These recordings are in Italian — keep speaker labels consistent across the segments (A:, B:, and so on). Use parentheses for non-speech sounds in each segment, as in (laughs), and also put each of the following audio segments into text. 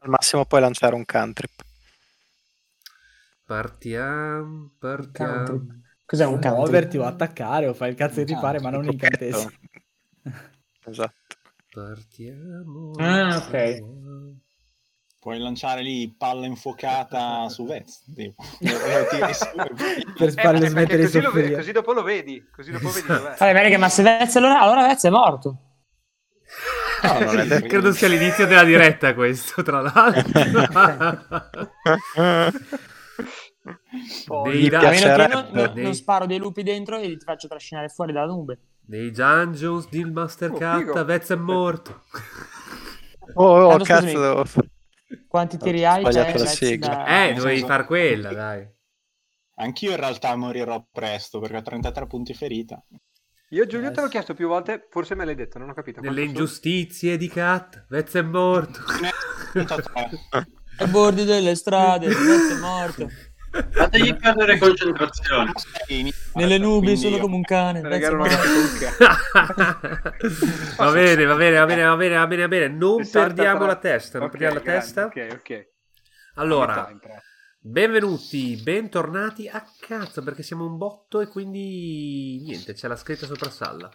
A: al massimo puoi lanciare un cantrip.
B: Partiamo, partiamo.
C: Cos'è un cantrip?
D: Muoverti o attaccare o fai il cazzo
C: Un
D: di ripare, ma non
C: (laughs)
E: (laughs)
D: incantesimo.
A: Esatto.
B: Partiamo.
C: Ah, ok.
F: Puoi lanciare lì palla infuocata su
B: (laughs)
F: Vest. tipo. Eh, E tiri su e poi-
D: Per
E: Eh,
D: farle
E: perché
D: smettere di
E: così, lo ve-
D: soffrire.
E: così dopo lo vedi. Così dopo vedi dov'è.
C: Vabbè, bene che ma se Vez allora, allora Vez è morto.
A: No, non
B: (laughs)
A: è detto.
B: Credo sia l'inizio della diretta questo, tra l'altro.
A: Mi
B: dei,
C: A meno che io
A: piacerebbe.
C: non,
B: dun-
C: non-
B: dei,
C: non sparo dei lupi dentro e ti faccio trascinare fuori dalla nube.
B: dei dungeons di Master
E: Oh,
B: Cat,
E: figo.
B: Vez è morto.
A: Oh, oh
C: Tanto
A: cazzo,
C: scusami.
A: devo fare-
C: Quanti tiri
A: Ho
C: hai?
A: sbagliato
C: Cioè,
A: la
C: Vez
A: sigla.
C: da-
B: Eh,
F: nel
B: dovevi
F: senso-
B: far quella, dai.
F: Anch'io in realtà morirò presto perché ho 33
B: (laughs)
F: punti ferita.
E: Io Giulio
B: Eh,
E: te l'ho
D: Yes.
E: chiesto più volte, forse me l'hai detto, non ho capito.
B: Nelle
E: Quanto sono?
B: ingiustizie di Cat, Vez è (laughs) morto.
F: Ne ho 33.
B: Ah.
C: Ai bordi delle strade, Vez è
B: (laughs)
E: (laughs)
C: morto.
G: Fategli perdere
B: Eh,
G: concentrazione.
C: Nelle nubi
F: Quindi
C: sono
F: io-
C: come un cane.
E: Eh,
C: Vez
E: raga,
C: è
E: non
C: morto.
E: ho capito.
B: (laughs) va bene, va bene, va bene, va bene, va bene, va bene. Non
E: Salta
B: perdiamo
E: tra-
B: la testa, non
E: Ok,
B: perdiamo la
E: grande,
B: testa.
E: Ok, ok.
B: Allora,
E: Time, tra-
B: Benvenuti, bentornati a cazzo perché siamo un botto e quindi niente, c'è la scritta sopra salla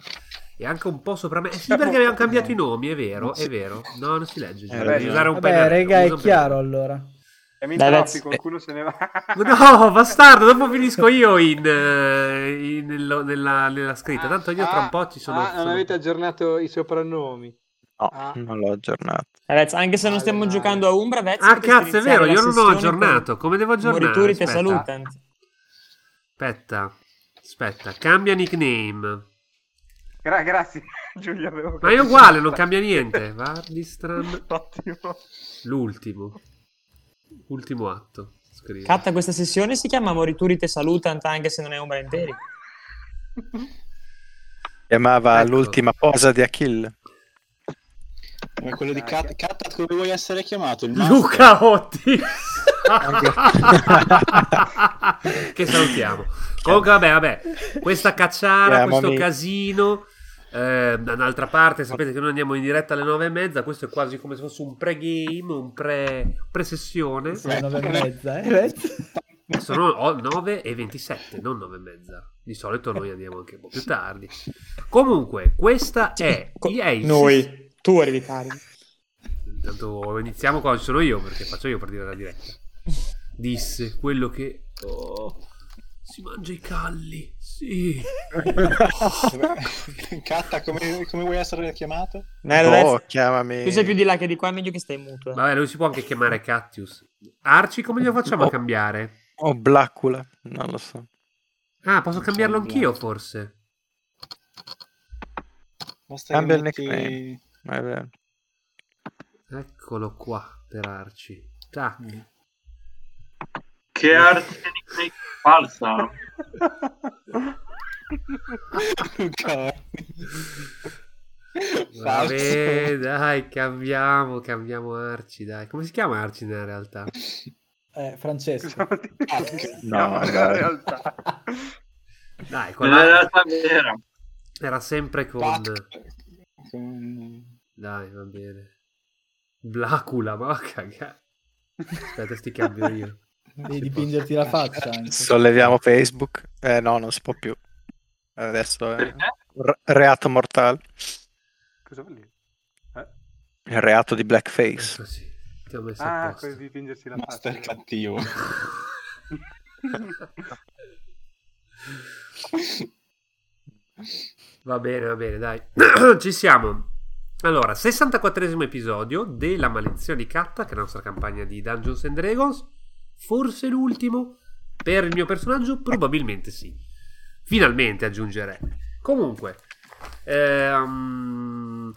B: e anche un po' sopra me. Eh Sì, perché abbiamo cambiato i nomi, è vero, è vero. No, non si legge.
A: Eh,
B: Giulio,
A: vabbè,
B: devi usare un
D: Vabbè,
B: pennarello,
D: raga,
B: usa
D: è
B: un
D: chiaro allora.
E: Siamo in
C: Dai,
E: troppi,
C: Vez, eh.
E: qualcuno se ne va.
B: pennarello. No, bastardo, dopo finisco io in, eh, in- nello- nella, nella scritta. Tanto io tra un po' ci sono.
E: Ah, non
B: sono-
E: avete aggiornato i soprannomi.
A: No,
E: Ah.
A: non l'ho aggiornato.
C: Eh, Vez, anche se non stiamo
E: Male, male.
C: giocando a Umbra, Vez
B: Ah,
C: potresti
B: cazzo, è
C: iniziare
B: vero,
C: la
B: io non ho
C: sessione
B: aggiornato.
C: con
B: Come devo aggiornare?
C: Morituri te
B: Aspetta.
C: saluta.
B: Aspetta, aspetta, cambia nickname.
E: Gra- grazie, (laughs) Giulio. avevo
B: Ma è
E: capito.
B: uguale, non cambia
C: (laughs)
B: niente. Vardistram,
E: Ottimo.
B: l'ultimo. Ultimo atto. Scrive.
C: Catta questa sessione si chiama Morituri te salutant anche se non è Umbra Imperi.
A: Chiamava
B: Ecco.
A: l'ultima posa di Achille.
F: Ma quello di Cat, Cat, come vuoi essere chiamato? Il master?
B: Luca Otti.
A: Anche-
B: (laughs) che salutiamo. Comunque, vabbè, vabbè. Questa cacciara,
A: Chiamami.
B: questo casino. eh, da un'altra parte, sapete che noi andiamo in diretta alle nove e mezza. Questo è quasi come se fosse un pre-game, un pre- pre-sessione.
D: Sono nove e mezza, eh. Vez?
B: Sono o- 9 e 27, non 9 e mezza. Di solito noi andiamo anche un po' più tardi. Comunque, questa è,
C: Co-
B: è il
C: Noi, tu eri di carico.
B: Intanto iniziamo quando sono io, perché faccio io partire la diretta. Disse quello che... Oh, si mangia i calli, sì.
F: (laughs) Catta, come, come vuoi essere chiamato?
C: Nero,
A: oh,
C: Vez,
A: chiamami.
C: tu sei più di là che di qua, è meglio che stai muto. eh.
B: Vabbè, lui si può anche chiamare Cactus. Arci, come glielo facciamo a
A: Oh.
B: cambiare?
A: Oh, Blacula. Non lo so.
B: Ah, posso cambiarlo anch'io, forse?
F: Basta
A: Cambia
F: che
A: il nickname. Ma è vero.
B: Eccolo qua, per Arci. Tac.
G: Che arte di fake falsa.
F: Luca. Falso.
B: Vabbè, dai, cambiamo, cambiamo Arci, dai. Come si chiama Arci nella realtà?
D: Eh, Francesco.
A: No,
E: (laughs) No, in
A: dai.
E: realtà.
B: Dai, qual
G: Nella
E: Eh,
B: è?
G: realtà vera.
B: era sempre con...
F: Pat- con-
B: Dai, va bene. Blacula, ma va a cagare. Aspetta, sti cambio io.
D: Devi dipingerti la faccia
A: (laughs)
D: eh. anche.
A: Solleviamo Facebook. Eh no, non si può più. Adesso è
G: Perché?
A: re- reato mortale.
E: Cosa vuol dire?
A: Il reato di blackface.
B: Ecco, sì. Ti ho messo a
E: Ah,
B: posto.
E: così dipingersi la faccia.
F: Master cattivo.
B: (laughs) Va bene, va bene, dai. (clears throat) Ci siamo. Allora, 64esimo episodio della Maledizione di Katta, che è la nostra campagna di Dungeons and Dragons. Forse l'ultimo per il mio personaggio? Probabilmente sì. Finalmente aggiungerei. Comunque, ehm,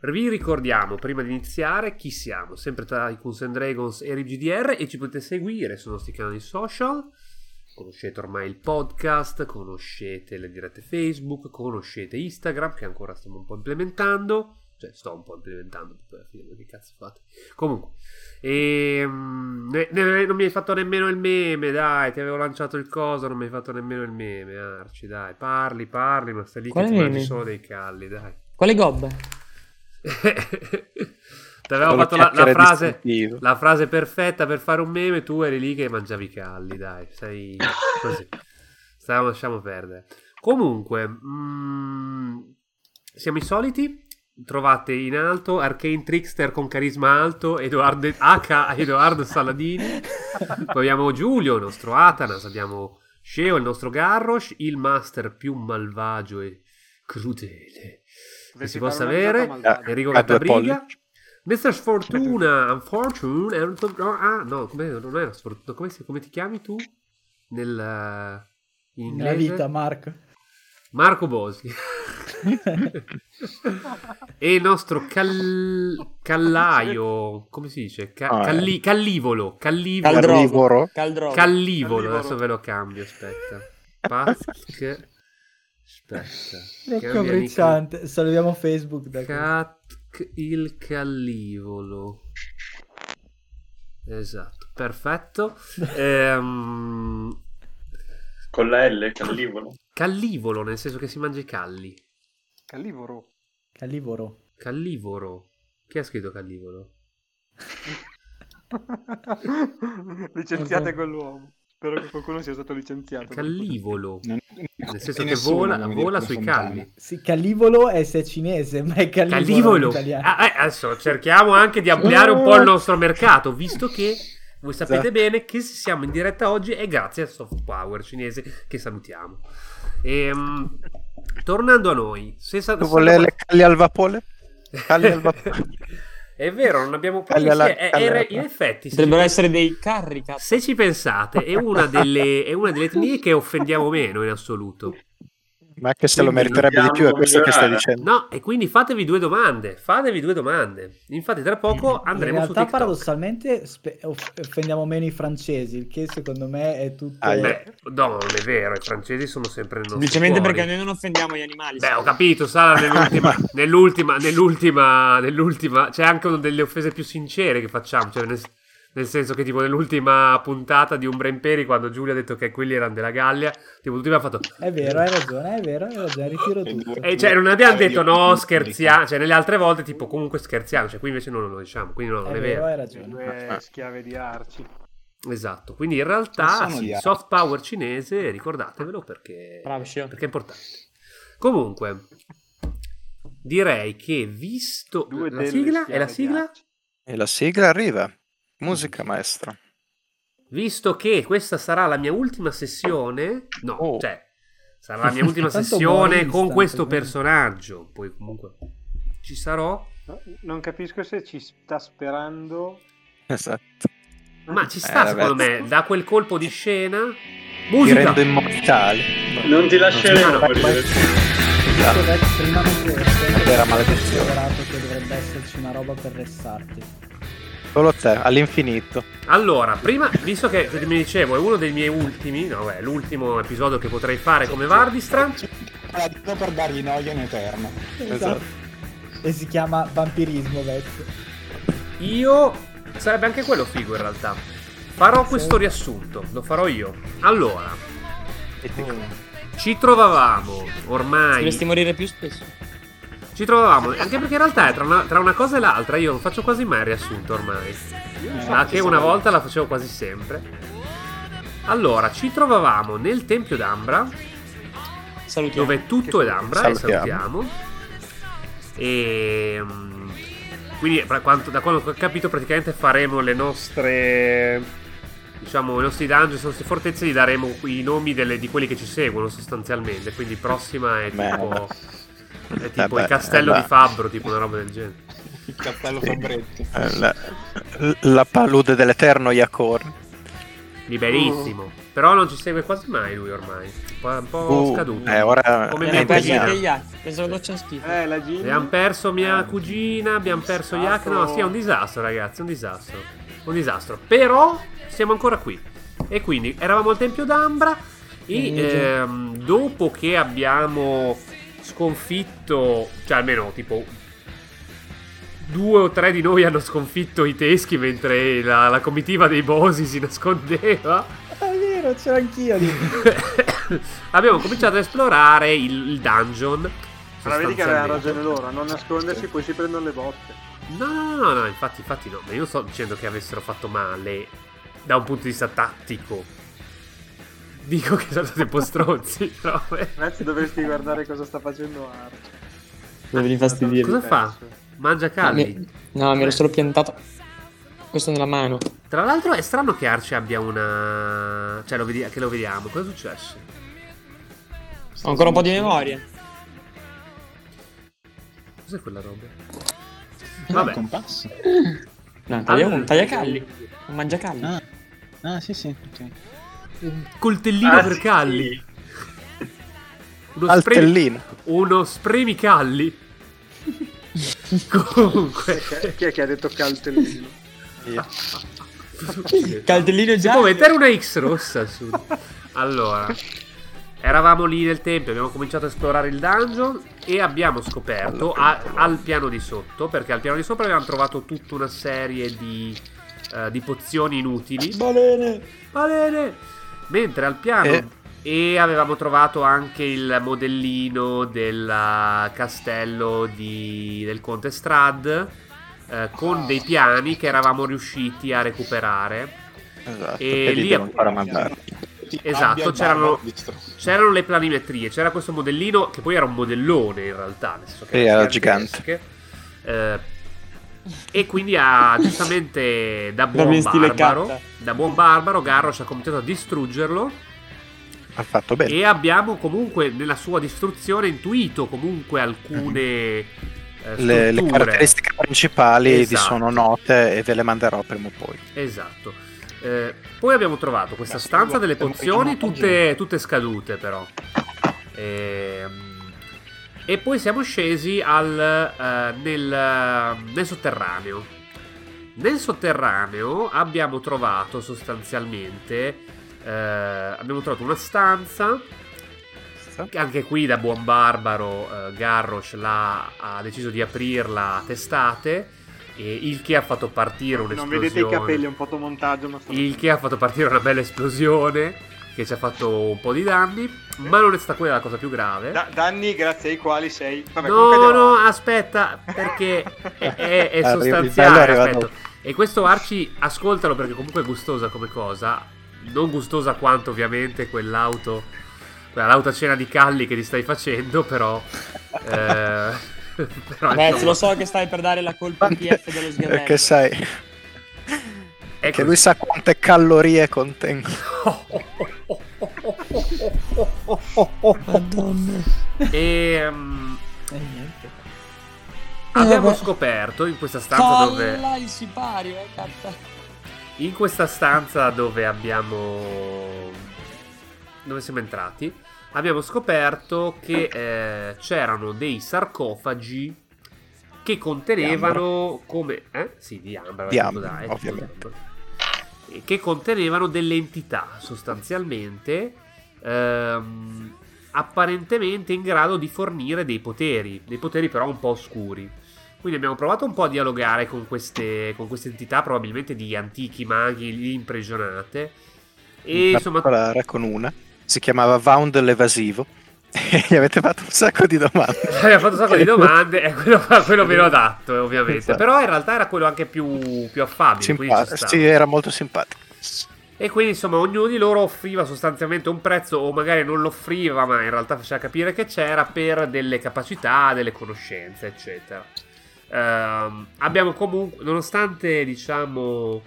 B: vi ricordiamo prima di iniziare chi siamo. Sempre tra i Kuns and Dragons e RGDR e ci potete seguire sui nostri canali social. Conoscete ormai il podcast, conoscete le dirette Facebook, conoscete Instagram che ancora stiamo un po' implementando. Cioè, sto un po' implementando, poi alla fine che cazzo fate. Comunque, ehm, ne- ne- non mi hai fatto nemmeno il meme, dai, ti avevo lanciato il coso, non mi hai fatto nemmeno il meme, Arci, dai, parli, parli, ma stai lì
C: Quale
B: che ti mangi
C: meme?
B: solo dei calli, dai.
C: Quale gobba?
B: (laughs) Ti avevo
A: Solo
B: fatto la, la
A: chiacchiere
B: frase,
A: distintivo.
B: la frase perfetta per fare un meme, tu eri lì che mangiavi i calli, dai, sei così. Stiamo, lasciamo perdere. Comunque, mm, siamo i soliti. Trovate in alto Arcane Trickster con carisma alto, Edoardo, H. Edoardo Saladini. Poi abbiamo Giulio, il nostro Atanas, abbiamo Sceo, il nostro Garrosh, il master più malvagio e crudele che si possa avere. Enrico
A: A due
B: Cantabriga.
A: pollici.
B: Mr. Sfortuna, Unfortune, and- ah no, come, non era sfortuna, come, si- come ti chiami tu? Nel, eh, in
D: Nella
B: inglese?
D: vita, Marco.
B: Marco
D: (laughs)
B: Boschi. e il nostro cal- callaio, come si dice? Ca-
A: Ah, eh.
B: calli- callivolo, callivolo,
C: Caldrogo.
A: Carnivoro.
C: Caldrogo.
B: Callivolo,
E: Callivolo.
B: adesso ve lo cambio, aspetta. Pask. Aspetta. Cambia
D: Rocco
B: nick-
D: Ecco, Bricciante. Salviamo Facebook. Da
B: Cat- il callivolo. Esatto,
D: (laughs)
B: perfetto. Ehm,
G: Con la L, callivolo.
B: callivolo, nel senso che si mangia i calli.
E: Calivoro.
D: Calivoro.
B: Callivoro. Chi ha scritto callivolo?
E: (laughs) Licenziate quell'uomo. Spero che qualcuno sia stato licenziato.
B: Callivolo.
F: Non-
B: Nel senso
F: e
B: che
F: nessuno,
B: vola,
F: come
B: vola
F: dire,
B: sui
F: Fontana.
B: calli.
D: Sì, calivolo è se è cinese, ma è calivolo. in
B: Callivolo.
D: italiano.
B: Ah, eh, adesso cerchiamo anche di ampliare un po' il nostro mercato, visto che voi
A: Esatto.
B: sapete bene che se siamo in diretta oggi è grazie al soft power cinese che salutiamo. Ehm, tornando a noi, se sa-
A: Tu vuole le calli al vapore? Calli al (laughs) vapore.
B: (laughs) è vero, non abbiamo eh,
A: Calli
B: sì,
A: alla-
B: è-
A: calli alla-
B: era- in effetti, se ci,
C: Dovrebbero essere dei carri, cazzo.
B: se ci pensate, è una, delle, è una delle etnie che offendiamo meno in assoluto.
A: Ma che se lo
G: Quindi
A: meriterebbe di più, è
G: dobbiamo
A: questo che stai
G: migliorare.
A: dicendo.
B: No, e quindi fatevi due domande. Fatevi due domande. Infatti, tra poco andremo
D: in
B: su
D: realtà
B: TikTok.
D: paradossalmente spe- off- offendiamo meno i francesi, il che secondo me è tutto...
A: Ah, eh.
B: Beh, no, non è vero. I francesi sono sempre il nostro
C: Semplicemente
B: cuore.
C: perché noi non offendiamo gli animali.
B: Beh,
C: sai.
B: ho capito, Sara,
C: (laughs)
B: nell'ultima, nell'ultima, nell'ultima, nell'ultima- c'è anche una delle offese più sincere che facciamo, cioè nel, nel senso che tipo nell'ultima puntata di Umbra Imperi, quando Giulia ha detto che quelli erano della Gallia, tipo tutti mi ha fatto...
D: È vero, eh. hai ragione, è vero, hai ragione, ritiro
F: E
D: tutto.
F: due-
B: E cioè non abbiamo detto no,
F: Io-
B: scherziamo, cioè nelle altre volte tipo comunque scherziamo, cioè qui invece noi non lo diciamo, quindi no, non
D: È
B: è vero.
D: vero, hai
E: Le
D: ragione.
E: due schiave di arci.
B: Esatto, quindi in
F: Non
B: realtà
F: sono
B: sì,
F: gli
B: il
F: altri.
B: soft power cinese, ricordatevelo perché,
C: Bravo, oh. Shio.
B: perché è importante. Comunque, direi che visto
E: Due
B: la
E: delle
B: sigla, è
E: schiave
B: la
E: di
B: sigla,
E: arci.
A: E la sigla arriva.
B: Mm.
A: Musica maestra.
B: visto che questa sarà la mia ultima sessione, no,
A: Oh.
B: cioè sarà la mia ultima
D: Tanto
B: sessione
D: buoni
B: con
D: istanti,
B: questo
D: quindi.
B: personaggio, poi comunque ci sarò,
E: No, Non capisco se ci sta sperando.
A: (laughs) Esatto.
B: ma ci sta
A: Eh,
B: secondo
A: ragazzi.
B: me, da quel colpo di scena,
A: Ti
B: musica!
A: rendo immortale.
G: Non ti lasceremo
A: No,
G: morire.
A: Esatto.
D: Dovrebbe- Prima non
A: Una vera maledizione.
D: Sperato che dovrebbe esserci una roba per restarti.
A: Solo te, all'infinito.
B: Allora, prima, visto che che mi dicevo, è uno dei miei ultimi, no, beh, l'ultimo episodio che potrei fare come Vardistran.
F: Allora, dico per dargli noia in eterno.
A: Esatto.
D: E si chiama vampirismo, vecchio.
B: Io sarebbe anche quello figo in realtà. Farò questo riassunto, lo farò io. Allora,
A: Esatto.
B: ci trovavamo ormai.
C: Dovresti morire più spesso.
B: Ci trovavamo, anche perché in realtà tra una, tra una cosa e l'altra io non faccio quasi mai il riassunto ormai. Ma che una volta la facevo quasi sempre. Allora, ci trovavamo nel Tempio d'Ambra,
C: Salutiamo.
B: dove tutto è d'ambra e
A: Salutiamo.
B: salutiamo e mm, quindi fra quanto- da quello che ho capito praticamente faremo le nostre diciamo i nostri dungeons le nostre fortezze gli daremo i nomi delle- di quelli che ci seguono sostanzialmente quindi prossima è
A: Beh.
B: tipo è
A: Eh
B: tipo
A: beh,
B: il castello
A: eh beh.
B: di Fabbro tipo una roba del genere
F: Il cappello Fabretti.
A: Eh, La, la palude dell'eterno Iacorn.
B: liberissimo però non ci segue quasi mai lui ormai un po', un po'
A: Mm. Uh,
B: scaduto
A: eh, ora
B: Come
A: è
C: Ne
B: mia
C: ho persi
B: cugina.
A: impegnato.
C: degli altri. Pensavo che faccia schifo.
E: Eh, la Eh. Gini.
B: Abbiamo perso mia cugina, abbiamo perso Yak. No, sì, è un disastro, ragazzi, un disastro. Un disastro. Però siamo ancora qui. E quindi eravamo al Tempio d'Ambra. E ehm, dopo che abbiamo sconfitto, cioè almeno tipo due o tre di noi hanno sconfitto i teschi mentre la, la comitiva dei Bosi si nascondeva.
D: Ah, È vero, c'ero anch'io lì.
B: (coughs) abbiamo cominciato ad esplorare il, il dungeon.
E: Allora vedi che
B: sostanzialmente.
E: avevano ragione loro, a non nascondersi poi si prendono le botte.
B: No, no, no, no, infatti, infatti no. Ma io non sto dicendo che avessero fatto male da un punto di vista tattico. Dico che sono stati un po' (laughs) stronzi, però. eh.
E: Ragazzi, dovresti guardare cosa sta facendo Arch.
C: Devi infastidire.
B: Cosa fa? Mangia calli.
C: No, mi ero solo piantato. Questo nella mano.
B: Tra l'altro è strano che Arce abbia una... Cioè, lo vedi- che lo vediamo. Cosa è successo?
C: Ho ancora un po' di memoria.
B: Cos'è quella roba?
F: Vabbè.
B: Vabbè.
F: Il Ah, compasso.
B: Ah,
C: No, tagliamo un
B: Allora-
C: tagliacalli. Un mangiacalli.
F: Ah. ah, sì, sì. ok.
B: Un coltellino
G: Ah,
B: per
G: sì.
B: calli. Uno, spremi...
A: Altellino.
B: uno spremicalli. Comunque...
E: Chi è che ha detto caltellino?
C: Caldellino
B: Si
C: già.
B: può mettere una X rossa su. Allora, eravamo lì nel tempio, abbiamo cominciato a esplorare il dungeon e abbiamo scoperto a- al piano di sotto, perché al piano di sopra avevamo trovato tutta una serie di, eh, di pozioni inutili.
C: Balene.
B: Va bene. Mentre al piano...
A: Eh.
B: E avevamo trovato anche il modellino del eh, castello di- del conte Strad eh, con dei piani che eravamo riusciti a recuperare.
A: Esatto.
B: E
A: E,
B: lì
A: li
B: app-
A: devo ancora mandare.
F: Sì,
B: Esatto,
F: abbia il
B: c'erano-
F: barba distro-
B: C'erano le planimetrie, c'era questo modellino che poi era un modellone in realtà, nel senso che
A: Sì, era gigante.
B: gigantesche. Eh, e
A: (laughs)
B: quindi ha giustamente da
C: Proprio
B: buon
C: in stile
B: barbaro,
C: carta.
B: da buon barbaro Garrosh ha cominciato a distruggerlo
A: Ha fatto bene.
B: e abbiamo comunque nella sua distruzione intuito comunque alcune eh,
A: Le, le
B: strutture.
A: caratteristiche principali vi
B: Esatto.
A: sono note e ve le manderò prima o poi.
B: Esatto. Eh, poi abbiamo trovato questa
F: Beh,
B: stanza delle
F: abbiamo
B: pozioni,
F: richiamato
B: tutte, tutte scadute però. Ehm, E, poi siamo scesi al, eh, nel, nel sotterraneo. Nel sotterraneo abbiamo trovato sostanzialmente eh, abbiamo trovato una stanza anche qui da buon barbaro eh, Garrosh l'ha, ha deciso di aprirla a testate e il che ha fatto partire
E: non
B: un'esplosione
E: vedete i capelli, è un fotomontaggio, ma sta-
B: il che ha fatto partire una bella esplosione che ci ha fatto un po' di danni ma non è stata quella la cosa più grave
E: Da- danni grazie ai quali sei. Vabbè, comunque
B: no
E: andiamo
B: no
E: avanti.
B: aspetta perché è, è- è
A: Arriva-
B: sostanziale
A: arriva-
B: aspetta. e questo Arci ascoltalo perché comunque è gustosa come cosa non gustosa quanto ovviamente quell'auto quella lauta cena di calli che ti stai facendo però eh, (laughs) però
C: Beh,
B: insomma,
C: lo so che stai per dare la colpa al PF
A: (laughs)
C: dello sgabello.
A: Perché sai
B: ecco.
A: che lui sa quante calorie contengono.
C: Madonna.
B: e ehm,
D: Eh, niente.
B: abbiamo
C: vabbè.
B: scoperto in questa stanza dove
C: Colla il sipario, eh, carta.
B: In questa stanza dove abbiamo. dove siamo entrati, abbiamo scoperto che eh, c'erano dei sarcofagi che contenevano come. Eh? Sì, di ambra,
A: Di
B: detto,
A: ambra,
B: dai, detto,
A: ovviamente.
B: di ambra. E Che contenevano delle entità sostanzialmente. ehm, apparentemente in grado di fornire dei poteri, dei poteri però un po' oscuri. Quindi abbiamo provato un po' a dialogare con queste, con queste entità, probabilmente di antichi maghi lì imprigionate. E
A: In
B: insomma,
A: particolare con una. Si chiamava Vound l'Evasivo. (laughs) E gli avete fatto un sacco di domande.
B: (laughs) (laughs) abbiamo fatto un
A: (laughs)
B: sacco di domande, è quello, quello meno adatto, eh, ovviamente.
A: Esatto.
B: Però in realtà era quello anche più, più affabile. quindi ci
A: Simpa-
B: sta.
A: sì, era molto simpatico.
B: E quindi insomma ognuno di loro offriva sostanzialmente un prezzo o magari non lo offriva ma in realtà faceva capire che c'era per delle capacità, delle conoscenze eccetera. Ehm, abbiamo comunque, nonostante diciamo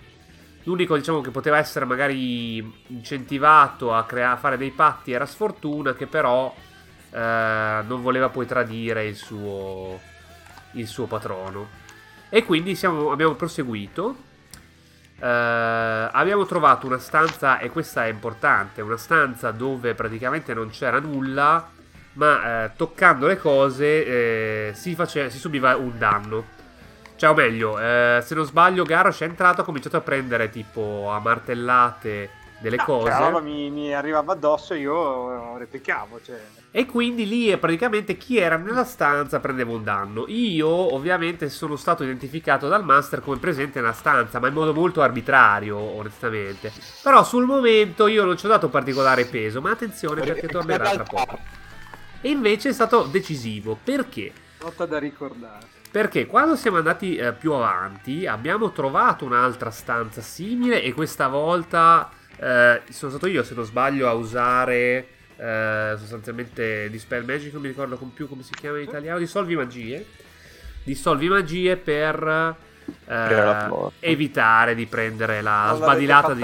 B: l'unico diciamo che poteva essere magari incentivato a, crea- a fare dei patti era sfortuna che però eh, non voleva poi tradire il suo, il suo patrono. E quindi siamo- abbiamo proseguito. Eh, abbiamo trovato una stanza, e questa è importante, una stanza dove praticamente non c'era nulla, ma eh, toccando le cose eh, si, face- si subiva un danno. Cioè, o meglio, eh, se non sbaglio, Garrosh è entrato, ha cominciato a prendere tipo a martellate delle
E: No,
B: cose.
E: però Cioè, la roba mi, mi arrivava addosso e io replicavo. Cioè,
B: E quindi lì eh, praticamente chi era nella stanza prendeva un danno. Io ovviamente sono stato identificato dal master come presente nella stanza, ma in modo molto arbitrario, onestamente. Però sul momento io non ci ho dato particolare peso, ma attenzione perché tornerà tra poco. E invece è stato decisivo, perché?
E: lotta da ricordare.
B: Perché quando siamo andati eh, più avanti abbiamo trovato un'altra stanza simile e questa volta eh, sono stato io, se non sbaglio, a usare eh, sostanzialmente Dispel Magic, non mi ricordo com- più come si chiama in italiano, Dissolvi Magie. Dissolvi Magie per eh,
A: Aprire la porta.
B: evitare di prendere la Ah, sbadilata di...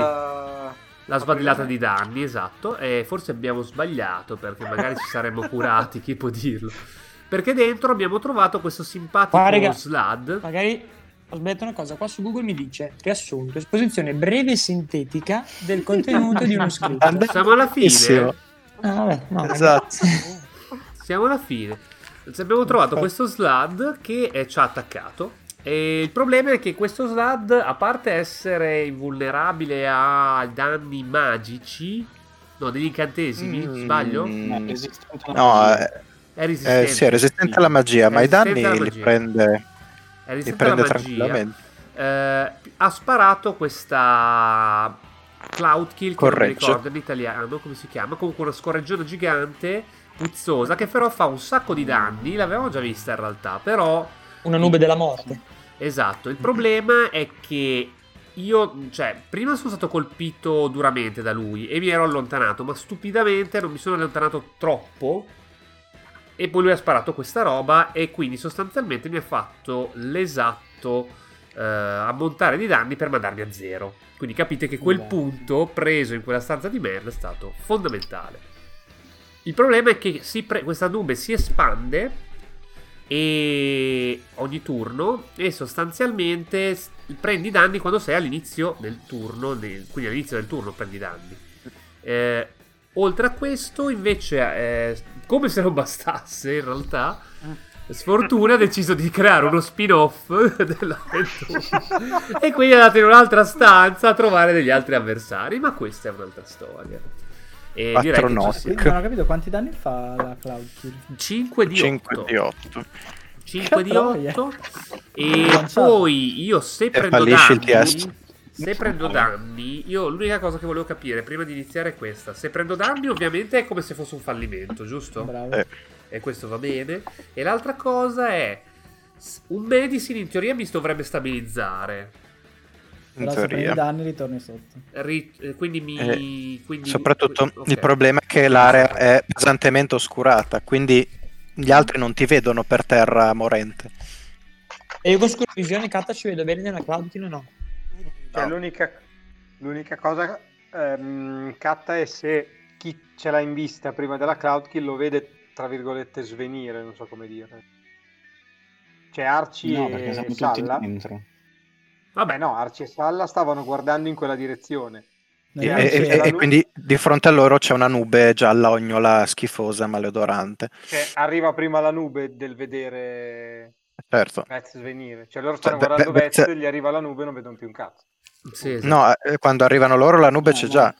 B: La sbadillata di danni, esatto. E forse abbiamo sbagliato perché magari ci saremmo curati, chi può dirlo. Perché dentro abbiamo trovato questo simpatico
C: Ah, raga.
B: slad.
C: Magari ho sbagliato una cosa, qua su Google mi dice riassunto, esposizione breve e sintetica del contenuto di uno scritto.
A: Andate-
B: Siamo alla fine.
A: Bellissimo.
C: Ah, vabbè, no, raga.
A: Esatto.
B: Siamo alla fine. Ci Abbiamo trovato questo slad che eh, ci ha attaccato. E il problema è che questo slad, a parte essere invulnerabile a danni magici, no, degli incantesimi,
A: Mm,
B: sbaglio?
F: No,
A: No,
F: resistente alla magia.
A: eh,
B: È resistente.
A: eh, sì, è resistente alla magia,
B: È
A: ma i danni
B: resistente
A: li
B: alla magia.
A: prende,
B: È
A: li
B: resistente alla
A: prende
B: magia.
A: tranquillamente.
B: eh, ha sparato questa Cloud Kill che non mi
A: Corregge.
B: ricordo in italiano come si chiama, comunque una scorreggiona gigante puzzosa che però fa un sacco di danni, l'avevamo già vista in realtà, però
C: Una nube della morte.
B: esatto, il problema è che io, cioè, prima sono stato colpito duramente da lui e mi ero allontanato, ma stupidamente non mi sono allontanato troppo e poi lui ha sparato questa roba e quindi sostanzialmente mi ha fatto l'esatto eh, ammontare di danni per mandarmi a zero. Quindi capite che quel
C: Beh.
B: punto preso in quella stanza di merda è stato fondamentale. Il problema è che si pre- questa nube si espande e ogni turno e sostanzialmente s- prendi danni quando sei all'inizio del turno, del- quindi all'inizio del turno prendi danni. Eh, oltre a questo, invece, eh, come se non bastasse, in realtà, Sfortuna ha deciso di creare uno spin-off (laughs) dell'avventura e quindi è andato in un'altra stanza a trovare degli altri avversari, ma questa è un'altra storia. E direi che ci
A: Patronoti.
D: Quindi non ho capito quanti danni fa la Cloud Kill.
B: 5 di
A: 5
B: 8.
A: di 8.
B: 5 di
D: Troia.
B: 8 e
D: Lanciato.
B: poi io se
A: E
B: prendo
A: fallisce il
B: danni
A: test.
B: se prendo danni io l'unica cosa che volevo capire prima di iniziare è questa se prendo danni ovviamente è come se fosse un fallimento giusto?
D: Bravo.
A: Eh.
B: e questo va bene e l'altra cosa è s- un medicine in teoria mi dovrebbe stabilizzare
A: In
D: Però se prendi
A: teoria.
D: danni ritorni sotto.
B: Ri- eh, quindi mi
A: Eh,
B: quindi-
A: Soprattutto
B: ok.
A: il problema è che l'area è pesantemente oscurata, quindi gli altri non ti vedono per terra morente.
C: E io con scorpisione Kata ci vedo bene nella cloud, Tino no.
E: Cioè, l'unica, l'unica cosa ehm, catta è se chi ce l'ha in vista prima della cloud kill lo vede tra virgolette svenire, non so come dire. Cioè Arci
F: No, perché siamo
E: e
F: tutti
E: Salla.
F: dentro.
B: vabbè
E: Beh no, Arci e Salla stavano guardando in quella direzione.
D: Noi
E: Eh,
A: E,
D: non
A: e-
D: c'era.
A: e quindi di fronte a loro c'è una nube gialla, ognola, schifosa, maleodorante.
E: Cioè arriva prima la nube del vedere
A: Certo.
E: Vez svenire. Cioè loro stanno
A: Beh, beh,
E: guardando
A: beh,
E: Vez,
A: se-
E: gli arriva la nube e non vedono più un cazzo.
B: sì, esatto.
A: No, eh, quando arrivano loro la nube
F: No,
A: c'è
F: no.
A: già.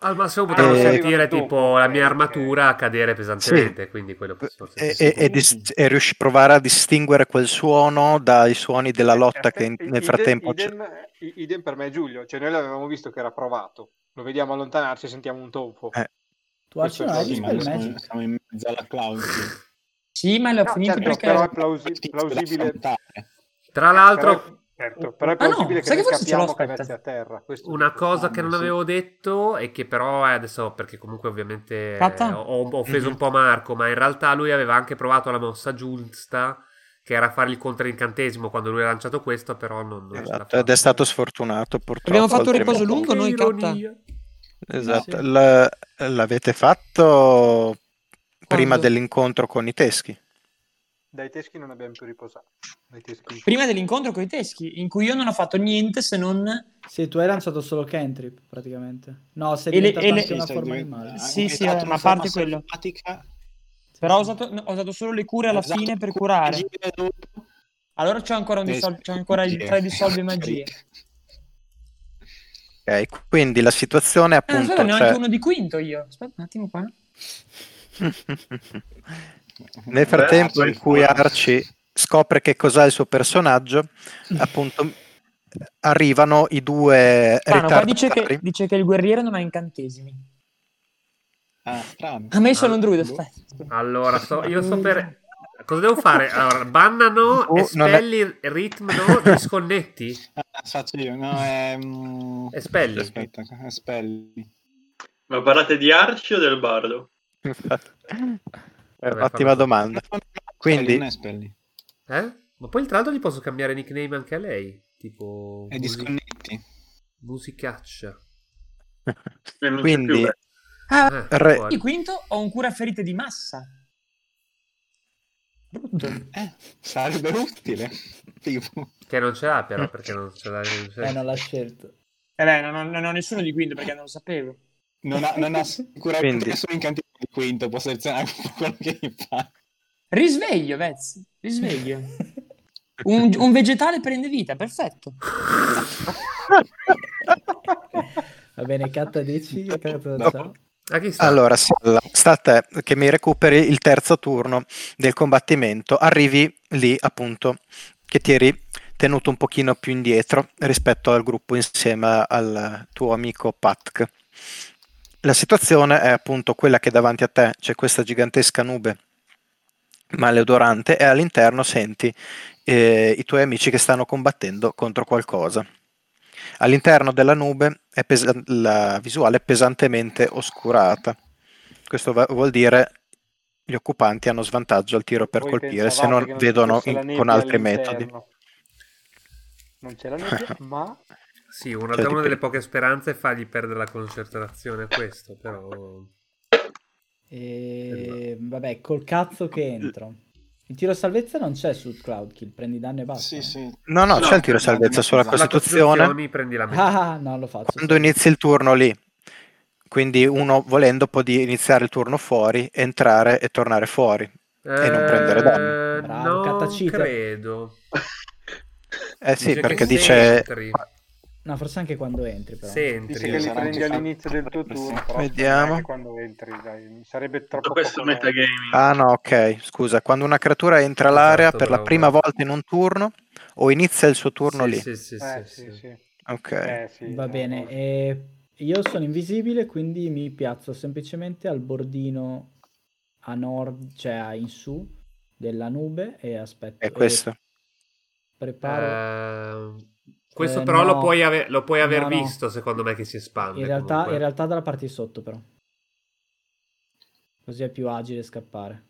B: al massimo potevano
A: Eh,
B: sentire
E: dopo,
B: tipo la mia
E: ok.
B: armatura cadere pesantemente quindi quello può
A: E,
B: essere
A: e, e dis- e riusci- provare a distinguere quel suono dai suoni della lotta che in-
E: Eh,
A: nel
E: idem-
A: frattempo c'è.
E: idem, i- idem per me è Giulio, cioè noi l'avevamo visto che era provato. Lo vediamo allontanarci e sentiamo un tonfo.
A: Eh,
D: Tu Arci non hai
F: Sì, ma
D: visto il
F: adesso
D: magic?
F: siamo in mezzo alla cloud.
C: Sì, ma l'ho
E: No,
C: finito
E: certo,
C: perché...
E: però è plausi- plausibile.
B: tra l'altro
E: Però, certo, però è
C: Ah, no,
E: plausibile che
C: sai
E: noi
C: che forse ce l'ho,
E: scappiamo che
C: aspetta.
E: Vez è a terra. Questo
B: Una
E: dico.
B: cosa che non
F: sì.
B: avevo detto e che però eh, adesso perché comunque ovviamente eh,
C: Fatta?
B: ho, ho offeso
A: Mhm.
B: un po' Marco, ma in realtà lui aveva anche provato la mossa giusta che era fare il contraincantesimo quando lui ha lanciato questo, però non, non ce l'ha
A: Esatto,
B: fatta.
A: ed è stato sfortunato purtroppo.
C: Abbiamo fatto un riposo
A: altrimenti-
C: lungo noi,
B: Che
C: Katta.
B: ironia.
A: Esatto,
B: Sì.
A: l- l'avete fatto prima dell'incontro con i teschi.
E: Dai teschi non abbiamo più riposato. Dai teschi.
C: Prima dell'incontro con i teschi, in cui io non ho fatto niente se non...
D: Sì, tu hai lanciato solo Cantrip praticamente. No, sei
C: E le-
D: diventato
C: e le-
D: anche una forma animale.
C: Sì, sì, ma a parte quello. Però ho usato, no, ho usato solo le cure alla
E: Esatto.
F: Esatto.
C: fine per curare. Allora c'ho ancora, un dissol- c'ho ancora il 3 dissolvi magie.
A: Ok, quindi la situazione è
C: Ah,
A: appunto...
C: aspetta, ne ho
A: cioè-
C: anche uno di quinto io. Aspetta un attimo qua.
A: (laughs) Nel frattempo in cui
F: Ah,
A: Arci scopre che cos'ha il suo personaggio,
C: Mm.
A: appunto arrivano i due
C: Ah, no, qua dice che, (laughs)
A: ritardatari.
C: dice che il guerriero non ha incantesimi.
F: Ah, strano.
C: A me sono un druido,
F: Boh.
C: aspetta.
A: (laughs)
B: Allora, so- io sto per Cosa devo fare? Allora, bannano,
A: Oh,
B: espelli, ritmo, no, disconnetti?
F: Ah, faccio io, no, è... mm,
B: Espelli.
F: Aspetta, espelli.
G: Ma parlate di Arci o del Bardo?
A: Infatti.
G: Eh
A: È
B: Vabbè,
A: un'ottima
B: fammi-
A: domanda.
F: No, no, no,
A: Quindi-
F: espelli, non è espelli.
B: Eh? Ma poi tra l'altro gli posso cambiare nickname anche a lei, tipo
F: È
B: musi-
F: disconnetti.
B: musicaccia.
G: Eh, non c'è
A: Quindi-
G: più, beh.
B: Ah,
A: Re-
B: guarda.
C: Il quinto ho un cura ferite di massa. Brutto.
F: Eh, sarebbe utile. tipo.
B: che non ce l'ha però perché non ce l'ha. non ce l'ha.
D: Mm. Eh, non l'ha scelto.
C: Eh beh, non ho, non ho nessuno di quinto perché non lo sapevo.
F: Non ha, non ha sicuramente
A: Quindi-
F: nessun incantesimo di quinto, può selezionare un po' (laughs) quello che gli fa.
C: Risveglio, Vez. Risveglio. Un, un vegetale prende vita, perfetto.
D: (laughs) Va bene, catta 10, io catta
F: No.
D: ciao.
B: Ah, chi sta?
A: Allora, Salla, sta a te che mi recuperi il terzo turno del combattimento. Arrivi lì, appunto, che ti eri tenuto un pochino più indietro rispetto al gruppo insieme al tuo amico Patk. La situazione è appunto quella che davanti a te c'è questa gigantesca nube maleodorante e all'interno senti eh, i tuoi amici che stanno combattendo contro qualcosa. All'interno della nube è pesa- la visuale è pesantemente oscurata. Questo va- vuol dire gli occupanti hanno svantaggio al tiro per
E: Voi
A: colpire se
E: pensavate
A: non
E: che ci
A: vedono
E: fosse la
A: in-
E: nebbia
A: con altri
E: all'interno.
A: metodi.
E: Non c'è
A: (laughs)
E: la nebbia, ma
B: Sì, una,
A: Cioè,
B: una
A: dipende.
B: delle poche speranze è fargli perdere la concentrazione a questo, però...
D: E... Ehm, Vabbè, col cazzo che entro. Il tiro salvezza non c'è su Cloudkill, prendi danno e basta.
F: Ah, Sì, sì.
A: No, no,
G: No,
A: c'è il tiro salvezza
F: esatto,
A: sulla
F: esatto.
B: La
A: Costituzione.
B: Costituzione prendi la metà.
D: Ah, no, lo faccio.
A: Quando inizi il turno lì, quindi uno volendo può di iniziare il turno fuori, entrare e tornare fuori. e non prendere danno.
D: Bravo,
B: non
D: Catacite.
B: Eh, credo.
A: Eh sì,
B: Dice
A: perché
B: che
A: dice...
B: sentri.
D: No, forse anche quando entri, però.
B: Sentri.
E: dice
F: Sì,
E: che li
F: sarà
E: prendi
F: anche
E: all'inizio
F: fatto.
E: del tuo turno. però
A: Vediamo.
E: anche quando entri, dai. Sarebbe troppo
G: Tutto questo
E: poco
G: metagaming.
A: Ah no, ok, scusa. Quando una creatura entra all'area
B: Esatto,
A: per la
B: bravo,
A: prima
B: bravo.
A: volta in un turno o inizia il suo turno
B: Sì,
A: lì.
B: sì, sì,
E: Eh,
B: sì,
E: sì,
B: sì.
E: sì.
A: Ok.
E: Eh, sì,
D: Va
E: no,
D: bene,
E: no.
D: eh, io sono invisibile, quindi mi piazzo semplicemente al bordino a nord, cioè a- in su della nube e aspetto.
B: eh,
A: È questo.
D: e preparo.
B: Ehm, questo
D: Eh,
B: però lo
D: no. Eh,
B: puoi, ave- lo puoi aver
D: No, no.
B: visto, secondo me, che si espande.
D: in, realtà,
B: comunque.
D: in realtà dalla parte di sotto, però. Così è più agile scappare.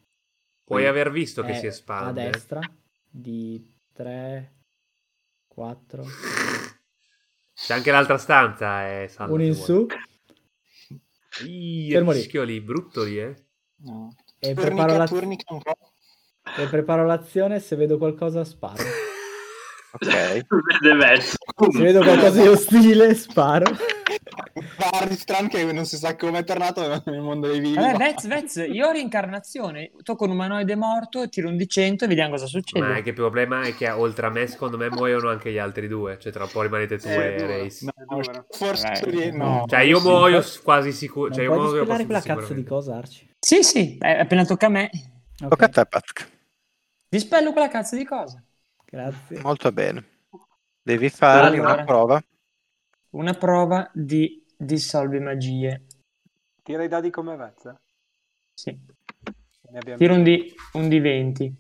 B: Puoi aver visto che
D: È
B: si espande.
D: A destra di 3, 4,
B: C'è anche l'altra stanza. Eh, Sandra,
D: uno in
B: se vuoi.
D: su
B: Ih,
D: Fermo lì.
B: rischio lì, brutto lì, eh.
F: No.
D: e preparo,
F: Turnica,
D: la-
F: turnica un po'.
D: e preparo l'azione. Se vedo
B: (laughs)
D: qualcosa, sparo.
A: Ok.
G: Deve essere.
D: Se vedo qualcosa di ostile, sparo.
B: Cioè,
F: Barristran che non si sa come è tornato nel mondo dei vivi.
D: Eh,
C: Vabbè, Vez, Vez, io ho reincarnazione. Tocco un umanoide morto, tiro un di 100 e vediamo cosa
F: Eh,
C: succede.
B: Ma anche il problema è che oltre a me, secondo me, muoiono anche gli altri due. Cioè, tra un po' rimanete tu
E: Eh,
B: e
E: due.
B: Race.
F: No,
E: Allora.
F: forse
C: Eh.
F: rie- no.
B: Cioè, io muoio s- quasi sicuro.
D: Non
B: Cioè, io
D: puoi
B: muoio
D: dispellare quella
B: abbastanza
D: cazzo di
B: sicuramente.
D: cosa, Arci?
C: Sì, sì, eh, appena tocca a me.
D: Ok,
A: Tocca a te, Patk.
C: Dispello quella cazzo di cosa.
D: Grazie.
A: Molto bene. Devi fare
C: Allora.
A: una prova.
C: Una prova di dissolvi magie.
E: Tira i dadi come vezza.
C: Sì.
E: Ne abbiamo-
C: Tiro un di, un di 20.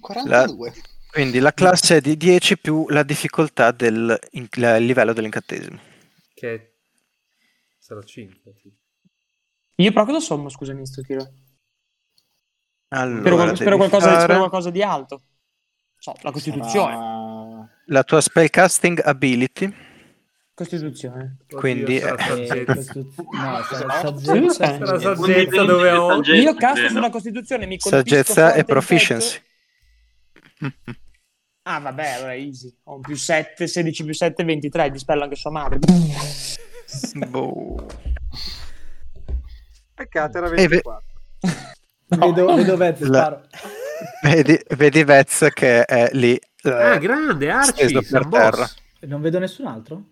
F: 42.
A: Quindi la classe è di 10 più la difficoltà del in- la- il livello dell'incantesimo.
B: Che sarà 5.
C: Io però cosa sommo, scusami, in sto tiro?
A: Allora,
C: Spero, qual-
A: devi
C: spero qualcosa,
D: Eh,
A: fare-
C: spero qualcosa di alto. So, la
D: Cioè,
C: Costituzione.
F: Ah, Sarà-
A: La tua spellcasting ability,
C: Costituzione.
A: Quindi,
B: sarà
A: eh,
D: Eh,
B: saggezza.
D: costuz- no, sarà
C: Sì,
D: saggezza.
C: sì.
B: Sarà
D: Niente.
B: saggezza dove ho...
G: Saggezza,
C: Io casto
G: eh, no.
C: sulla Costituzione, mi colpisco
A: saggezza
C: forte
A: e
C: in
A: proficiency.
C: petto. Ah, vabbè, allora è easy. Ho un più 7, 16 più 7, 23. Dispello anche sua madre.
A: Boh.
E: Peccato era
A: Eh, ve-
E: 24.
D: (laughs) Vedo, vedo Vez,
A: La-
D: sparo.
A: (laughs) Vedi, vedi Vez che è lì. eh,
B: Ah, grande,
A: Steso
B: Arci,
A: per
B: San Boss.
A: terra.
D: Non vedo nessun altro?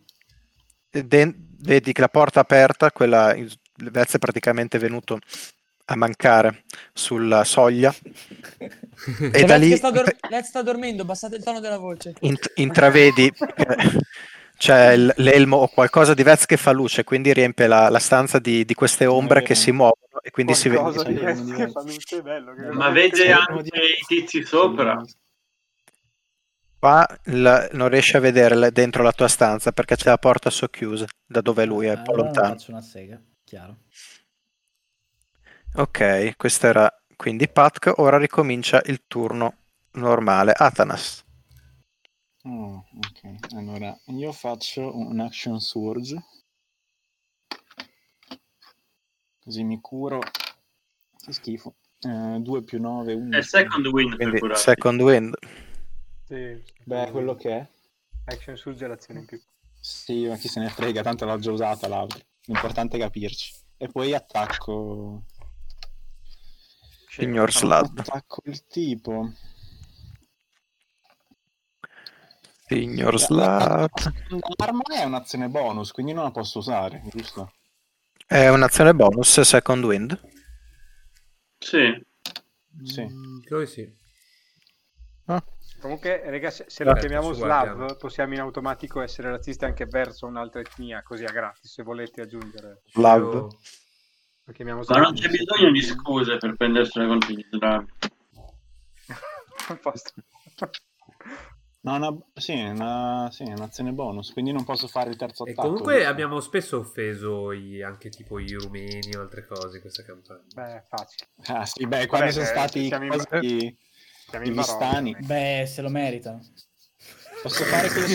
A: den- vedi che la porta aperta, quella Vez è praticamente venuto a mancare sulla
C: (laughs)
A: soglia e da
C: Let's
A: lì
C: che sta, dor- Let's sta dormendo, abbassate il tono della voce.
A: int- intravedi che c'è il-
C: Eh.
A: l'elmo o qualcosa di Vez che fa luce, quindi riempie la, la stanza di, di queste ombre che si muovono e quindi si
E: Qualcosa
A: vede.
F: venisse.
E: di
F: Sarebbe uno
E: che
F: diverso.
E: fa luce bello. che-
G: Ma vede
F: Sì.
G: anche i tizi sopra.
A: Qua il- non riesci a vedere le- dentro la tua stanza perché c'è la porta socchiusa da dove lui è, un po'
D: Ah, Allora non
A: lontano.
D: faccio una sega, chiaro.
A: Ok, questo era quindi Patk. Ora ricomincia il turno normale. Atanas.
F: Oh, ok. Allora, io faccio un action surge. Così mi curo. Che schifo. 2 più 9, 11.
G: È second win per
A: Quindi
G: curarti.
A: second wind.
E: Sì, sì.
F: Beh, quello che è.
E: Action surge è l'azione in più.
F: Sì, ma chi se ne frega, tanto l'ho già usata l'altro. L'importante è capirci. E poi attacco.
A: Signor
E: Ah.
A: Slad.
F: Attacco il tipo.
A: Signor Slad.
F: L'arma è un'azione bonus, quindi non la posso usare, giusto?
A: È un'azione bonus, second wind.
G: Sì.
F: Sì.
B: Mm, Credo di sì.
E: Comunque, raga, se, se lo
B: Aspetta,
E: chiamiamo
B: ci
E: Slav,
B: guardiamo.
E: possiamo in automatico essere razzisti anche verso un'altra etnia, così a gratis, se volete aggiungere.
A: Slav.
E: Lo chiamiamo
G: Ma
E: Slav.
G: non c'è
E: (laughs)
G: bisogno di scuse per prendersela contro gli slavi.
E: A posto.
F: No, una, sì, una, sì, è un'azione bonus, quindi non posso fare il terzo
B: E
F: attacco.
B: comunque
F: giusto?
B: abbiamo spesso offeso i- anche tipo i rumeni o altre cose in questa campagna.
E: (laughs) Beh, facile.
F: Ah, sì, beh, quando
E: Beh,
F: sono
E: eh,
F: stati
E: siamo in-
F: quasi...
E: Siamo
F: I
E: in barone,
F: Vistani.
E: ormai.
D: Beh, se lo merita.
F: Posso fare quello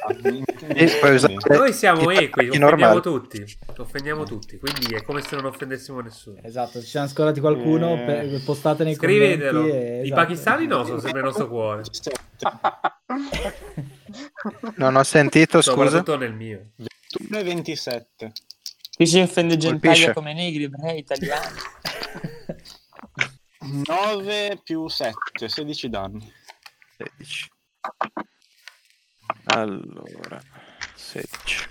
F: Ah, sugli (laughs)
E: (laughs)
A: E poi usate
B: Noi siamo
A: Cioè, i
B: equi,
A: tacchi
B: offendiamo
A: normali.
B: tutti. Offendiamo tutti, quindi è come se non offendessimo nessuno.
D: Esatto, se ci hanno scordati qualcuno,
F: Eh.
D: per- postate nei
B: Scrivetelo.
D: commenti. e-
B: I
D: esatto.
B: pakistani no, sono sempre il nostro cuore.
A: Non ho sentito, scusa.
B: Soprattutto nel mio.
F: 21 e 27.
C: Chi si offende gentaglia
A: Colpisce.
C: come negri, ebrei, italiani.
F: 9 più 7, 16 danni.
A: 16. Allora, 16.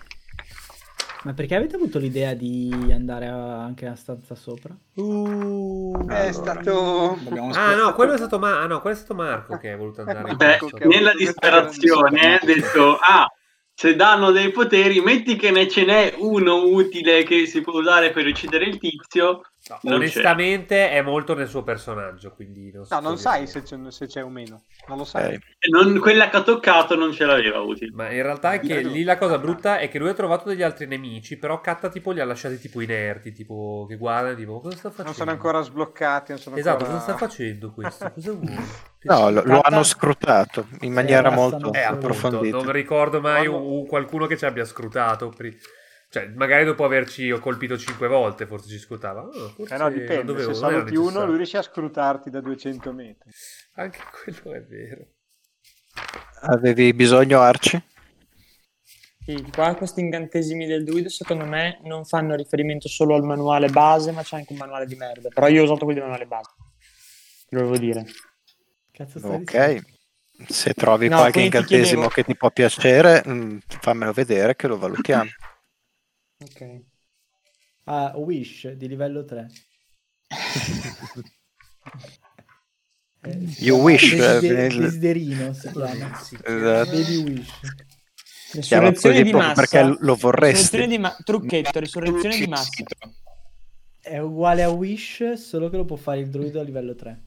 D: Ma perché avete avuto l'idea di andare a- anche a stanza sopra?
E: È stato...
F: Abbiamo
B: Ah
F: scoperto-
B: no, quello è stato, Ma- ah, no, quello è stato Marco che è voluto andare in
G: Beh,
B: basso.
G: nella disperazione ha detto, ah, se danno dei poteri, metti che ne ce n'è uno utile che si può usare per uccidere il tizio.
B: No,
G: Non c'è.
B: onestamente è molto nel suo personaggio, quindi non so
E: No, non
B: se-
E: sai se c'è, se c'è o meno. Non lo sai.
A: Ok.
G: E non- quella che ha toccato non ce l'aveva utile.
B: Ma in
A: Eh,
B: realtà è che lì la cosa brutta è che lui ha trovato degli altri nemici, però Katta tipo li ha lasciati tipo inerti, tipo che guardano tipo cosa sta facendo?
E: Non sono ancora sbloccati. Non sono
B: Esatto,
E: ancora-
B: cosa sta facendo questo? Cosa vuole?
A: No, lo, lo
B: Katta-
A: hanno scrutato in maniera
D: Eh,
A: molto
D: abbastanza.
B: Eh, appunto,
A: approfondita.
B: non ricordo mai
E: Hanno-
B: un- qualcuno che ci abbia scrutato. pri- Cioè, magari dopo averci colpito cinque volte, forse ci scrutava. Ah, forse
E: Eh no,
B: non
E: dipende.
B: dovevo,
E: Se
B: non era
E: saluti uno,
B: necessario.
E: lui riesce a scrutarti da 200 metri.
B: Anche quello è vero.
A: Avevi bisogno, Arci?
C: Sì, qua questi incantesimi del druido secondo me non fanno riferimento solo al manuale base, ma c'è anche un manuale di merda. Però io ho usato quelli del manuale base. Te lo volevo dire.
D: Cazzo stai
A: Ok. Se trovi
C: No,
A: qualche
C: quindi ti
A: incantesimo
C: chiedevo-
A: che ti può piacere, mm, fammelo vedere che lo
C: (clears throat)
A: valutiamo.
C: Ok.
D: Ah, Wish di livello 3.
A: (laughs) You wish, eh, il-
D: Desiderino si chiama.
A: Esatto.
D: Baby Wish.
C: Risurrezione
A: così
C: di
A: proprio
C: massa.
A: perché lo vorresti.
C: Risurrezione di ma- trucchetto, risurrezione di massa.
D: È uguale a Wish, solo che lo può fare il druido a livello 3.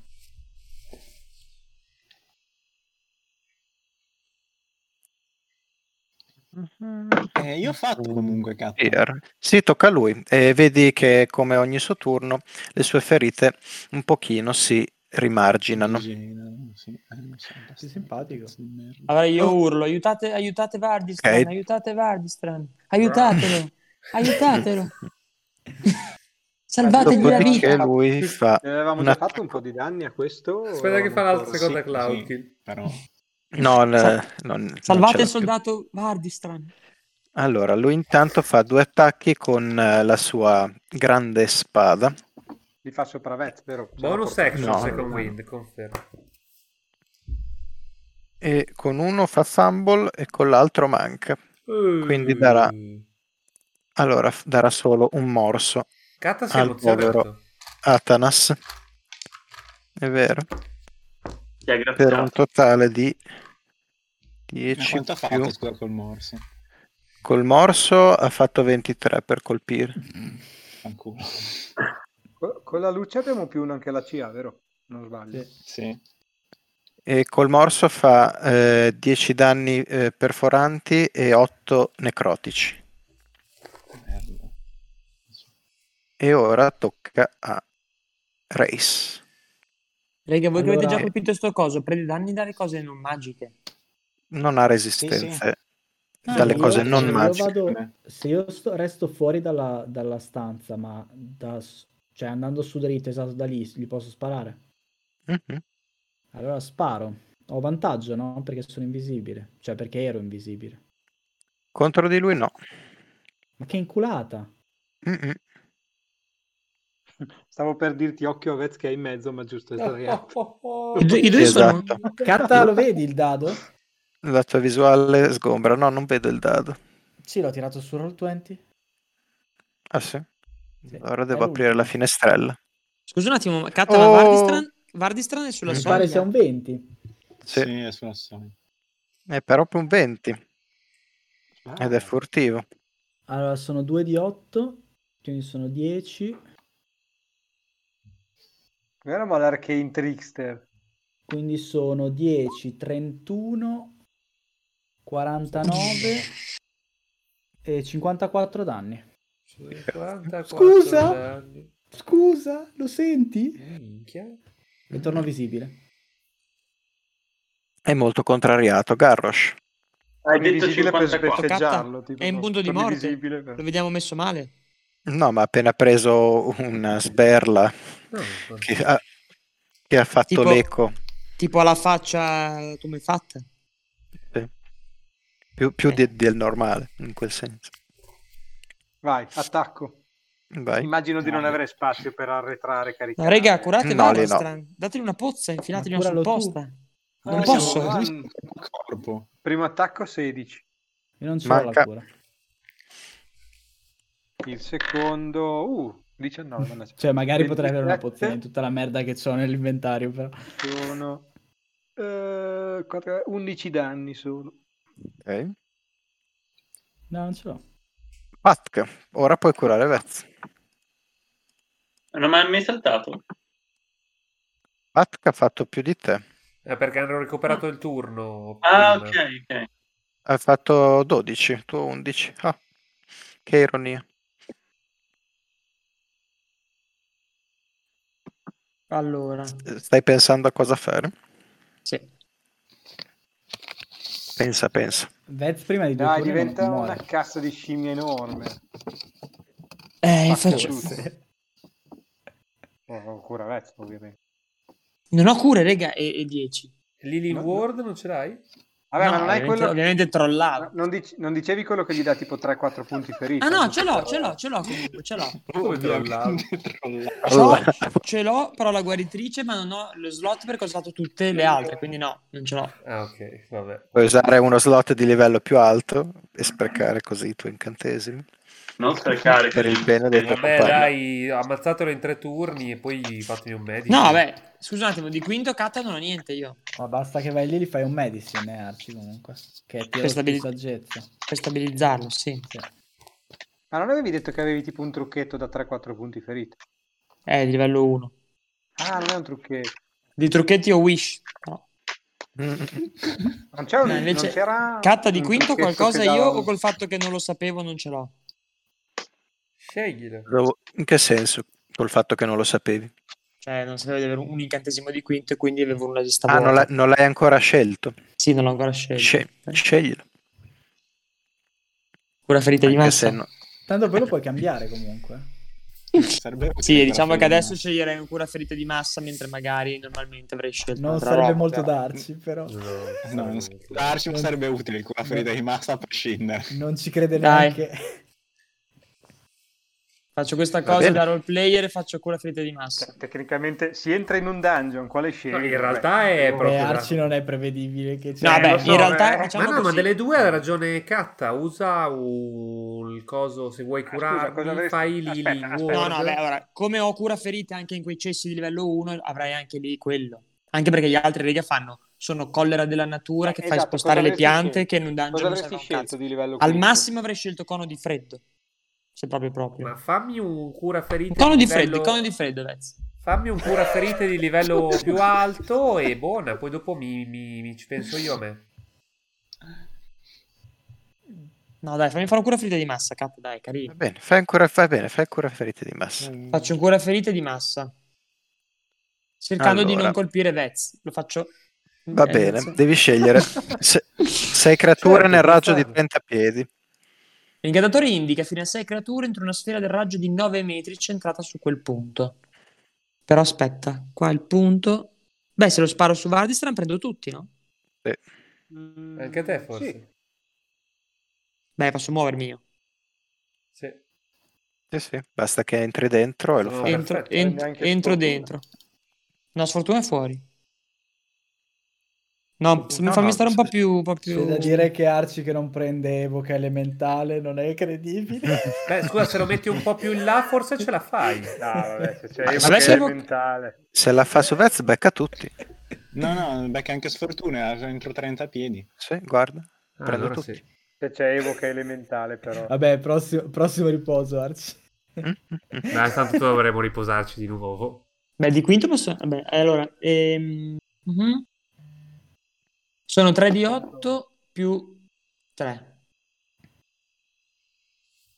F: Eh, io ho fatto comunque, cazzo.
A: Pierre. Sì, tocca a lui. E vedi che come ogni suo turno le sue ferite un pochino si rimarginano.
F: Sì, eh, non so, abbastanza.
D: simpatico.
F: Sì, merda.
C: Allora io urlo, aiutate, aiutate Vardistran,
A: Ok.
C: aiutate Vardistran, aiutatelo,
A: (laughs)
C: aiutatelo. Salvategli la
A: Dopodiché
C: vita.
A: lui fa
E: Ne Eh, avevamo
A: Ah, Una-
E: già fatto un po' di danni a questo?
B: Aspetta che fa la seconda
F: Sì,
B: cloud
F: sì.
B: kill.
F: Però...
A: No, n-
C: Sal-
A: non- non ce
C: Salvate
A: l'ha
C: il
A: più.
C: soldato Vardistran.
A: Allora, lui intanto fa due attacchi con eh, la sua grande spada.
E: Li fa sopravvet, vero?
B: Bonus
E: C'è la
B: action,
A: No.
B: second wind, confermo.
A: E con uno fa fumble e con l'altro manca. Quindi darà- Allora f- darà solo un morso.
B: Katta si è
A: al
B: emozionato.
A: povero. Atanas. È vero.
G: Ti ha
A: Per un
G: graziato.
A: totale di
F: Ma
A: 10
F: quanto ha fatto,
A: più.
F: scusa, col morso?
A: Col morso ha fatto 23 per colpire.
F: Fanculo.
E: Co- Con la luce abbiamo più uno anche la CA, vero? Non sbaglio.
D: Sì.
F: Sì.
A: E col morso fa eh, 10 danni eh, perforanti e 8 necrotici.
F: Merda.
A: E ora tocca a Race.
C: Raga, voi che avete
D: Allora-
C: già colpito sto coso, prende danni dalle cose non magiche.
A: Non ha resistenze
D: Ah,
A: dalle
D: io-
A: cose non
D: io
A: magiche.
D: vado- se io sto- resto fuori dalla, dalla stanza, ma da s- cioè andando su dritto, esatto, da lì gli posso sparare.
A: Mhm.
D: Allora sparo. Ho vantaggio, no? Perché sono invisibile. Cioè, perché ero invisibile.
A: Contro di lui no.
D: Ma che inculata!
A: Mm-mm.
E: (laughs) Stavo per dirti occhio a Vez che è in mezzo, ma giusto è stato reato.
B: (laughs)
C: I due, i due sono...
A: Esatto.
D: Catta, lo vedi il dado?
A: La tua visuale sgombra. No, non vedo il dado.
D: Sì, l'ho tirato su Roll20.
A: Ah sì?
D: Sì.
A: Allora
D: È
A: devo
D: l'ultimo.
A: aprire la finestrella.
C: Scusa un attimo, ma Catta, ma
A: Oh!
C: Vardistran, Vardistran è sulla
D: Mi
A: Sì.
D: pare
C: soglia.
D: sia un 20.
A: Sì.
F: Sì, è sulla storia.
A: È però più un 20 ed
D: Ah.
A: è furtivo.
D: Allora, sono 2 di 8, quindi sono 10,
E: Vero ma l'arcane trickster.
D: quindi sono 10, 31, 49 e 54 danni. Scusa? Scusa, lo senti?
B: Minchia.
D: E torno visibile.
A: È molto contrariato. Garrosh.
G: Hai detto
E: Invisibile per
G: 54.
E: sbeffeggiarlo. tipo,
C: È in punto di
E: non
C: morte.
E: invisibile per-
C: Lo vediamo messo male.
A: No, ma ha appena preso una sberla
B: No,
A: che ha, che ha fatto
C: Tipo-
A: l'eco.
C: Tipo alla faccia come è fatta.
A: Sì. Più, più
D: Eh.
A: di- del normale, in quel senso.
E: Vai, attacco. Eh.
A: Vai.
E: Immagino di non
F: Vai.
E: avere spazio per arretrare, caricare.
C: No, raga, curate
A: No, lì no.
C: Vardistran. Dateli una pozza, infilateli
D: Ma
C: una
D: curalo tu.
C: supposta.
E: Ah,
C: Non
E: siamo
C: posso.
E: qua.
F: Corpo.
E: Primo attacco 16.
D: Io non ce l'ho
A: Manca-
D: la cura.
E: Il secondo... Uh,
C: (laughs)
E: 19. mannaggia.
D: Cioè, magari potrei avere una
E: 27.
D: pozione in tutta la merda che ho nell'inventario, però.
E: Sono... eh, quattro- 11 danni solo.
A: Ok.
D: No, non ce l'ho.
A: Patka, ora puoi curare Vez.
G: Non mi hai mai saltato.
A: Patka ha fatto più di te.
B: Eh, perché hanno recuperato il turno.
G: Ah,
A: Esatto.
B: prima.
G: ok, ok.
A: Ha fatto 12, tu 11. Ah, che ironia.
C: Allora,
A: Stai pensando a cosa fare?
C: sì.
A: Pensa, pensa.
D: Vez prima di due
E: Dai,
D: turni
E: diventa
D: muore.
E: una cassa di scimmia enorme.
C: Eh,
E: Ah,
C: faccio- (laughs)
E: sì. Eh, con cura Vez, ovviamente.
C: Non ho cure, rega, e, e 10.
B: Lily
E: No, no.
B: Ward non ce l'hai?
E: Vabbè,
C: No,
E: ma non è
C: ovviamente,
E: quello...
C: ovviamente trollato.
E: no, Non, dici- non dicevi quello che gli dà tipo 3-4 punti ferita.
C: Ah no,
E: giusto
C: ce l'ho,
E: per-
C: ce l'ho, ce l'ho comunque, ce l'ho.
B: Come trollato?
F: (laughs) trollato.
C: Ciao.
A: Allora,
C: Ce l'ho, però la guaritrice, ma non ho lo slot perché ho usato tutte le altre, quindi no, non ce l'ho.
B: Ah, ok, vabbè.
A: puoi usare uno slot di livello più alto e sprecare così i tuoi incantesimi.
G: Non Eh, sprecare.
A: Per il bene del tuo
B: Vabbè,
A: compagno.
B: dai, ammazzatelo in tre turni e poi fatemi un medico.
C: No, vabbè, scusa un attimo, di quinto catta non ho niente io,
D: Ma basta che vai lì e gli fai un medicine, eh, Arci, comunque. Che è tiro
C: Questa
D: di
C: abili-
D: saggezza.
C: per stabilizzarlo, sì.
D: Sì.
E: Ma non avevi detto che avevi tipo un trucchetto da 3-4 punti ferita?
C: Eh, di livello 1.
E: Ah, non è un trucchetto.
C: Di trucchetti o wish. No.
E: Non, c'è un,
C: No, invece-
E: non c'era...
C: Catta di
E: un
C: quinto
E: trucchetto
C: qualcosa
E: che dava-
C: io o col fatto che non lo sapevo non ce l'ho?
B: Sceglielo.
A: Lo- In che senso? Col fatto che non lo sapevi.
C: Cioè, non sapevo di avere un incantesimo di quinto e quindi avevo una lista
A: Ah,
C: buona.
A: non, l'ha- non l'hai ancora scelto.
C: Sì, non l'ho ancora scelto. Eh.
A: Sce- sceglilo.
C: Cura ferita di
A: Anche se
C: massa.
A: no-
D: Tanto poi lo puoi cambiare comunque.
F: Sarebbe utile
C: Sì,
F: per
C: diciamo che
F: finire.
C: adesso sceglierei un cura ferita di massa, mentre magari normalmente avrei scelto
D: Non
C: altra
D: sarebbe
C: roba.
D: molto darci, però.
F: No, non scherzo,
D: Non-
F: sarebbe utile con la ferita di massa a prescindere.
D: Non ci crede
C: Dai.
D: neanche.
C: Faccio questa
A: Va
C: cosa
A: bene.
C: da role player e faccio cura ferita di massa.
E: Tecnicamente si entra in un dungeon, quale scegli?
B: No, in
E: Vabbè.
B: realtà è
E: Oh,
D: E
B: proprio-
D: Eh, Arci non è prevedibile che c'è.
C: No, beh,
B: lo so,
C: in realtà
E: eh.
C: facciamo
B: Ma no, ma
C: così.
B: delle due ha ragione Catta. Usa un- il coso se vuoi
E: Ah,
B: curarmi,
E: scusa, cosa avresti-
B: fai Lily
E: Aspetta, aspetta.
B: Ward.
C: No, no, beh, allora, come ho cura ferita anche in quei cessi di livello 1, avrai anche lì quello. Anche perché gli altri rega fanno sono collera della natura che fai
E: Esatto,
C: spostare
E: cosa
C: le
E: avresti
C: piante
E: scelto?
C: che in un dungeon
E: Cosa
C: non
E: avresti
C: serve un
E: scelto
C: cazzo.
E: di livello
C: Al
E: quinto?
C: massimo avrei scelto cono di freddo. Se proprio proprio.
B: Ma fammi un cura ferite.
C: Cono di
B: livello-
C: freddo, cono di freddo, Vez.
B: Fammi un cura ferite di
C: (laughs)
B: livello più alto e buona, poi dopo mi, mi- mi ci penso io a me.
C: No, dai, fammi fare un cura ferita di massa, capo, dai, carino.
A: Va bene, fai ancora, fai bene, fai ancora ferite di massa.
B: Mm.
C: Faccio un cura ferite di massa. Cercando di
A: Allora.
C: non colpire Vez. Lo faccio.
A: Va
C: Eh,
A: bene,
C: Vez.
A: devi
C: (laughs)
A: scegliere se- sei creature
B: Certo,
A: nel
B: puoi
A: raggio di
B: farlo.
A: 30 piedi.
C: Il ingaggiatore indica fino a 6 creature entro una sfera del raggio di 9 metri centrata su quel punto. Però aspetta, qua il punto... Beh, se lo sparo su Vardistran prendo tutti, no?
A: Sì.
E: Eh,
B: Anche a te forse.
E: Sì.
C: Beh, posso muovermi io.
B: Sì.
A: Sì,
E: Ah,
A: sì, basta che entri dentro e lo
B: No,
A: fai.
C: Entro,
B: perfetto,
C: ent-
E: prende anche
C: entro
E: sfortuna.
C: dentro. No, sfortuna è fuori. No, s-
A: No,
C: fammi
A: no,
C: stare un po'
A: sì,
C: più... Un po più...
D: C'è da dire che Arci che non prende evoca elementale non è credibile.
B: Beh, scusa, se lo metti un po' più in là, forse ce la fai.
E: No, (laughs) vabbè, se c'è
A: Ma
E: Evoca
C: adesso-
E: elementale.
A: Se la fa su Vez, becca tutti.
F: No, no, becca anche sfortuna, era entro 30 piedi.
A: Sì, guarda,
B: Ah,
A: prendo
B: allora
A: tutti.
B: sì.
E: Se c'è Evoca elementale, però.
D: Vabbè, prossimo, prossimo riposo Arci.
B: (laughs)
A: Mm,
B: Dai, tanto dovremmo riposarci di nuovo.
C: Beh, di quinto posso... Vabbè, allora... ehm, mhm. Sono 3 di 8 più 3.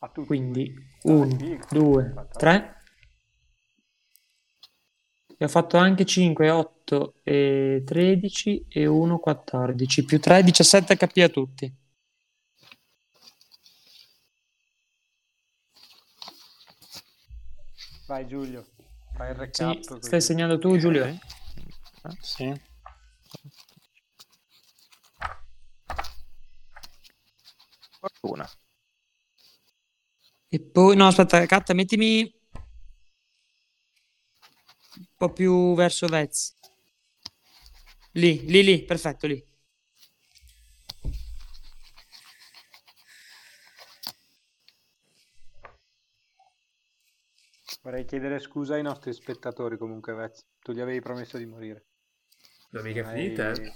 E: A tutti.
C: Quindi
E: Ah,
C: 1,
E: sì.
C: 2,
E: Quattro.
C: 3. E ho fatto anche 5, 8, e 13 e 1, 14. Più 3, 17 HP a tutti.
E: Vai Giulio, fai il
C: Sì,
E: recap. così.
C: stai segnando tu, Giulio.
A: Ok. Eh,
F: Sì.
A: Fortuna.
C: E poi, no, aspetta, Catta, mettimi un po' più verso Vez. Lì, lì, lì, perfetto, lì.
E: Vorrei chiedere scusa ai nostri spettatori comunque, Vez. Tu gli avevi promesso di morire.
B: Non è mica
E: Hai-
B: finita, eh.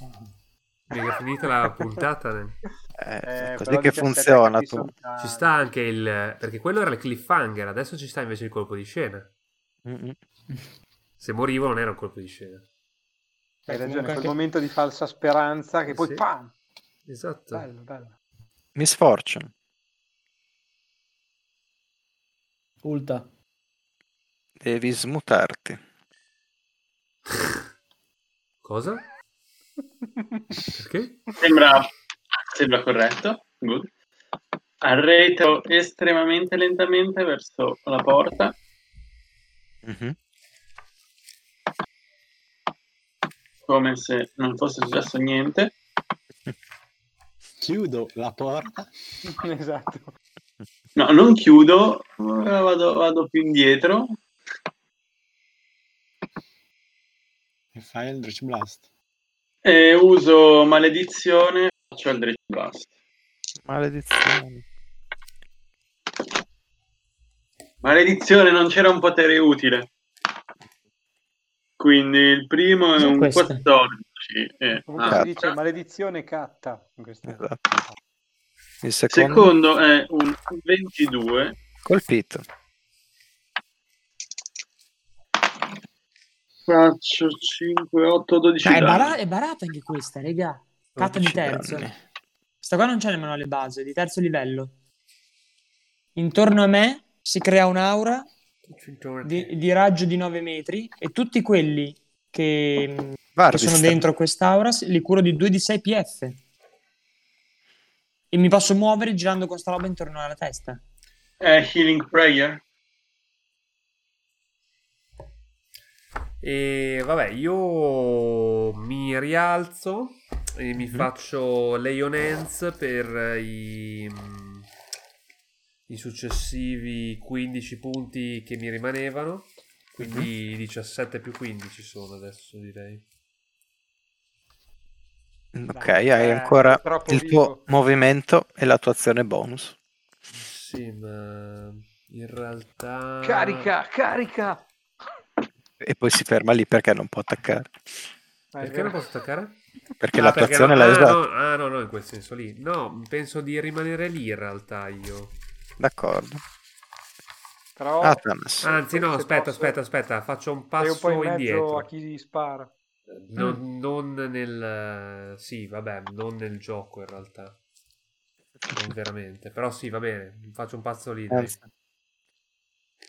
B: Mica finita la
E: (laughs)
B: puntata. eh.
A: Eh,
E: Eh,
A: è così
E: però
A: che
E: 17
A: funziona
E: anche
A: tu.
E: sono tanti.
B: Ci sta anche il... perché quello era il cliffhanger, adesso ci sta invece il colpo di scena.
C: Mm,
A: Mm-mm.
B: Se morivo non era un colpo di scena.
C: Beh,
E: Hai ragione,
C: comunque
E: quel
C: anche-
E: momento di falsa speranza che poi
B: Sì.
E: pam!
B: Esatto.
E: Bello, bello. (laughs)
A: Miss Fortune.
D: Ulta.
A: Devi smutarti.
B: Cosa? Perché?
G: Sembra, sembra corretto. Good. Arretro estremamente lentamente verso la porta.
A: Mhm.
G: come se non fosse successo niente.
F: Chiudo la porta.
E: esatto.
G: No, non chiudo, eh, vado, vado più indietro.
F: E fai il Dredge Blast.
G: E uso maledizione, faccio il dredge blast.
A: Maledizione.
G: Maledizione, non c'era un potere utile. Quindi il primo è
C: Cos'è
G: un
C: questo?
G: 14. eh,
E: Comunque
G: ah.
E: si dice maledizione catta. in questa-
A: Esatto. Il secondo,
G: Secondo è un 22.
A: colpito.
G: Faccio 5, 8, 12.
C: Dai, Ah, è,
G: danni.
C: bara- è barata anche questa, regà. Catta di
A: 12
C: terzo.
A: danni.
C: Sta qua non c'è nemmeno alle basi, è di terzo livello. Intorno a me si crea un'aura di, di raggio di 9 metri e tutti quelli che, mh, che sono
A: Vardistan.
C: dentro quest'aura si- li curo di 2 di 6 PF. E mi posso muovere girando con sta roba intorno alla testa.
G: È Eh, healing prayer.
B: E vabbè, io mi rialzo e mi faccio Leon Hands per i, i successivi 15 punti che mi rimanevano. Quindi 17 più 15 sono adesso, direi.
A: Ok,
E: Dai,
A: hai
E: eh,
A: ancora
E: è troppo
A: il
E: vivo.
A: tuo movimento e la tua azione bonus.
B: Sì, ma in realtà...
E: Carica, carica!
A: E poi si ferma lì perché non può attaccare.
E: Ah, è
B: Perché non
E: vero.
B: posso attaccare?
A: Perché
B: Ah,
A: la tua
B: perché
A: azione
B: no-
A: l'hai
B: ah,
A: usata.
B: no, ah, no, no, in quel senso lì. No, penso di rimanere lì in realtà io.
A: D'accordo.
E: Però
A: Ah, Athamas.
B: Anzi, no,
E: Se
B: aspetta,
E: posso-
B: aspetta, aspetta, faccio un
E: sei un
B: passo
E: po' in mezzo
B: indietro.
E: a chi Mm. gli spara.
B: Non, non nel... Sì, vabbè, non nel gioco in realtà. Non veramente. Però sì, va bene, faccio un passo lì. dai.
A: Anzi.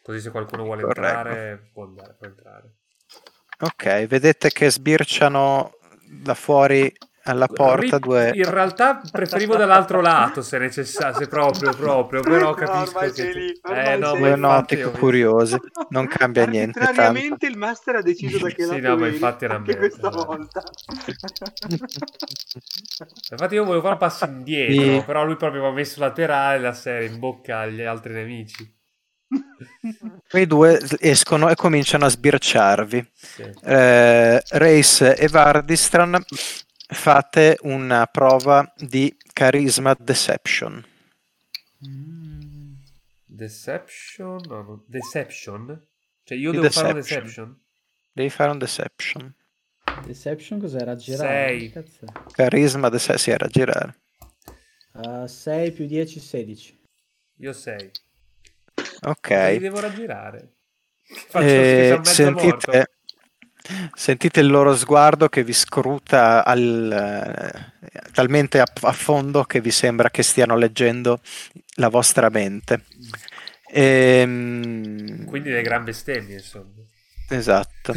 B: Così se qualcuno vuole
A: Corretto.
B: entrare, può andare, può entrare.
A: Ok, vedete che sbirciano da fuori alla porta
B: Ri-
A: due...
B: In realtà preferivo dall'altro lato, se necessario, se proprio, proprio, però
E: No,
B: capisco
E: ormai
B: che...
E: sei lì,
B: eh, no,
E: ormai sei
B: ma
A: due
E: lì.
B: infatti
A: notiche
B: ho-
A: curiose, non cambia niente tanto.
E: Contrariamente il master ha deciso da che
B: Sì,
E: lato
B: no, ma
E: eri,
B: infatti era eh.
E: anche
B: merda,
E: questa
B: dai.
E: volta.
B: Infatti io volevo fare un passo indietro,
A: Sì.
B: però lui proprio mi ha messo laterale la serie in bocca agli altri nemici.
A: Quei due escono e cominciano a sbirciarvi.
B: Sì.
A: Eh, Race e Vardistran, fate una prova di Charisma Deception.
B: Deception? No, no. Deception? Cioè io
A: Sì,
B: devo fare una
A: deception.
B: deception?
A: Devi fare un Deception.
D: Deception cos'era?
B: Sei.
D: Girare? Che cazzo è?
A: Charisma Deception, si era girare.
D: Ah, 6 più 10, 16.
B: Io 6. Mi
A: Ok.
B: devo raggirare. Faccio
A: Eh,
B: schifo a mezzo morto.
A: sentite, sentite il loro sguardo che vi scruta al- eh, talmente a, a fondo che vi sembra che stiano leggendo la vostra mente. Ehm,
B: Quindi le gran bestemmie, insomma.
A: Esatto.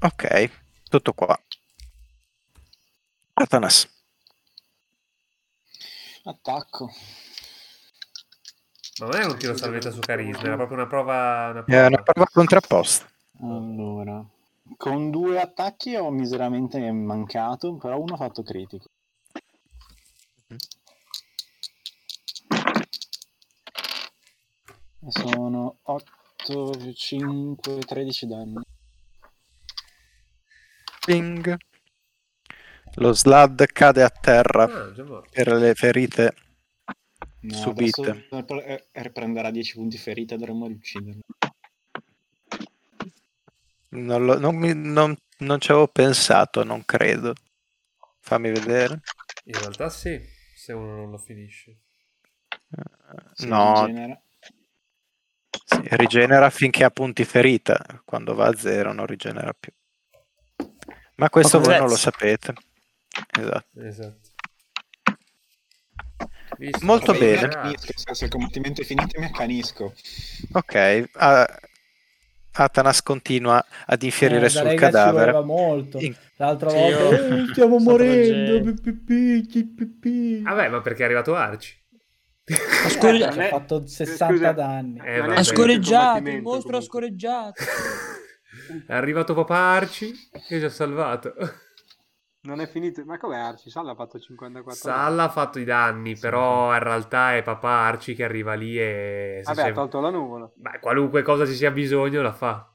A: Ok, tutto qua. Atanas,
F: Attacco.
B: Ma non è un tiro salvezza su carisma, era proprio una prova... Una
A: è
B: prova.
A: una prova contrapposta.
F: Allora, con due attacchi ho miseramente mancato, però uno ha fatto critico. E Sono 8 più 5, 13 danni.
A: Ping. Lo slad cade a terra
B: Ah, già morto.
A: per le ferite.
F: No,
A: Subite.
F: adesso per- eh, Prenderà 10 punti ferita, dovremmo riuscirlo.
A: Non, lo- non mi- non- non ci avevo pensato, non credo. Fammi vedere.
B: In realtà sì, se uno non lo finisce.
A: No, sì, rigenera finché ha punti ferita. Quando va a zero non rigenera più. Ma questo
C: Ma
A: voi
C: cos'è?
A: non lo sapete. Esatto.
B: Esatto. Visto,
A: Molto
B: vabbè,
A: bene.
B: grazie.
F: Se il combattimento è finito, mi accanisco.
A: Ok, a- Atanas continua ad infierire
D: Merda,
A: sul
D: raga, Eh, Ci
A: cadavere.
D: voleva molto.
A: In-
D: L'altra
C: Sì,
D: volta
C: io-
D: "Eh, stiamo
C: Sono
D: morendo.
C: gente.
D: pi, pi, pi, pi, pi".
B: Vabbè, ma perché è arrivato (laughs) Arci?
D: Scusa,
E: Eh,
D: ci
E: non è-
D: ha fatto 60
E: scusa. (laughs)
D: danni.
B: Eh,
E: Non
B: vabbè.
E: è
C: Ha scoreggiato,
E: combattimento,
C: il mostro ha
E: comunque.
C: scoreggiato.
B: È arrivato papà Arci e ci ha salvato.
E: Non è finito. Ma com'è Arci? Salla ha fatto 54.
B: Salla ha fatto i danni, però in realtà è papà Arci che arriva lì e... se
E: Vabbè,
B: c'è-
E: ha tolto la nuvola.
B: Beh, qualunque cosa ci sia bisogno la fa.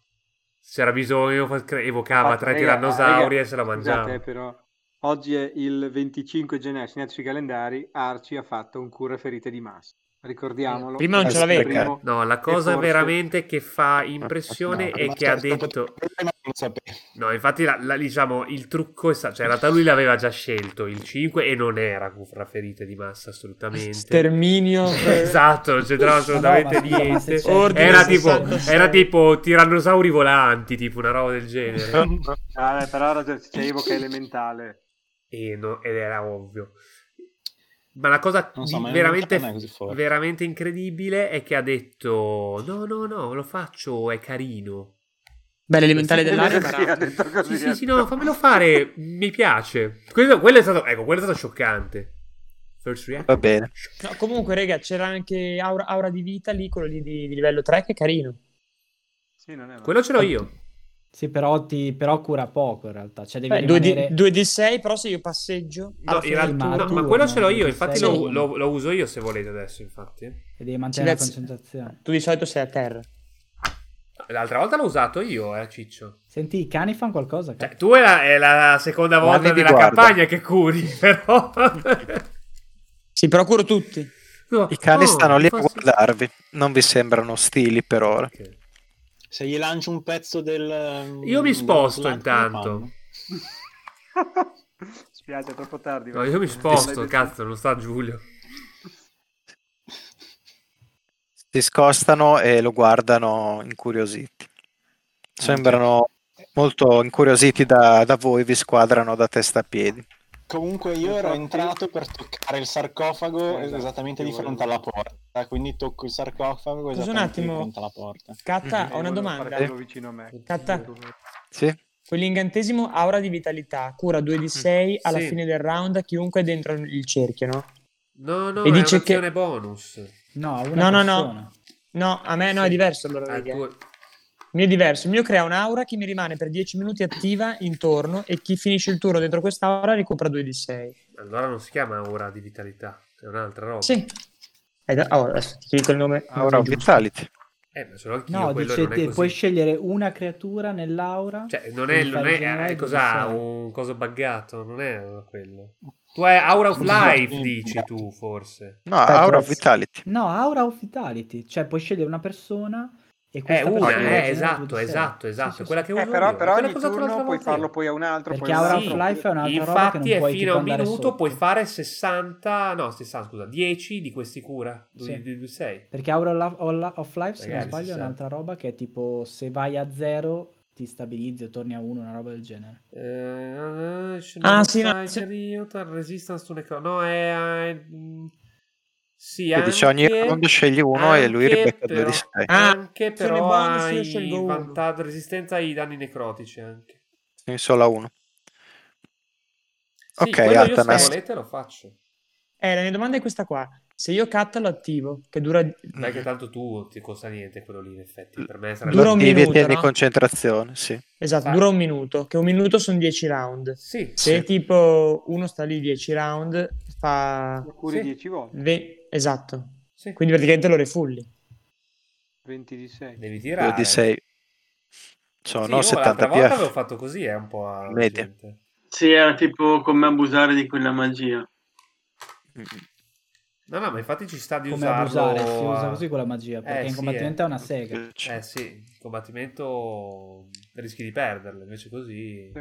B: Se c'era bisogno fa- cre- evocava
E: Infatti,
B: tre
E: raga,
B: tirannosauri
E: raga,
B: e se la mangiava.
E: Scusate, eh, però. Oggi è il 25 gennaio, segnati sui calendari, Arci ha fatto un cura ferite di massa. Ricordiamolo.
C: Prima non
E: è
A: ce
E: il
A: l'avevi.
E: primo-
B: No, la cosa
E: forse-
B: veramente che fa impressione è che ha detto...
F: Prima cioè, non
A: (laughs)
F: lo sapevo.
B: No, infatti, la- la- diciamo, il trucco è stato... Cioè, in realtà lui l'aveva già scelto, il 5, e non era fra ferite di massa, assolutamente.
C: Sterminio.
B: Esatto, non c'entrava assolutamente
D: Ma cioè- no, ma-
B: niente.
D: ma-
C: Ordine
B: Era tipo,
C: 66.
B: era tipo tirannosauri volanti, tipo una roba del
D: (laughs)
B: genere.
E: Ah, beh, però ha ragione, c'è Evoca elementale.
B: E no- ed era ovvio. Ma la cosa
F: Non so, ma
B: veramente,
F: non è così forte.
B: veramente incredibile è che ha detto: No, no, no, lo faccio, è carino.
C: Beh, l'elementale (laughs)
E: Eh,
C: dell'aria.
E: sì,
C: però.
E: ha detto così.
B: Sì, sì, sì, no, fammelo fare, mi piace. Quello, quello è stato, ecco, quello è stato scioccante. First reaction.
A: Va bene.
C: No, comunque, raga, c'era anche aura, Aura di vita lì, quello lì di, di livello 3, che è carino.
E: Sì, non è male.
B: Quello ce l'ho io.
D: Sì, però, ti- però cura poco in realtà. Cioè, devi
C: Beh, 2
D: rimanere...
C: di 6, però se io passeggio...
B: No,
C: alla
B: in
C: fine
B: realtà-
C: del
D: ma
B: no,
C: turno-
B: ma
D: tu-
B: quello ce l'ho
D: ma
B: io,
D: tu
B: infatti
D: sei-
B: lo, lo- lo uso io se volete adesso, infatti.
D: e devi mantenere la
C: Silenzio.
D: concentrazione.
C: Tu di solito sei a terra.
B: L'altra volta l'ho usato io, eh, Ciccio.
D: Senti, i cani fanno qualcosa?
B: Cioè,
D: cazzo.
B: tu è la, è la seconda
A: Guardi
B: volta
A: di
B: della
A: guarda.
B: campagna che curi, (laughs) però...
C: Sì, però curo tutti.
B: No,
A: I cani
D: Oh,
B: no,
A: stanno lì a
B: posso-
A: guardarvi. Non vi sembrano ostili per ora.
B: Ok.
F: Se gli lancio un pezzo del... mm,
B: Io mi
F: del
B: sposto
F: plato,
B: intanto.
F: lo
E: (laughs) Spiace, è troppo tardi.
B: No, io mi sposto, cazzo, non sta Giulio.
F: fanno.
A: si scostano e lo guardano incuriositi. Sembrano molto incuriositi da, da voi, vi squadrano da testa a piedi.
F: Comunque io ero entrato per toccare il sarcofago
E: Esatto,
F: esattamente di
E: io
F: fronte alla porta, quindi tocco il sarcofago
C: Scusa un
F: esattamente di
C: attimo.
F: fronte alla porta.
C: Catta,
B: Mm-hmm.
A: Mhm.
C: Ah, ho una
E: Volevo
C: domanda.
E: fare quello vicino a me.
C: Catta,
A: Sì?
B: Ah,
C: quell'ingantesimo aura di vitalità cura 2 di 6 alla
B: Mm-hmm. Sì.
C: fine del round a chiunque è dentro il cerchio, no?
B: No, no,
C: E
B: è
C: dice
B: un'azione
C: che-
B: bonus.
D: No, a
C: No,
D: una
C: no, no.
D: persona.
C: No, a me no, è
B: Sì.
C: diverso allora,
B: Al
C: raga.
B: tuo-
C: Il mio è diverso. Il mio crea un'aura che mi rimane per 10 minuti attiva intorno e chi finisce il turno dentro quest'aura ricopra 2 di 6.
B: Allora non si chiama ora di vitalità, è un'altra roba.
C: Sì. Eh, da- oh, adesso ti dico il nome.
A: Aura
C: il nome giusto.
A: Vitality.
B: Eh, ma sono anch'io,
D: No,
B: quello
D: dice
B: non è
D: te-
B: così.
D: puoi scegliere una creatura nell'aura.
B: Cioè, non è,
D: Devi
B: non
D: fare
B: è,
D: generare
B: eh, cos'ha,
D: due
B: un coso buggato, non è quello. Tu hai Aura of Life,
F: Sì.
B: dici tu, forse.
A: No,
C: Aspetta,
A: Aura of
C: adesso.
A: Vitality.
D: No, aura o vitality, cioè puoi scegliere una persona e
B: È
D: questa
B: una,
D: persona
B: eh,
D: genera
B: esatto,
D: due di sé.
B: esatto, esatto,
D: Sì, sì,
B: quella che
D: sì.
E: Eh,
B: uso
E: però,
B: io.
E: però
B: Quella
E: ogni
B: cosa te l'ho
E: turno puoi
B: trovata
E: farlo
B: io.
E: poi a un altro,
D: Perché
E: poi a un
D: Aura
B: Sì.
D: of
E: altro.
D: Life è un'altra roba che
B: Infatti
D: non
B: è
D: puoi
B: fino
D: tipo
B: a un
D: andare
B: minuto,
D: sotto.
B: puoi fare 60, no, 60, scusa, 10 di questi cura,
D: Sì.
B: di, di, di 6.
D: Perché Aura of Li- of Li- of Life, se non
B: Ragazzi,
D: sbaglio, è
B: sì.
D: un'altra roba che è tipo se vai a zero ti stabilizzi o torni a uno, una roba del genere.
B: ah,
C: sì,
B: sì,
C: no,
B: no,
C: sì.
B: resistance to necro- No, è... eh, mm, sì,
A: Che dice ogni
B: anche-
A: round scegli uno e lui
B: anche,
A: ribecca due
B: però-
A: di sei.
C: Ah,
B: anche
C: azione
B: però
C: bonus,
B: ha
C: io
B: i
C: scelgo uno.
B: vantaggio- resistenza ai danni necrotici anche.
A: Quindi solo a uno.
B: Sì,
A: Ok,
B: quello io se
A: Atanas.
B: volete lo faccio.
C: Eh, la mia domanda è questa qua. Se io catta lo attivo, che dura...
B: Dai
D: Mm.
B: che tanto tu non ti costa niente quello lì in effetti, per me sarebbe...
C: Dura un
A: Attivi e
C: minuto,
A: tieni
C: no?
A: concentrazione, sì.
C: Esatto,
B: Ah.
C: dura un minuto, che un minuto sono 10 round.
B: Sì,
C: Se
B: sì.
C: tipo uno sta lì 10 round, fa...
E: Lo curi
B: Sì.
E: 10 volte,
C: ve- Esatto.
B: sì.
C: Quindi praticamente lo refulli.
E: 20 di 6.
B: Devi
A: Due
B: tirare.
A: di sei.
B: Sì,
A: Sono
B: io l'altra
A: 70
B: volta avevo
A: PF.
B: fatto così, è un po' alla
A: Media.
B: gente.
G: Sì, era tipo come abusare di quella magia.
A: Mm.
B: No, no, ma infatti ci sta di
D: Come
B: usarlo.
D: abusare, si
B: a-
D: usa così con la magia, perché in
B: sì,
D: combattimento
B: eh.
D: è una sega.
B: Eh sì, in combattimento rischi di perderlo, invece così...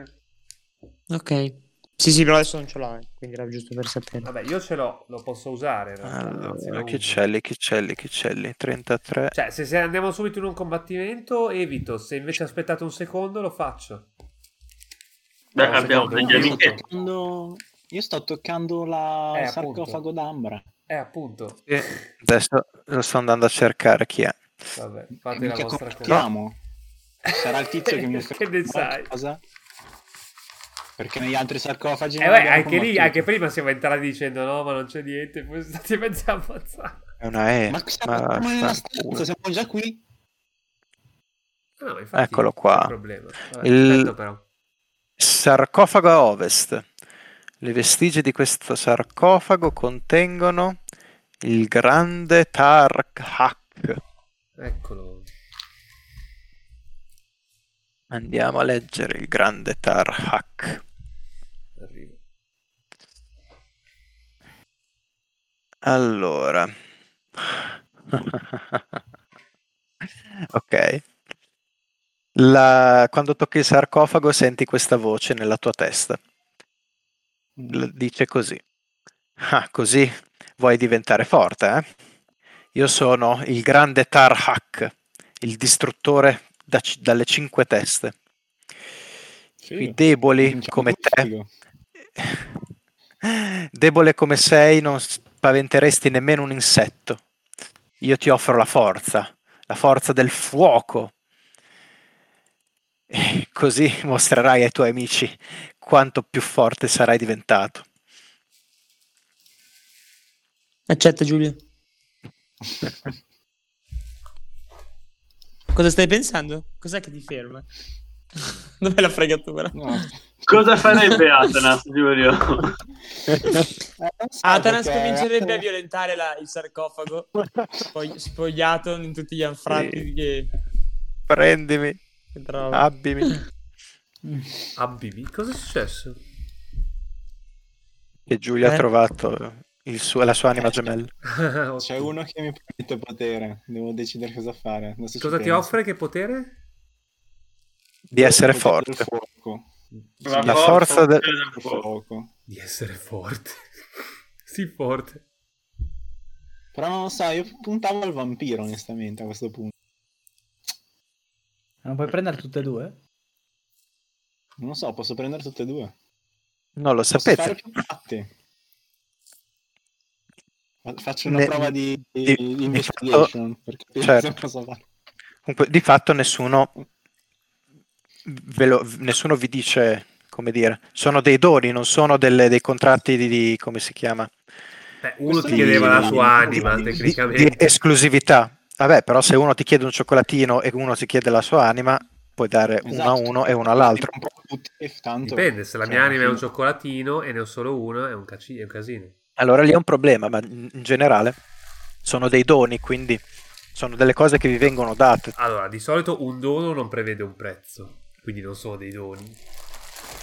C: Ok. Sì, sì, però adesso non ce l'ho, eh, quindi era giusto per sapere.
B: Vabbè, io ce l'ho, lo posso usare. in realtà, anzi, lo
A: Allora,
B: uso.
A: chi c'è lì, chi c'è lì, chi c'è lì? 33.
B: Cioè, se, se andiamo subito in un combattimento, evito. Se invece aspettate un secondo, lo faccio.
G: Beh,
B: No,
G: abbiamo
B: secondo
G: degli
B: me.
F: Io sto
G: amichetti.
F: toccando, io sto toccando la
B: Eh,
F: il
B: appunto.
F: sarcofago d'ambra.
B: Eh, appunto.
A: Sì. Adesso lo sto andando a cercare chi è.
B: Vabbè,
F: E
B: fate la
F: mica
B: vostra cosa.
F: combattiamo. Sarà il tizio che
B: (laughs)
F: mi offre
B: Che ne sai?
F: qualcosa? Perché negli altri sarcofagi
B: Eh,
F: non
B: beh,
F: abbiamo
B: anche lì,
F: combattuto.
B: anche prima siamo entrati dicendo no, ma non c'è niente. Poi sono stati mezzi ammazzati.
A: È una E.
F: Ma siamo,
A: ma
F: siamo nella
A: fanculo.
F: stanza, siamo già qui.
B: No, infatti,
A: Eccolo qua.
B: non c'è problema. Vabbè,
A: Il-
B: aspetto però.
A: Sarcofago a ovest. Le vestigie di questo sarcofago contengono il grande Tarkhak.
B: Eccolo.
A: Andiamo a leggere il grande Tarhak.
B: Arrivo.
A: Allora. ok. La- Quando tocchi il sarcofago senti questa voce nella tua testa. L- Dice così. Ah, così vuoi diventare forte, eh? Io sono il grande Tarhak, il distruttore da ci- dalle cinque teste. I deboli
F: Vinciamo
A: come
F: tutti,
A: te
F: diciamo figo. Eh,
A: Debole come sei, non spaventeresti nemmeno un insetto. Io ti offro la forza, la forza del fuoco. E così mostrerai ai tuoi amici quanto più forte sarai diventato.
C: Accetta, Giulio. (laughs) Cosa stai pensando? Cos'è che ti ferma? (laughs) Dov'è la fregatura?
F: No.
G: Cosa farebbe Atanas, Giulio?
F: Eh, non so
C: Atanas Ah,
F: perché-
C: comincerebbe
D: (laughs)
C: a violentare la- il sarcofago spog- spogliato in tutti gli anfratti
A: Sì.
C: che,
A: Prendimi,
C: che trova.
D: Ah.
A: abbimi.
B: Abbibi, cosa è successo? (laughs)
A: E Giulia ha
C: Eh?
A: trovato il suo- la sua anima gemella.
F: C'è uno che mi promette potere, devo decidere cosa fare. Adesso ci
B: Cosa ti
F: penso.
B: offre? Che potere?
A: Di essere
F: Il potere
A: forte.
F: del fuoco.
G: La,
A: La forza
G: forza,
A: del-
G: del
F: Il
B: (laughs)
G: fuoco.
F: fuoco.
B: Di essere forte. Sii forte.
F: Però non lo so, io puntavo al vampiro, onestamente, a questo punto.
D: Non puoi prendere tutte e due?
F: Non lo so, posso prendere tutte e due.
A: Non lo
F: Posso fare
A: sapete.
F: più fatte. Fa- Faccio una
A: Ne-
F: prova di, di
A: di- di
F: investigation per capire
A: certo.
F: (laughs) cosa fare.
A: Comunque, di fatto nessuno, ve lo- nessuno vi dice, come dire, sono dei doni, non sono delle- dei contratti di, di- come si chiama,
B: Beh, uno ti
F: Questo
B: chiedeva
F: di-
B: la sua anima,
F: di-
A: di,
F: di-
A: di
B: tecnicamente.
A: esclusività. Vabbè, però se uno ti chiede un cioccolatino e uno ti chiede la sua anima, puoi dare uno a
F: Esatto.
A: uno e uno all'altro.
F: Un po' tutti, e tanto-
B: Dipende, se la mia
F: cioè,
A: Certo.
B: anima è un
F: sì.
B: cioccolatino e ne ho solo uno, è un, caci- è un casino.
A: Allora lì è un problema, ma in in generale sono dei doni, quindi sono delle cose che vi vengono date.
B: Allora, di solito un dono non prevede un prezzo, quindi non sono dei doni.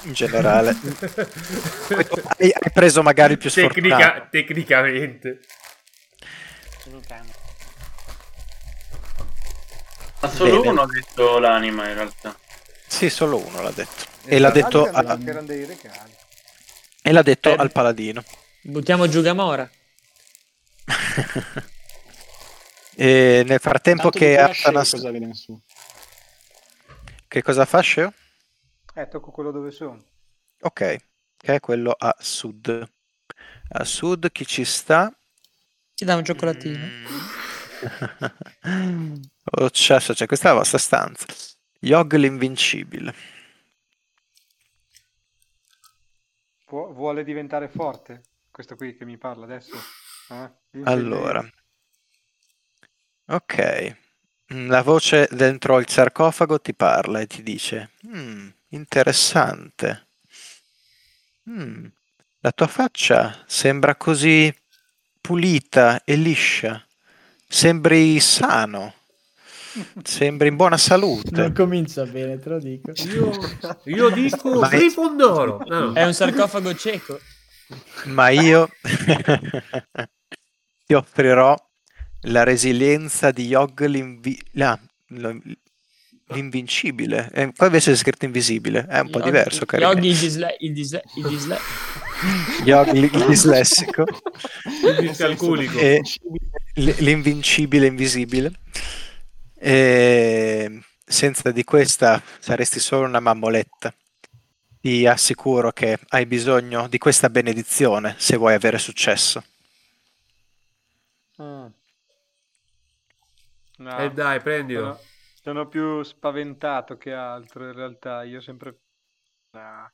A: in
B: (laughs)
A: generale. Poi tu hai, hai preso magari il più
B: Tecnica-
A: sfortunato.
B: Tecnicamente.
G: Ma solo
A: Bene.
G: uno ha detto l'anima in realtà.
A: Sì, solo uno l'ha detto. E l'ha detto,
E: Ah,
A: a-
E: che erano dei regali.
A: e l'ha detto
C: Per-
A: al paladino.
C: Buttiamo giù Gamora.
A: E nel frattempo
F: tanto
A: che
F: di flash
A: Atanas...
F: cosa viene
A: (laughs)
F: su.
A: Che cosa fa Sheo?
E: Eh, tocco quello dove sono.
A: Ok, che è quello a sud. A sud chi ci sta?
C: Ti dà un cioccolatino.
A: Mm. (laughs) oh, c'è, c'è, questa è la vostra stanza. Yog l'invincibile.
E: Può- vuole diventare forte? Questo qui che mi parla adesso? Eh? Impegno-
A: Allora, ok, Mm, la voce dentro il sarcofago ti parla e ti dice: "Mm, interessante. Mm, la tua faccia sembra così pulita e liscia. Sembri sano, sembri in buona
D: Non
A: salute.
D: comincia bene, te lo dico.
B: Io, (laughs) io dico
A: Ma- Eh,
B: Grifondoro. No, no.
C: È un sarcofago cieco.
A: Ma io ti offrirò la resilienza di Yogg l'invi- la- lo- l'invincibile. Eh, qua invece è scritto invisibile, è un po'
C: Yogi-
A: diverso, carino.
C: Yogi il disle- il disle- il
D: (laughs)
C: disle-
A: Yogg il- il dislessico,
B: Il discalculico.
A: E l- l'invincibile invisibile. E senza di questa saresti solo una mammoletta. Ti assicuro che hai bisogno di questa benedizione se vuoi avere successo.
E: Mm. No,
B: Eh dai, prendilo.
E: sono, sono più spaventato che altro in realtà. Io sempre. No.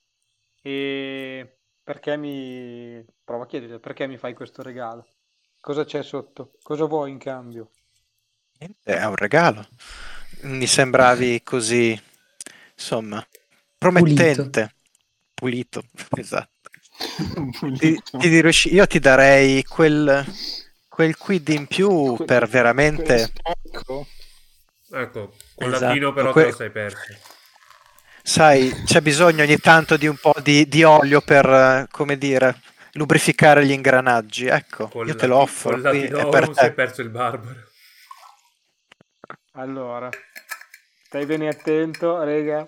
E: E perché mi. Prova a chiedergli perché mi fai questo regalo? Cosa c'è sotto? Cosa vuoi in cambio?
A: Niente, È un regalo. Mi sembravi così, insomma, promettente, pulito, (laughs) esatto. Ti- ti riusci- io ti darei quel, quel quid in più per veramente...
B: Ecco, con
A: Esatto,
B: latino però
A: que-
B: te lo sei perso.
A: Sai, c'è bisogno ogni tanto di un po' di, di olio per, eh, come dire, lubrificare gli ingranaggi. Ecco,
B: Con
A: io te
B: la-
A: lo offro.
B: Con
A: qui,
B: latino
A: è per
B: non sei
A: te.
B: perso il barbaro.
E: Allora, stai bene attento, rega.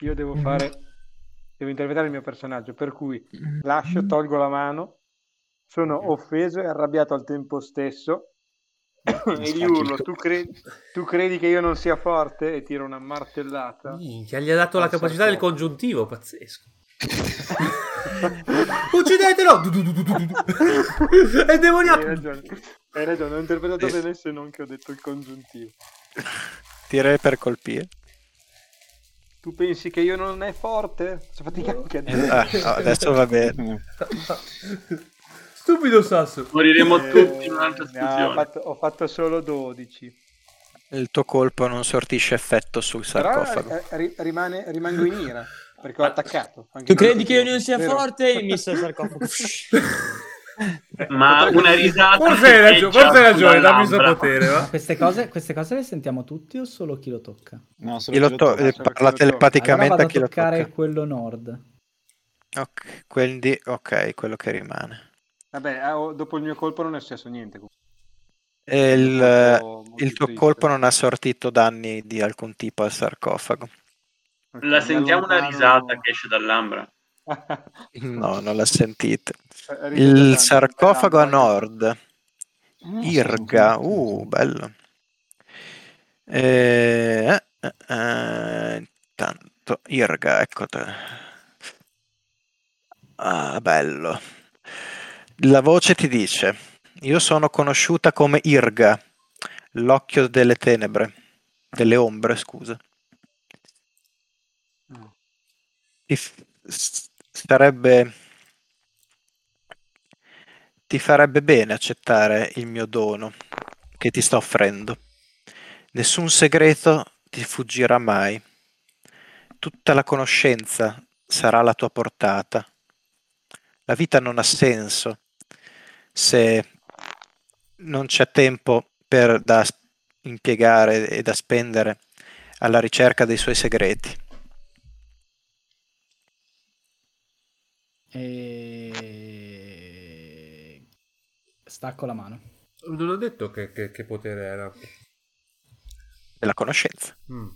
E: Io devo fare, devo interpretare il mio personaggio, per cui lascio, tolgo la mano, sono offeso e arrabbiato al tempo stesso. E gli urlo, tu credi, tu credi che io non sia forte? E tiro una martellata.
B: Minchia, gli ha dato la
E: Al
B: capacità del
E: sarcofago.
B: congiuntivo, pazzesco. (laughs) Uccidetelo! Du- du- du- du- du- du.
E: (laughs)
B: È
E: Hai
B: demoniaco!
E: ragione, hai ragione, ho interpretato
A: Sì.
E: bene se non che ho detto il congiuntivo.
A: Tirare per colpire.
E: Tu pensi che io non è forte? Faccio fatica anche a dire.
A: Ah, no, adesso va bene.
F: Eh,
B: Stupido sasso.
G: Moriremo
E: Eh,
G: tutti in un'altra
E: ne ha
G: stagione.
E: fatto- ho fatto solo 12.
A: Il tuo colpo non sortisce effetto sul
E: Però
C: Certo,
A: sarcofago.
E: eh, ri- rimane, rimango in ira perché ho attaccato. anche
C: Ah, Tu
E: in
C: credi che
E: questo
C: io non sia
E: vero?
C: forte? E mi sa il sarcofago.
G: Ma una risata.
B: Forse hai
G: che
B: ragione, forse hai
G: echeggia
B: ragione,
G: sulla
B: dammi il suo
G: labbra.
B: potere,
D: Ma
B: va.
D: queste cose, queste cose le sentiamo tutti o solo chi lo tocca?
F: No, solo
A: Glielo
F: chi
A: to-
F: lo tocca.
A: eh,
E: solo chi
A: parla
E: lo tocca.
D: Allora
A: telepaticamente
D: vado
A: a
D: a
A: chi lo
D: toccare
A: tocca.
D: quello nord.
A: Ok, quindi, ok, quello che rimane.
E: (laughs) Vabbè, ah, oh, dopo il mio colpo non è successo niente. comunque.
A: E il, eh,
E: Molto- molto
A: il tuo
E: triste.
A: colpo non ha sortito danni di alcun tipo al
E: (laughs)
A: sarcofago.
E: Ok,
G: La
E: mi
G: sentiamo una
E: allontano- (laughs)
G: risata che esce dall'ambra.
A: No, non la sentite.
E: Ridete tanto,
A: Il sarcofago a
E: dai, dai.
A: nord Irga, uh, bello. Eh, eh, eh, tanto, Irga, ecco te. Ah, bello. La voce ti dice, io sono conosciuta come Irga, l'occhio delle tenebre, delle ombre, scusa. Ti f- s- sarebbe... Ti farebbe bene accettare il mio dono che ti sto offrendo. Nessun segreto ti fuggirà mai. Tutta la conoscenza sarà alla tua portata. La vita non ha senso se non c'è tempo per da s- impiegare e da spendere alla ricerca dei suoi segreti.
D: (laughs) E... Stacco la mano.
B: Non ho detto che, che- che potere era.
A: Della conoscenza.
B: Mm.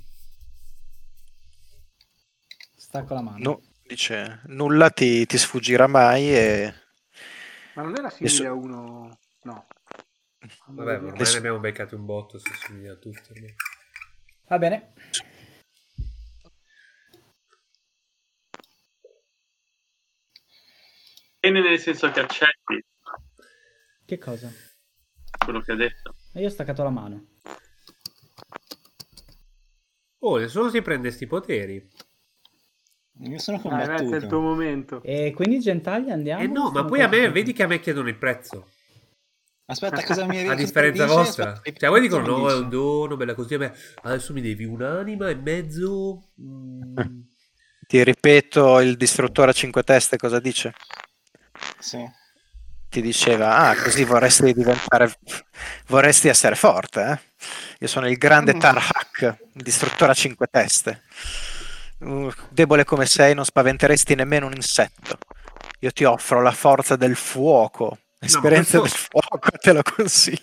D: Stacco la mano.
A: No, dice, nulla ti, ti sfuggirà mai e
E: Ma non era simile a uno... No.
B: Vabbè, ma ormai
A: Adesso-
B: ne abbiamo beccati un botto, si somiglia a tutti. ormai.
D: Va bene.
G: Bene nel senso che accetti
D: Che cosa?
G: quello che ha detto.
D: E Io ho staccato la mano.
B: Oh, nessuno si prende sti poteri. Eh
F: Mi sono
E: Dai, Matt, è il tuo
F: combattuto.
E: momento.
D: E quindi gentaglia andiamo.
B: eh no, ma
D: Sono
B: poi a me,
D: contento.
B: vedi che a me chiedono il prezzo.
F: Aspetta, cosa mi
B: A
F: cosa
B: differenza
F: dice?
B: vostra.
F: Aspetta,
B: cioè, voi dicono
F: cosa mi
B: no, è
F: dice?
B: un dono, bella così. a me adesso mi devi un'anima e mezzo. mm,
A: ti ripeto il distruttore a cinque teste cosa dice?
F: Sì.
A: ti diceva, ah, così vorresti diventare, vorresti essere forte, eh? Io sono il grande Tarhak, il distruttore a cinque teste. Uh, debole come sei, non spaventeresti nemmeno un insetto. Io ti offro la forza del fuoco. L'esperienza del
B: questo-
A: fuoco te lo consiglio.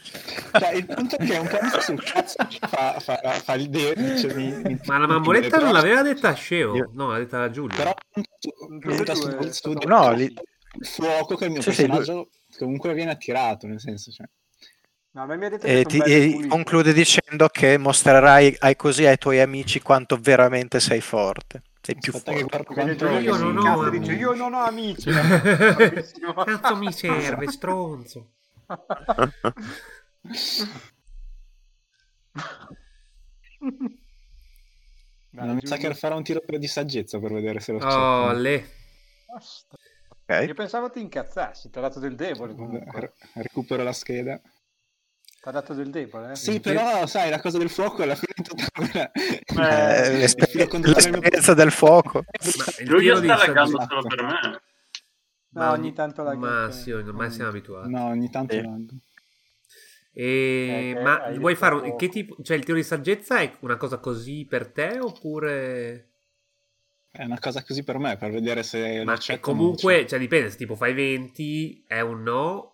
F: Cioè, il punto è che è un po' messo sul cazzo cioè, fa, fa, fa l'idea. Cioè, mi- mi-
B: Ma la mamboletta
F: però-
B: non l'aveva detta a Sceo,
A: Io-
B: no, l'ha detta a Giulia. (laughs)
F: Però punta
E: Due,
F: sul, sul,
A: no, lì-
F: il fuoco che il mio
A: Sì, sì,
F: personaggio comunque viene attirato, nel senso, cioè,
E: No, a me mi ha detto che
A: E,
E: sono
A: eh, ti-
E: bello
A: e
E: pulito.
A: conclude dicendo che mostrerai ai, così ai tuoi amici quanto veramente sei forte. Sei più
F: aspetta che
A: forte.
F: guardo
E: Perché
F: quanto...
E: Giulio
B: io non ho-
E: cazzo dice, io non ho amici.
B: (laughs)
E: Bravissimo.
B: Cazzo mi serve, stronzo.
E: Dai,
F: Non mi sa
E: Giulio.
F: che farà un tiro per di saggezza per vedere se lo
B: Oh,
F: accetta.
B: le.
E: Basta.
A: ok?
E: Io pensavo ti incazzassi, ti ha dato del
F: Eh,
E: debole comunque.
F: Re- Recupero la scheda.
E: Ti ha dato del debole, eh?
F: Sì, però sai, la cosa del fuoco alla fine è tutta quella. (laughs)
A: Eh,
E: Eh,
A: l'esper-
F: devo controllare il mio-
A: l'esperienza del fuoco.
B: Ma il
G: Giulio
B: tiro di
G: sta laggando
B: saggezza-
G: solo per me.
B: Ma
E: No, ogni tanto lagga
B: Ma
E: anche me.
B: sì, ormai siamo abituati.
F: No, ogni tanto
A: Sì.
F: laggo.
B: E-
E: Eh, che
B: ma
E: hai
B: vuoi
E: detto
B: fare un-
E: poco.
B: che tipo, cioè il tiro di saggezza è una cosa così per te oppure
F: È una cosa così per me, per vedere se lo
B: ma
F: accetto
B: è
F: o non
B: comunque, cioè dipende, se tipo fai 20 è un no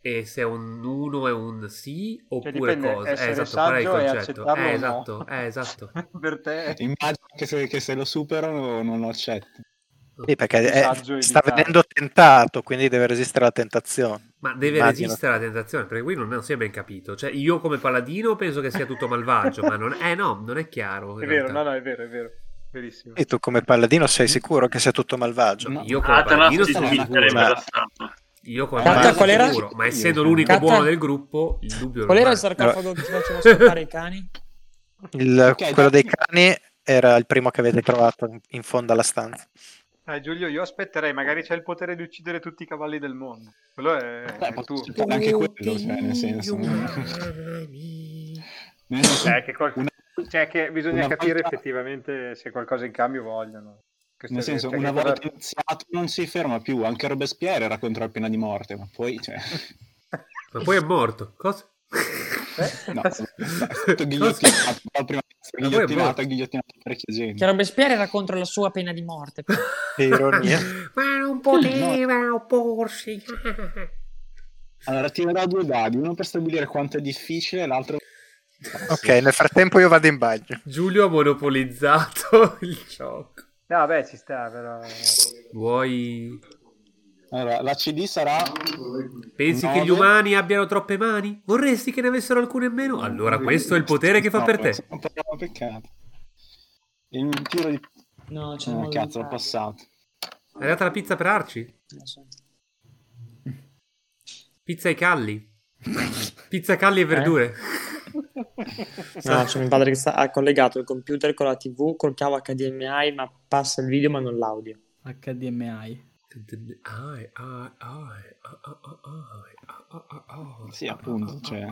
B: e se è un 1 è un sì oppure
E: Cioè, dipende,
B: cosa? Eh,
E: essere
B: qual è esatto, il
E: saggio e
B: concetto?
E: accettarlo
B: Eh,
E: o no.
B: esatto,
E: (laughs)
B: eh, esatto.
E: per te
F: lo accetto. Cioè, Immagino che se, che se lo supero non lo accetto.
A: Sì, perché è-
E: Messaggio
A: sta
E: evitato.
A: venendo tentato, quindi deve resistere alla tentazione.
B: Ma deve
A: Immagino.
B: resistere alla tentazione, perché qui non si è ben capito. Cioè, io come paladino penso che sia tutto malvagio, ma non, eh no, non è chiaro. in
E: È vero,
B: realtà.
E: no, no, è vero, è vero. Verissimo.
A: E tu come paladino sei sicuro che sia tutto malvagio?
F: Mm.
A: Cioè,
F: No.
B: Cioè, Io come
G: Ah, te
B: paladino
G: la
F: sta
B: sono
F: una
G: smettere
B: sicuro,
A: cosa.
G: per la stampa.
B: io come
C: Catta,
B: paladino
C: qual
B: sono
C: era?
B: sicuro, ma
F: Io
B: essendo
F: sono-
B: l'unico
C: Catta.
B: buono del gruppo, il dubbio
C: Qual era il
B: rimane.
C: sarcofago che ci faceva ascoltare i cani?
A: Il-
F: Ok,
A: quello dei
F: dai.
A: cani era il primo che avete trovato in- in fondo alla stanza.
E: Dai, Giulio, io aspetterei, magari c'è il potere di uccidere tutti i cavalli del mondo. Quello è,
F: Beh,
E: è
F: Eh, posso
E: tu.
F: accettare anche quello, cioè, nel senso.
G: Eh,
F: Nel
G: certo,
F: senso-
E: Cioè, che, qual-
F: Una-
E: cioè, che bisogna
F: una
E: capire
F: volta-
E: effettivamente se qualcosa in cambio vogliono. Questo
F: Nel senso,
E: è vero,
G: certo,
E: cioè,
F: una
E: che cosa-
F: volta iniziato non si ferma più, anche Robespierre era contro la pena di morte, ma poi, cioè,
B: Ma poi è morto. Cosa? (laughs)
F: no,
G: (laughs)
F: è stato ghigliottinato, però prima di
B: Ma poi
F: essere
B: è
F: ghigliottinato,
B: morto.
F: è ghigliottinato per gente.
C: Che Robespierre era contro la sua pena di morte.
A: Che ironia.
B: (laughs) ma non poteva opporsi.
F: Allora, tirerò due dadi, uno per stabilire quanto è difficile, l'altro...
A: ok, nel frattempo io vado in bagno.
B: Giulio ha (laughs) monopolizzato il gioco.
E: No, beh, ci sta, però.
B: Vuoi...
F: Allora, la CD sarà...
B: Pensi che gli
F: Nove.
B: umani abbiano troppe mani? Vorresti che ne avessero alcune in meno? Allora questo è il potere che fa
F: No,
B: per
F: questo
B: te.
F: è un po' peccato. Il tiro di...
C: Oh, No, c'è
F: Ah,
C: un
F: cazzo, l'ho passato.
B: È arrivata la pizza per Arci?
C: Eh,
B: Pizza ai calli? Pizza calli
F: Eh?
B: e verdure?
C: No, c'è mio padre che sta- ha collegato il computer con la TV col cavo HDMI, ma passa il video ma non l'audio.
D: HDMI.
B: Ai, ai, ai, ai, ai, ai, ai, ai, ai.
F: Sì, appunto, cioè.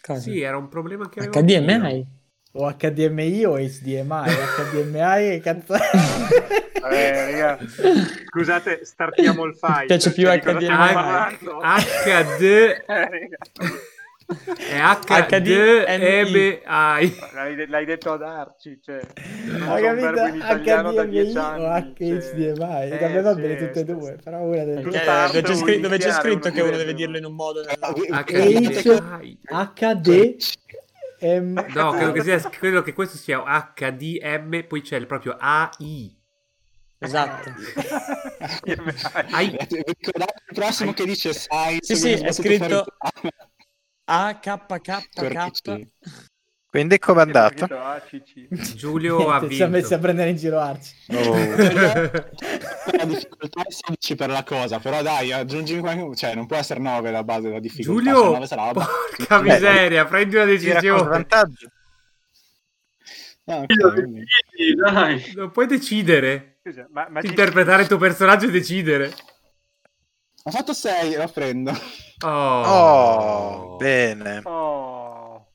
C: Cosa?
B: Sì, era un problema che avevo anch'io.
C: HDMI?
D: O HDMI o HDMI. HDMI e cazzo.
C: (laughs)
E: Eh, raga, scusate, startiamo
D: (laughs)
E: il file.
C: Mi piace più
E: Cioè, di cosa stiamo
C: HDMI.
E: parlando?
B: Ah, HD
E: (laughs) Eh, raga,
B: è HDMI.
E: l'hai, l'hai detto ad Arci, cioè, non
D: Ho
E: so un verbo in italiano da
D: HDMI
E: 10
D: o
E: anni.
D: HDMI.
E: cioè.
D: Vabbè, va
E: sì,
D: bene tutte e due, però una delle
E: Tu
B: Ecco.
D: due.
C: Perché
E: tardo,
C: dove c'è
E: vuoi
C: scritto, dove c'è
E: iniziare,
C: scritto
E: uno
C: che uno
E: deve-
C: deve dirlo in un modo o
B: Ah,
C: nell'altro?
B: HDMI. cioè,
D: HDMI.
B: No, credo che, sia- credo che questo sia HDM, poi c'è il proprio AI.
D: Ah,
C: Esatto.
B: Ai.
F: Ricordate il prossimo che dice Science.
C: Sì, sì, è scritto AKKK.
A: Quindi com'è andato?
E: ah,
B: Giulio ha
D: Niente, Ci ha messo
B: (laughs) vinto.
D: a prendere in giro Arci.
F: La difficoltà è 16 per la cosa, però dai, aggiungi qualcuno, cioè non può essere 9 la base della difficoltà. se
B: Giulio,
F: 9 sarà
B: (laughs)
F: la base.
B: porca miseria, prendi una
A: Tira con
B: decisione.
A: vantaggio.
F: Ah, ok,
G: Dillo,
F: quindi-
G: decidi, dai.
B: Non puoi decidere.
E: Ma, ma
B: Interpretare il tuo personaggio e decidere.
F: Ho fatto 6, la prendo.
B: Oh,
A: Oh, bene.
E: Oh,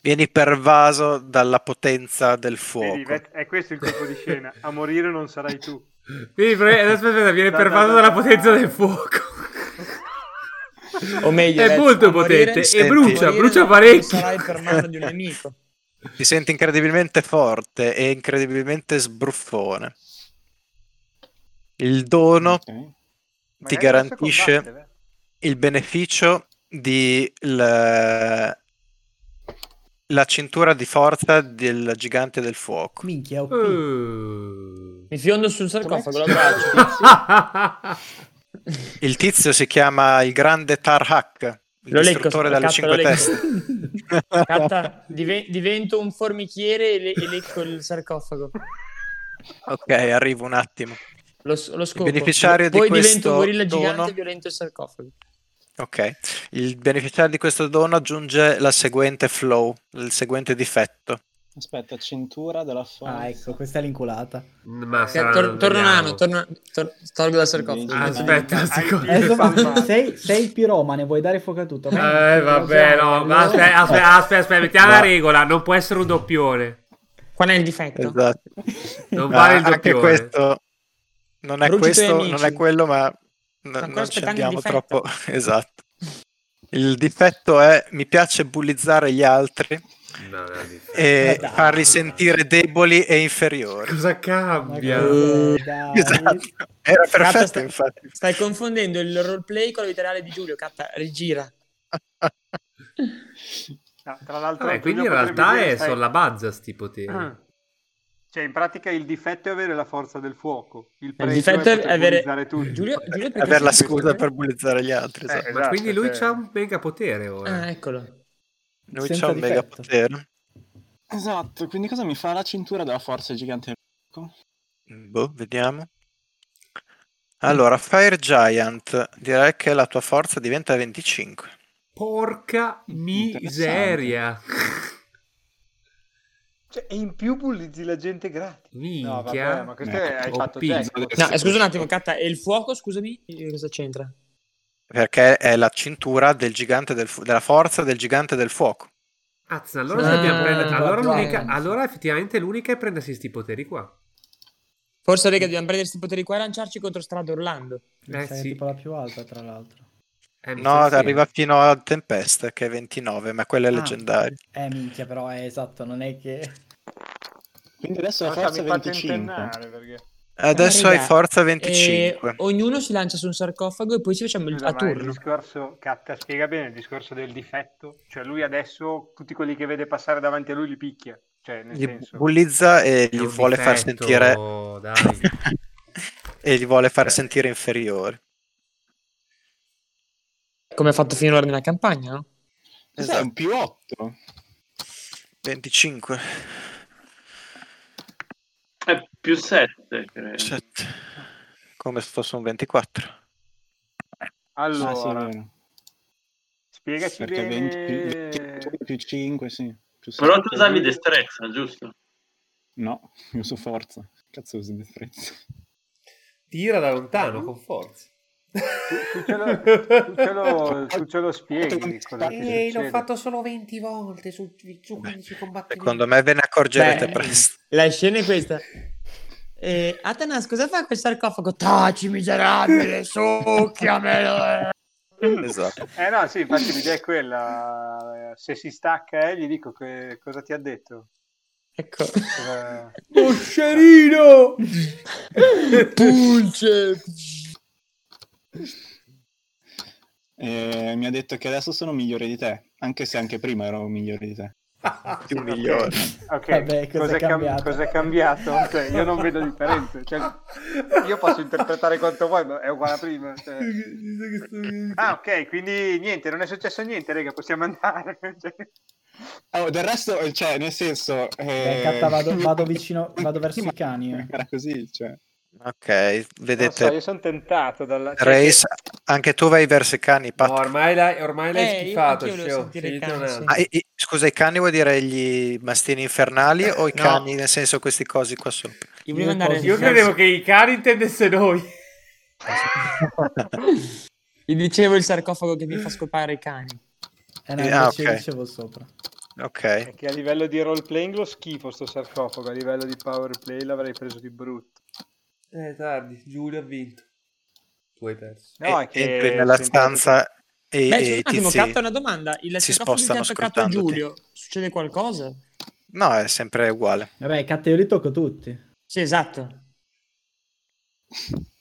A: Vieni pervaso dalla potenza del
E: vedi,
A: fuoco.
E: Vet- è questo il colpo di scena. A morire non sarai tu.
B: Vedi, pre- adesso aspetta, viene
E: Da-
B: pervaso
E: da- da-
B: dalla potenza del fuoco.
C: O meglio,
B: È
C: detto,
B: molto
C: a morire-
B: potente e
A: senti.
B: brucia,
C: morire
B: brucia
C: non
B: parecchio.
C: Sarai per mano di un nemico.
A: Ti senti incredibilmente forte e incredibilmente sbruffone. Il dono
F: Ok.
A: ti
E: Magari adesso
A: garantisce
E: combatte, beh.
A: il beneficio di la, la cintura di forza del gigante del fuoco.
D: Minchia, OP.
B: Uh.
C: (laughs) Mi fiondo sul sarcofago, lo abbraccio.
A: Il tizio si chiama il grande Tarhak, il
C: Lo leggo,
A: distruttore dalle
C: catta, lo
A: cinque teste.
C: (laughs) leggo. Catta, dive- divento un formichiere e, le- e lecco il sarcofago.
A: Ok, arrivo un attimo.
C: Lo, s- lo scopo.
A: Il beneficiario di
C: Poi divento
A: questo
C: un gorilla
A: dono-
C: gigante e violento il sarcofago.
A: Ok, il beneficiario di questo dono aggiunge la seguente flow, il seguente difetto.
F: Aspetta, cintura della forza.
D: Ah, ecco, questa è l'inculata.
B: (laughs) Ma
C: Tor-
B: sarà-
C: tor- torno un
B: vediamo.
C: anno, torno, tor- tolgo dal sarcofago.
F: Ah,
B: Aspetta un secondo. (laughs)
D: Eh, (laughs) insomma,
E: fa male.
D: sei, sei piromane, vuoi dare fuoco a tutto?
B: Eh, vabbè, no, ma aspetta, aspetta, aspetta, aspetta, mettiamo la regola, non può essere un doppione.
C: Qual è il difetto?
A: Esatto.
B: Non
A: Ah,
B: vale il
A: anche
B: doppione.
A: questo non è
C: Bruci i tuoi
A: questo,
C: amici.
A: non è quello, ma n-
C: ancora
A: non ci
C: aspettando il
A: andiamo
C: difetto.
A: troppo. (laughs) Esatto. Il difetto è mi piace bullizzare gli altri
B: No, no, di-
E: Eh,
A: e
C: Eh,
D: Ma dai.
A: farli sentire deboli e
B: (laughs)
A: inferiori.
B: Cosa
D: Ma
B: cambia?
C: Eh,
D: cos'è, Ecco,
A: (laughs)
D: dai.
A: Esatto. Era
C: Gatta,
A: perfetto,
C: sta-
A: infatti.
C: Stai confondendo il roleplay con la vita reale di Giulio. Catta, rigira.
B: Eh.
E: No, tra l'altro,
B: Vabbè, quindi in
E: Giulio potrebbe
B: realtà
E: dire,
B: è,
E: sai- Ah.
B: sono la bazza sti
C: Ah.
B: poteri.
E: Cioè, in pratica il difetto è avere la forza del fuoco. Il,
C: Il
E: pregio
C: difetto è
E: poter
C: avere...
E: bullizzare tutti.
C: Giulio, Giulio perché
A: Aver la
C: sei-
A: scusa per bullizzare gli altri. esatto.
E: Eh,
B: Ma
E: esatto,
B: quindi lui
E: cioè-
B: c'ha un mega potere ora.
C: Ah, eccolo.
A: Lui
D: senza
A: c'ha un mega
D: difetto.
A: potere.
F: Esatto, quindi cosa mi fa la cintura della forza gigante?
A: Boh, vediamo. Allora, Fire Giant, direi che la tua forza diventa 25.
B: Porca miseria.
E: Cioè, e in più bullizzi la gente gratis.
B: Minchia. Ecco,
E: No, vabbè, ma questo
F: Eh,
E: è- hai
B: OP.
E: fatto Jack.
C: No, eh, scusa un attimo, Catta, e il fuoco, scusami, eh, cosa c'entra?
A: Perché è la cintura del gigante del fu- della forza del gigante del fuoco.
B: Azza, allora,
C: Ah,
B: dobbiamo prendere- allora
D: guarda.
B: l'unica- allora effettivamente l'unica è prendersi sti poteri qua.
C: Forse, raga, dobbiamo prendere questi poteri qua e lanciarci contro strada urlando.
B: Eh
D: Sei
B: sì.
D: tipo la più alta, tra l'altro.
B: Eh, mi
A: No,
B: sa di sì.
A: arriva fino a Tempesta che è 29, ma quella è
D: Ah.
A: leggendaria.
D: Eh, minchia, però è esatto, non
A: (laughs)
D: è che...
F: Quindi adesso la
E: Allora,
F: forza
E: mi
F: è
E: fate
F: 25.
E: intennare perché...
A: Adesso
C: Ah,
A: hai
C: raga,
A: forza
B: Eh,
C: E
A: 25.
C: ognuno si lancia su un sarcofago e poi ci facciamo il,
E: Scusa,
C: a
E: ma il
C: turno.
E: discorso, Catta spiega bene il discorso del difetto. Cioè, lui adesso tutti quelli che vede passare davanti a lui li picchia. Cioè, nel
A: Gli
E: senso,
A: bullizza e
B: È
A: gli
B: un (laughs)
A: vuole far
B: difetto,
A: sentire
B: Dai.
A: e li vuole
B: Eh.
A: far sentire inferiori.
C: Come ha fatto finora nella campagna, no?
F: Questo è un più 8.
A: 25,
G: È più 7, credo.
A: 7. Come se fosse un 24.
C: Ah,
F: Ah,
E: Allora, spiegaci
F: perché
E: bene.
F: 20 più, 5, sì. Più
G: Però tu
F: sette.
G: usavi destrezza, giusto?
F: No, (laughs) io uso forza. Cazzo uso destrezza. (laughs)
B: Tira da lontano con forza.
E: Tu
C: (laughs)
E: ce lo, tu ce lo- tu ce lo spieghi. cosa ti
B: Ehi, l'ho
E: succede.
B: fatto solo 20 volte su, su 15 combattimenti.
A: Secondo me ve ne accorgerete
B: (laughs)
C: Beh,
A: presto.
C: La scena è questa. Eh, Atanas, cosa fa quel sarcofago? Taci, (laughs) miserabile, succhiamelo!
A: Esatto.
E: Eh no, sì, infatti l'idea è quella. Se si stacca, eh, gli dico che cosa ti ha detto.
C: Ecco.
E: Cosa-
C: (laughs)
B: Moscerino!
C: Pulce!
F: Eh, mi ha detto che adesso sono migliore di te, anche se anche prima ero migliore di te.
E: (laughs)
A: Più migliore.
E: Ok,
D: (laughs) Vabbè, cosa
E: cosa,
D: è
E: è cam-
D: cambiato?
E: cosa è cambiato? Cioè, io non vedo differenze. Cioè, io posso interpretare quanto vuoi, ma è uguale a prima. cioè. Ah, ok, quindi niente, non è successo niente, raga, possiamo andare. (laughs) Cioè,
F: Oh, del resto, eh, cioè, nel senso... eh,
D: Beh, Catta,
F: (laughs)
D: vado, vado vicino, vado verso i cani. eh.
F: Era così,
D: (laughs)
F: cioè. (laughs)
A: Ok,
E: non lo so,
A: vedete.
E: io sono tentato dalla... cioè,
A: Race, anche tu vai verso i cani, Pat.
B: No, ormai l'hai, ormai l'hai
C: Eh, io-
B: schifato.
C: anch'io volevo
B: Scio.
C: sentire
B: Scegliti
C: il
B: un
C: cazzo.
B: altro.
A: Ah, e- e- scusa, i cani vuoi dire gli mastini infernali o i
B: No.
A: cani, nel senso questi cosi qua sopra?
C: Io volevo andare
B: Io credevo che i cani intendesse noi.
C: Gli dicevo il sarcofago che mi fa scopare i cani.
D: Eh, no,
A: Ah,
D: invece
A: ok.
D: dicevo sopra.
A: Ok,
E: Che a livello di roleplaying lo schifo sto sarcofago, a livello di powerplay l'avrei preso di brutto.
B: Eh, tardi. Giulio ha vinto. Tu hai perso.
E: No,
A: E-
E: è che-
A: entri nella stanza e,
C: Beh,
A: e
C: scusa,
A: i
C: un attimo,
A: tizi-
C: Catta, una domanda. Il
A: si
C: sarcofago che
A: spostano
C: ha toccato
A: scrutandoti.
C: Giulio, succede qualcosa?
A: No, è sempre uguale.
D: Vabbè, Catta, io li tocco tutti.
C: Sì, esatto.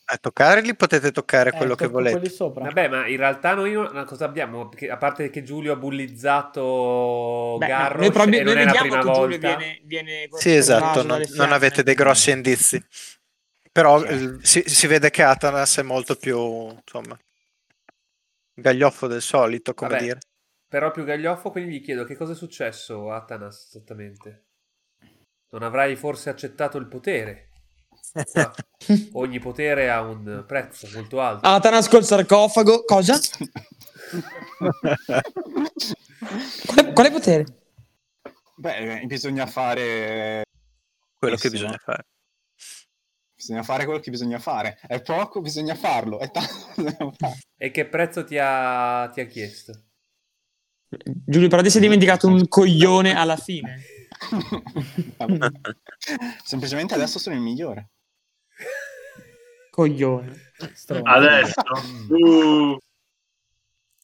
A: A toccare li potete toccare quello
D: Eh,
A: che
D: tocco
A: volete.
D: Quelli sopra.
B: Vabbè, ma in realtà noi una cosa abbiamo, Perché a parte che Giulio ha bullizzato
C: Beh, no,
B: Garro,
C: noi probi-
B: e non
C: noi
B: è la
C: vediamo
B: prima
C: che Giulio
B: volta.
C: viene, viene
A: Sì,
C: conservato
A: esatto, non,
C: dalle
A: non
C: fiamme.
A: avete dei grossi indizi. Però
F: Certo.
A: il- si, si vede che Atanas è molto più, insomma, gaglioffo del solito, come
B: Vabbè.
A: dire.
B: Però più gaglioffo, quindi gli chiedo che cosa è successo a Atanas esattamente. Non avrai forse accettato il potere?
A: (laughs)
B: Qua Ogni potere ha un prezzo molto
A: Ah.
B: alto.
C: Atanas col sarcofago, cosa? Quale, quale potere?
F: Beh, eh, bisogna fare...
A: Quello che
F: Benissimo.
A: bisogna fare.
F: Bisogna fare quello che bisogna fare. È poco, bisogna farlo. È tanto, bisogna
A: (laughs)
F: farlo.
B: E che prezzo ti ha, ti ha chiesto?
C: Giulio Prade si è dimenticato un coglione alla fine.
F: Vabbè. Semplicemente adesso sono il migliore.
C: Coglione.
D: Stronzo.
G: Adesso. Uh,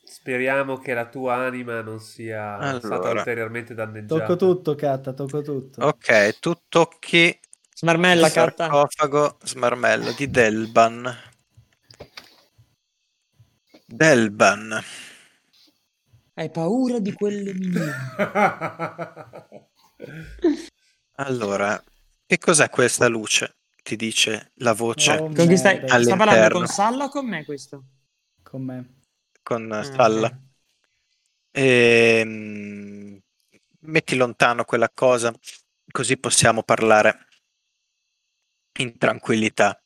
B: Speriamo che la tua anima non sia stata
A: Allora.
B: ulteriormente danneggiata.
D: Tocco tutto, Catta, tocco tutto.
A: Ok, tu tocchi il
C: Smarmella, carta.
A: sarcofago smarmello di Delban. Delban.
C: Hai paura di quelle mie.
A: Allora, che cos'è questa luce? Ti dice la voce
D: Oh,
C: Con chi stai?
D: merda,
A: All'interno.
C: Sta parlando con Salla o con me questo?
D: Con me.
A: con eh,
C: Ah,
A: Stalla.
C: ok.
A: Ehm, metti lontano quella cosa, così possiamo parlare in tranquillità.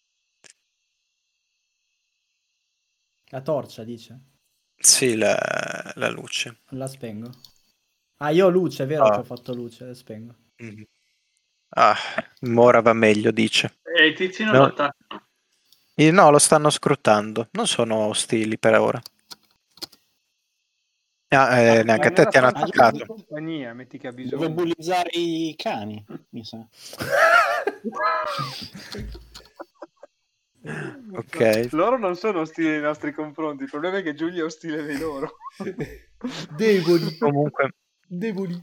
D: La torcia, dice.
A: Sì, la, la luce.
D: La spengo. Ah, io ho luce, è vero
A: Ah.
D: che ho fatto luce, la spengo.
A: Mhm. Ah, Mora va meglio, dice.
G: e i tizi non
A: No.
G: attaccano.
A: Eh, No, lo stanno scrutando. Non sono ostili per ora. Ah, eh, neanche a te ti hanno
E: Ma nella stanza di
A: attaccato.
E: compagnia, metti che ha
F: Devo
E: bisogno.
F: bullizzare i cani, mi sa.
A: Ok.
E: Loro non sono ostili nei nostri confronti, il problema è che Giulio è ostile
B: (laughs)
E: nei loro.
B: Deboli,
A: Comunque,
B: deboli.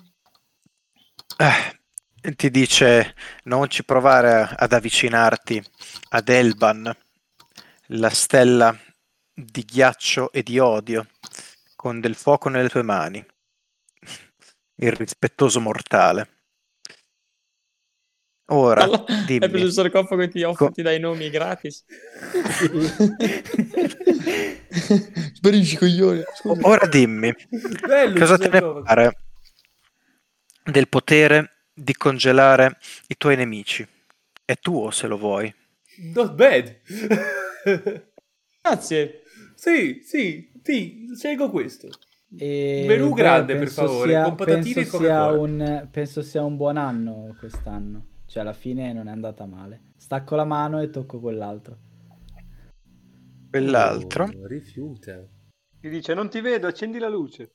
A: Eh, ti dice non ci provare ad avvicinarti ad Elban, la stella di ghiaccio e di odio, con del fuoco nelle tue mani, il rispettoso mortale. Ora,
C: Alla-
A: dimmi.
C: Hai preso il sarcofago e ti, offri,
A: Co-
C: ti dai i nomi (laughs) gratis. Sparisci coglione.
A: O- Ora dimmi,
B: Bello
A: cosa
B: il
A: te ne
B: sarcofago.
A: pare del potere di congelare i tuoi nemici? È tuo se lo vuoi.
B: Not bad.
C: Grazie.
B: sì, sì, sì, scelgo questo.
D: E
B: Menù
D: beh,
B: grande, per
D: penso
B: favore, con patatine
D: penso
B: e Coca-Cola.
D: sia un, penso sia un buon anno quest'anno. Cioè, alla fine non è andata male. Stacco la mano e tocco quell'altro.
A: Quell'altro.
B: Oh, rifiuta.
E: Ti dice non ti vedo, accendi la luce.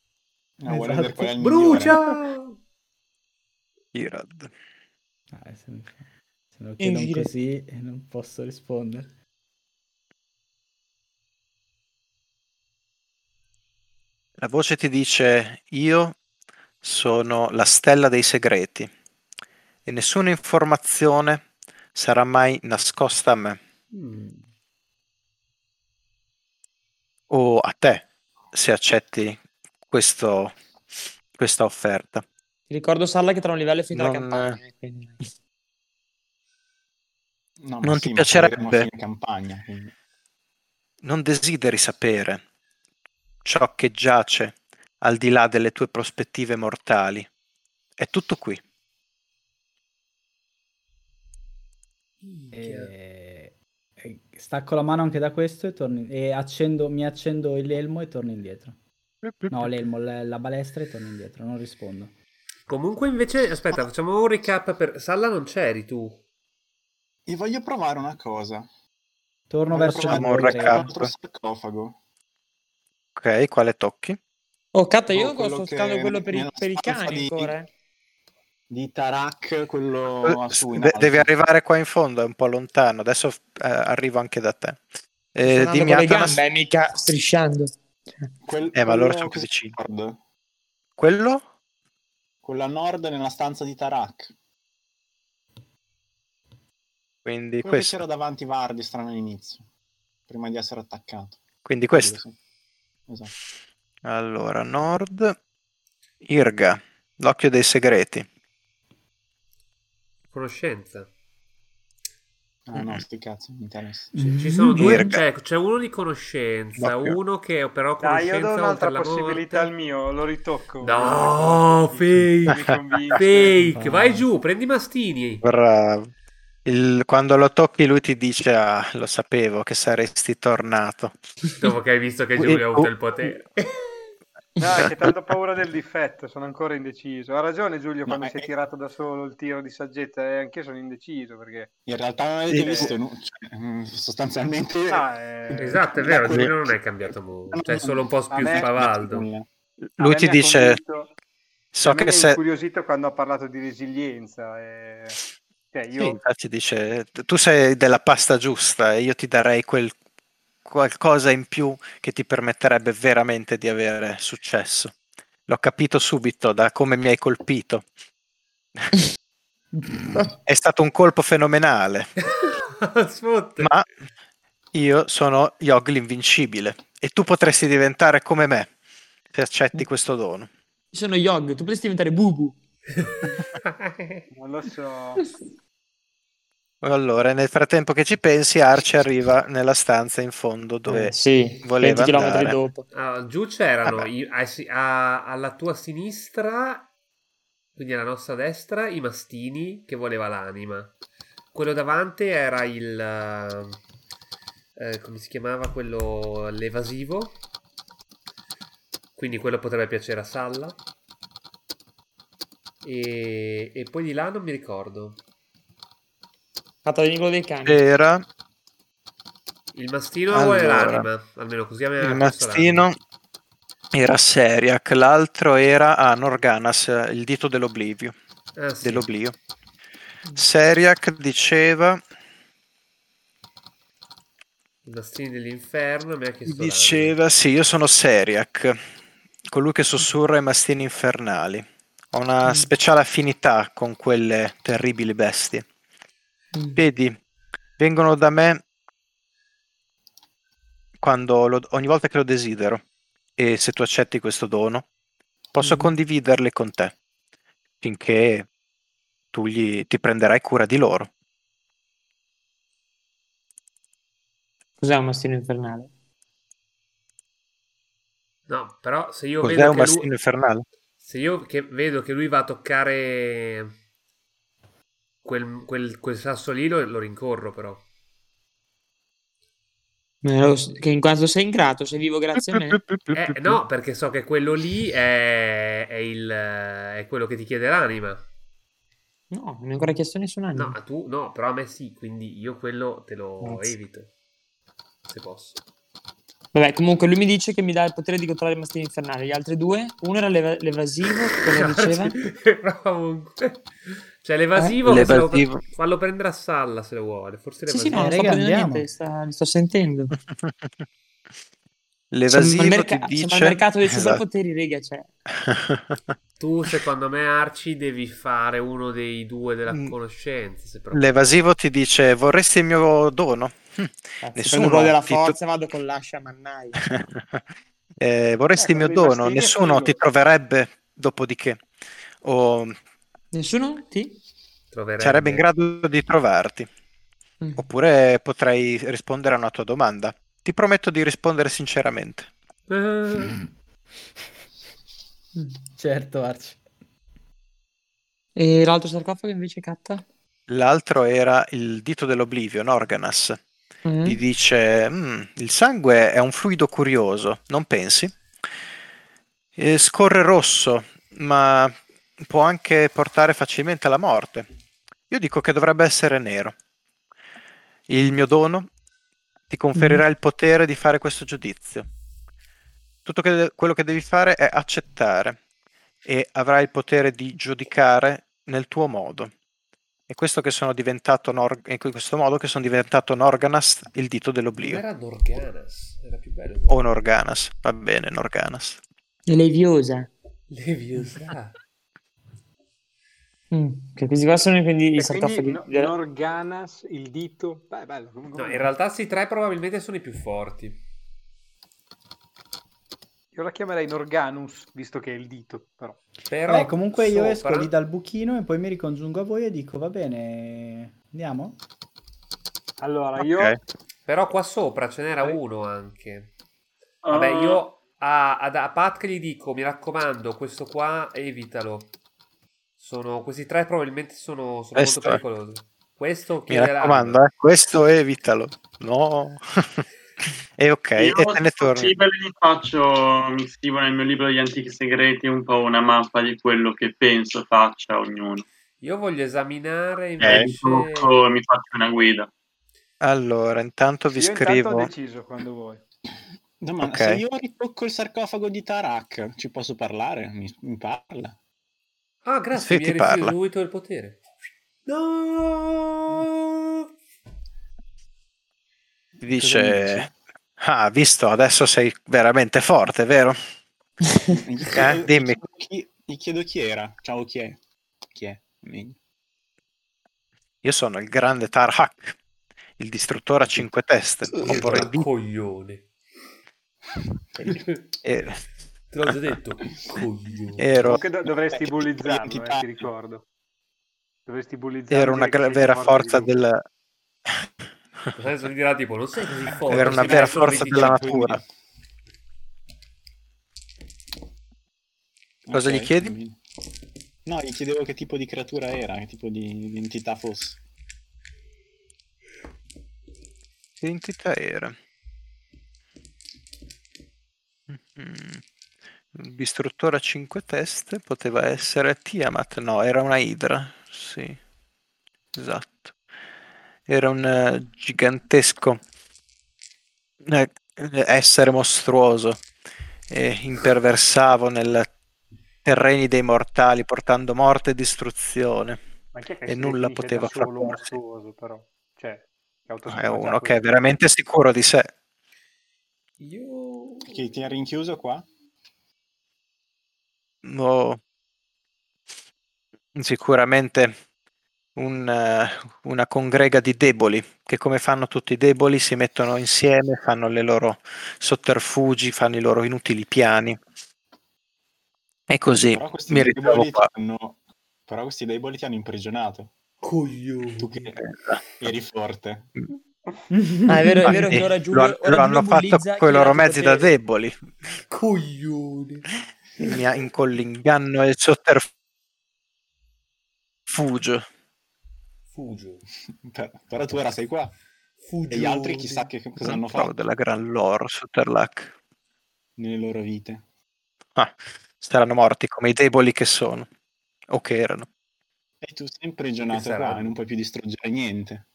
F: No, vuole
D: Esatto.
F: vedere qual è il migliore.
B: Brucia!
A: Irad.
D: Ah, se, mi fa- se me lo chiedono
C: giro.
D: così eh, non posso rispondere.
A: La voce ti dice: Io sono la stella dei segreti e nessuna informazione sarà mai nascosta a me o a te se accetti questo- questa offerta.
C: Ti ricordo, Salla, che tra un livello è finita la
A: Non-
C: campagna. eh, quindi-
F: No, ma
A: Non
F: sì,
A: ti
F: ma
A: piacerebbe?
F: potremmo fare campagna, quindi.
A: Non desideri sapere ciò che giace al di là delle tue prospettive mortali. È tutto qui.
D: E... e Stacco la mano anche da questo e, torno in- e accendo, mi accendo l'elmo e torno indietro. No, l'elmo, la, la balestra e torno indietro. Non rispondo.
B: Comunque invece, aspetta, facciamo un recap per... Salla non c'eri tu.
F: E voglio provare una cosa.
D: Torno
F: Voglio
D: verso
F: provare
D: il
A: Facciamo un
D: muro,
F: un
A: recap.
D: credo.
F: altro sarcofago.
A: Ok, quale tocchi?
C: Oh, Katta, io
F: No, Boh, quello
C: sto
F: che-
C: cercando quello per, i,
F: nella
C: per i
F: stanza
C: cani
F: di-
C: ancora. eh.
F: Di Tarak, quello a
A: Eh,
F: su in
A: de-
F: alto.
A: devi arrivare qua in fondo, è un po' lontano. Adesso eh, arrivo anche da te. Eh,
C: Sto andando
A: dimmi,
C: con le
A: Atanas,
C: gambe, eh, mica strisciando.
A: (laughs)
F: Quel-
A: Eh, ma allora sono
F: quello
A: più vicini.
F: a nord.
A: quello?
F: Quello a nord nella stanza di Tarak.
A: Quindi
F: Quello che
A: questo.
F: c'era davanti Vardi, strano all'inizio. Prima di essere attaccato.
A: Quindi questo.
F: Sì. Esatto.
A: Allora, Nord. Irga, l'occhio dei segreti.
B: Conoscenza.
F: Ah no, sti cazzi, mi interessa.
B: Ci, ci sono
A: Mm.
B: due,
A: Irga.
B: cioè, c'è uno di conoscenza,
A: Doppio.
B: uno che è però
E: Dai,
B: conoscenza
E: io do un'altra
B: oltre la
E: possibilità al
B: morte.
E: mio, lo ritocco.
B: No,
E: Mi
A: (laughs)
B: fake,
E: convince.
B: fake, vai giù, prendi mastini.
A: Bravo. Il- quando lo tocchi lui ti dice, ah, lo sapevo che saresti tornato.
B: Dopo che hai visto che
A: Qui-
B: Giulio ha avuto il potere.
E: Dai, che tanto ho paura del difetto, sono ancora indeciso. Ha ragione Giulio
F: No,
E: quando
F: eh,
E: si è
F: eh.
E: tirato da solo il tiro di saggezza e anch'io sono indeciso perché...
F: In realtà non avete
A: Sì.
F: visto, no? Cioè, mm, sostanzialmente...
E: Ah, eh,
B: Esatto, è vero,
F: Ecco,
B: Giulio non è cambiato molto, cioè è solo un po'
E: A
B: più
E: me-
B: spavaldo.
E: a
A: Lui
E: me
A: ti
E: mi ha
A: dice,
E: convinto-
A: so
E: a me
A: che
E: mi ha
A: sei...
E: incuriosito quando ha parlato di resilienza. eh. Cioè, io...
A: Sì, infatti dice, tu sei della pasta giusta e io ti darei quel qualcosa in più che ti permetterebbe veramente di avere successo. L'ho capito subito da come mi hai colpito. È stato un colpo fenomenale,
B: (laughs) Sfotte.
A: ma io sono Yogg l'invincibile e tu potresti diventare come me se accetti questo dono.
C: Io sono Yog, tu potresti diventare Bubu.
E: Non lo so.
A: Allora, nel frattempo che ci pensi, Arce arriva nella stanza in fondo dove...
C: Eh, sì,
A: voleva
C: 20 km
A: andare.
C: dopo.
B: Ah, giù c'erano
A: Vabbè.
B: i- ai si- a- alla tua sinistra, quindi alla nostra destra, i mastini che voleva l'anima. Quello davanti era il. eh, come si chiamava quello? L'evasivo. Quindi quello potrebbe piacere a Salla. E, e poi di là non mi ricordo.
C: Fatta di quello dei cani.
A: Era
B: Il mastino
A: Allora.
B: vuole l'anima, almeno così aveva
A: il
B: messo
A: mastino era Seriac, l'altro era Anorganas, il dito dell'oblivio,
B: l'anima. Ah, sì.
A: dell'oblio. Seriac diceva,
B: I mastini dell'inferno mi ha chiesto l'anima.
A: diceva, sì, io sono Seriac, colui che sussurra i mastini infernali. Ho
B: Mm.
A: una speciale affinità con quelle terribili bestie.
C: Mm.
A: Vedi, vengono da me quando lo- ogni volta che lo desidero e se tu accetti
B: Mm.
A: questo dono, posso
C: Mhm.
A: condividerle con te finché tu gli, ti prenderai cura di loro.
C: Cos'è un mastino infernale?
B: No, però se io
A: Cos'è
B: vedo
A: un
B: che
A: mastino
B: lui...
A: infernale?
B: Se io che vedo che lui va a toccare quel, quel, quel sasso lì, lo, lo rincorro però.
C: Me lo- Che in quanto sei ingrato, sei vivo grazie a me.
B: Eh, no, perché so che quello lì è, è il, è quello che ti chiede l'anima.
C: No, non mi ha ancora chiesto nessun anno.
B: No,
A: Mm.
B: a tu no, però a me sì, quindi io quello te lo
C: Grazie.
B: evito. Se posso.
C: Vabbè, comunque lui mi dice che mi dà il potere di controllare i mastini infernali. Gli altri due, uno era l'eva- l'evasivo,
B: (laughs)
C: cosa diceva?
B: Però comunque. Cioè l'evasivo,
A: Eh,
B: se lo-
A: l'evasivo.
B: fallo prendere a Salla se lo vuole, forse
C: Sì, sì,
B: l'evasivo.
C: no, non sto
D: raga,
C: prendendo
D: andiamo.
C: niente, sta- li sto sentendo.
A: L'evasivo
C: Sembra il merca-
A: ti dice...
C: sembra il mercato
A: (laughs)
C: dei
A: Esatto.
C: superpoteri, rega, cioè.
A: (laughs)
B: Tu secondo me Arci devi fare uno dei due della
A: Mm.
B: conoscenza, se proprio.
A: L'evasivo ti dice vorresti il mio dono? (laughs)
C: Cazzo,
A: Nessuno
C: Eh, prendo il ruolo della
A: ti-
C: forza, vado con l'ascia, mannai.
A: Eh, vorresti il
E: Ecco,
A: mio
E: quei
A: dono?
E: mastini
A: Nessuno
E: figo.
A: ti troverebbe dopodiché. O
C: Nessuno? Ti?
B: troverebbe.
A: sarebbe in grado di trovarti.
C: Mm.
A: Oppure potrei rispondere a una tua domanda. Ti prometto di rispondere sinceramente.
B: Eh,
C: Mm.
D: Certo, Arci.
C: E l'altro sarcofago invece catta?
A: L'altro era il dito dell'oblivio, Norganas.
C: Mm.
A: Gli dice: "Mm, Il sangue è un fluido curioso, non pensi? Eh, scorre rosso, ma può anche portare facilmente alla morte. Io dico che dovrebbe essere nero. Il mio dono ti conferirà il potere di fare questo giudizio. Tutto che- quello che devi fare è accettare e avrai il potere di giudicare nel tuo modo. È questo che sono diventato Nor- è in questo modo che sono diventato Norganas, il dito
B: non
A: dell'oblio.
B: era Norganas, era più bello.
A: O Norganas, va bene, Norganas.
C: E leviosa.
B: Devi usare.
C: Mm. Che questi qua sono quindi i
E: E
C: sarcofagi.
E: quindi no-
C: della-
E: Norganas, il dito. Beh, bello. come-
B: No,
E: come-
B: in realtà questi tre probabilmente sono i più forti.
E: Io la chiamerei Norganus, visto che è il dito, però.
B: Però
D: Vabbè, comunque io esco
B: sopra-
D: lì dal buchino e poi mi ricongiungo a voi e dico va bene, andiamo?
E: Allora, io
A: Ok.
B: Però qua sopra ce n'era uno anche. Vabbè, io a, ad- a Pat che gli dico, mi raccomando, questo qua evitalo. Sono, questi tre probabilmente sono, sono molto
A: Questo è.
B: pericolosi. Questo
A: Esatto. Mi
B: chiede
A: raccomando,
B: l'anima.
A: eh, questo evitalo. No. (laughs) e ok,
G: Ah, Io
A: e te ne
G: se
A: torni.
G: possibile vi faccio, mi scrivo nel mio libro degli antichi segreti un po' una mappa di quello che penso faccia ognuno.
B: Io voglio esaminare
G: Eh,
B: invece...
G: poco mi faccio una guida.
A: Allora, intanto vi
E: io intanto ho
A: scrivo.
E: deciso
A: (laughs)
E: quando vuoi.
F: Domanda,
A: Ok.
F: se io ritocco il sarcofago di Tarak, ci posso parlare? Mi, mi parla?
B: Ah, grazie,
A: Sì,
B: mi
A: ti
B: hai restituito
A: parla.
B: il potere. No!
A: Ti
F: Cosa mi
A: dice: Ah, visto, adesso sei veramente forte, vero?
F: Gli chiedo- gli
A: Eh, dimmi.
F: chiedo chi- gli chiedo chi era. Ciao, chi è? Chi è? Mi-
A: Io sono il grande Tarhak, il distruttore a cinque teste. Ho
E: esatto.
B: Porra,
A: proibito- (laughs)
B: coglione. Te
A: eh,
B: l'ho già detto, coglione.
A: ero,
E: Comunque do- dovresti
F: Beh,
E: bullizzarlo, eh,
F: identità.
E: ti ricordo. Dovresti bullizzarlo.
A: ero una
E: dire che
A: gra-
E: sei
A: vera
E: morto di
A: forza
E: lui.
A: della.
B: Cioè, Adesso mi dirà tipo, non sei così forte.
A: Era una
B: sei
A: vera
B: solo
A: forza della
B: 25.
A: natura. Cosa
F: Ok,
A: gli chiedi?
F: va bene. No, gli chiedevo che tipo di creatura era, che tipo di di entità fosse.
A: Che entità era? Mm. Il distruttore a cinque teste poteva essere Tiamat, no, era una idra, sì, esatto. Era un eh, gigantesco eh, essere mostruoso e imperversavo nel terreni dei mortali portando morte e distruzione.
E: Ma chi è che
A: e
E: si
A: nulla
E: definisce
A: poteva
E: da solo
A: frapporsi.
E: mostruoso, però. Cioè, che
A: Ah, È uno
E: autosufficienza
A: che è veramente sicuro di sé.
B: Io...
F: Che ti ha rinchiuso qua?
A: No. Boh. sicuramente un, eh, una congrega di deboli che come fanno tutti i deboli si mettono insieme, fanno le loro sotterfugi, fanno i loro inutili piani. E così
F: Però questi
A: mi ritrovo
F: deboli
A: qua.
F: hanno Però questi deboli ti hanno imprigionato.
B: Coglione.
F: Tu che
A: Eh.
F: eri forte.
C: (laughs) Ah, è vero, è vero
A: Infatti,
C: che ora
A: lo,
C: Giulio
A: lo hanno fatto con i loro mezzi da
C: te
A: deboli.
B: Coglione.
A: Mi ha- in- con l'inganno e il sotterfugio.
B: Fugio.
F: Per- Però tu ora sei qua. E gli altri chissà che cosa hanno
A: Trovo
F: fatto
A: della gran lore Sutterlac.
F: nelle loro vite.
A: Ah, saranno morti come i deboli che sono. O che erano.
F: E tu sei imprigionato
B: Che sarà?
F: qua e non puoi più distruggere niente.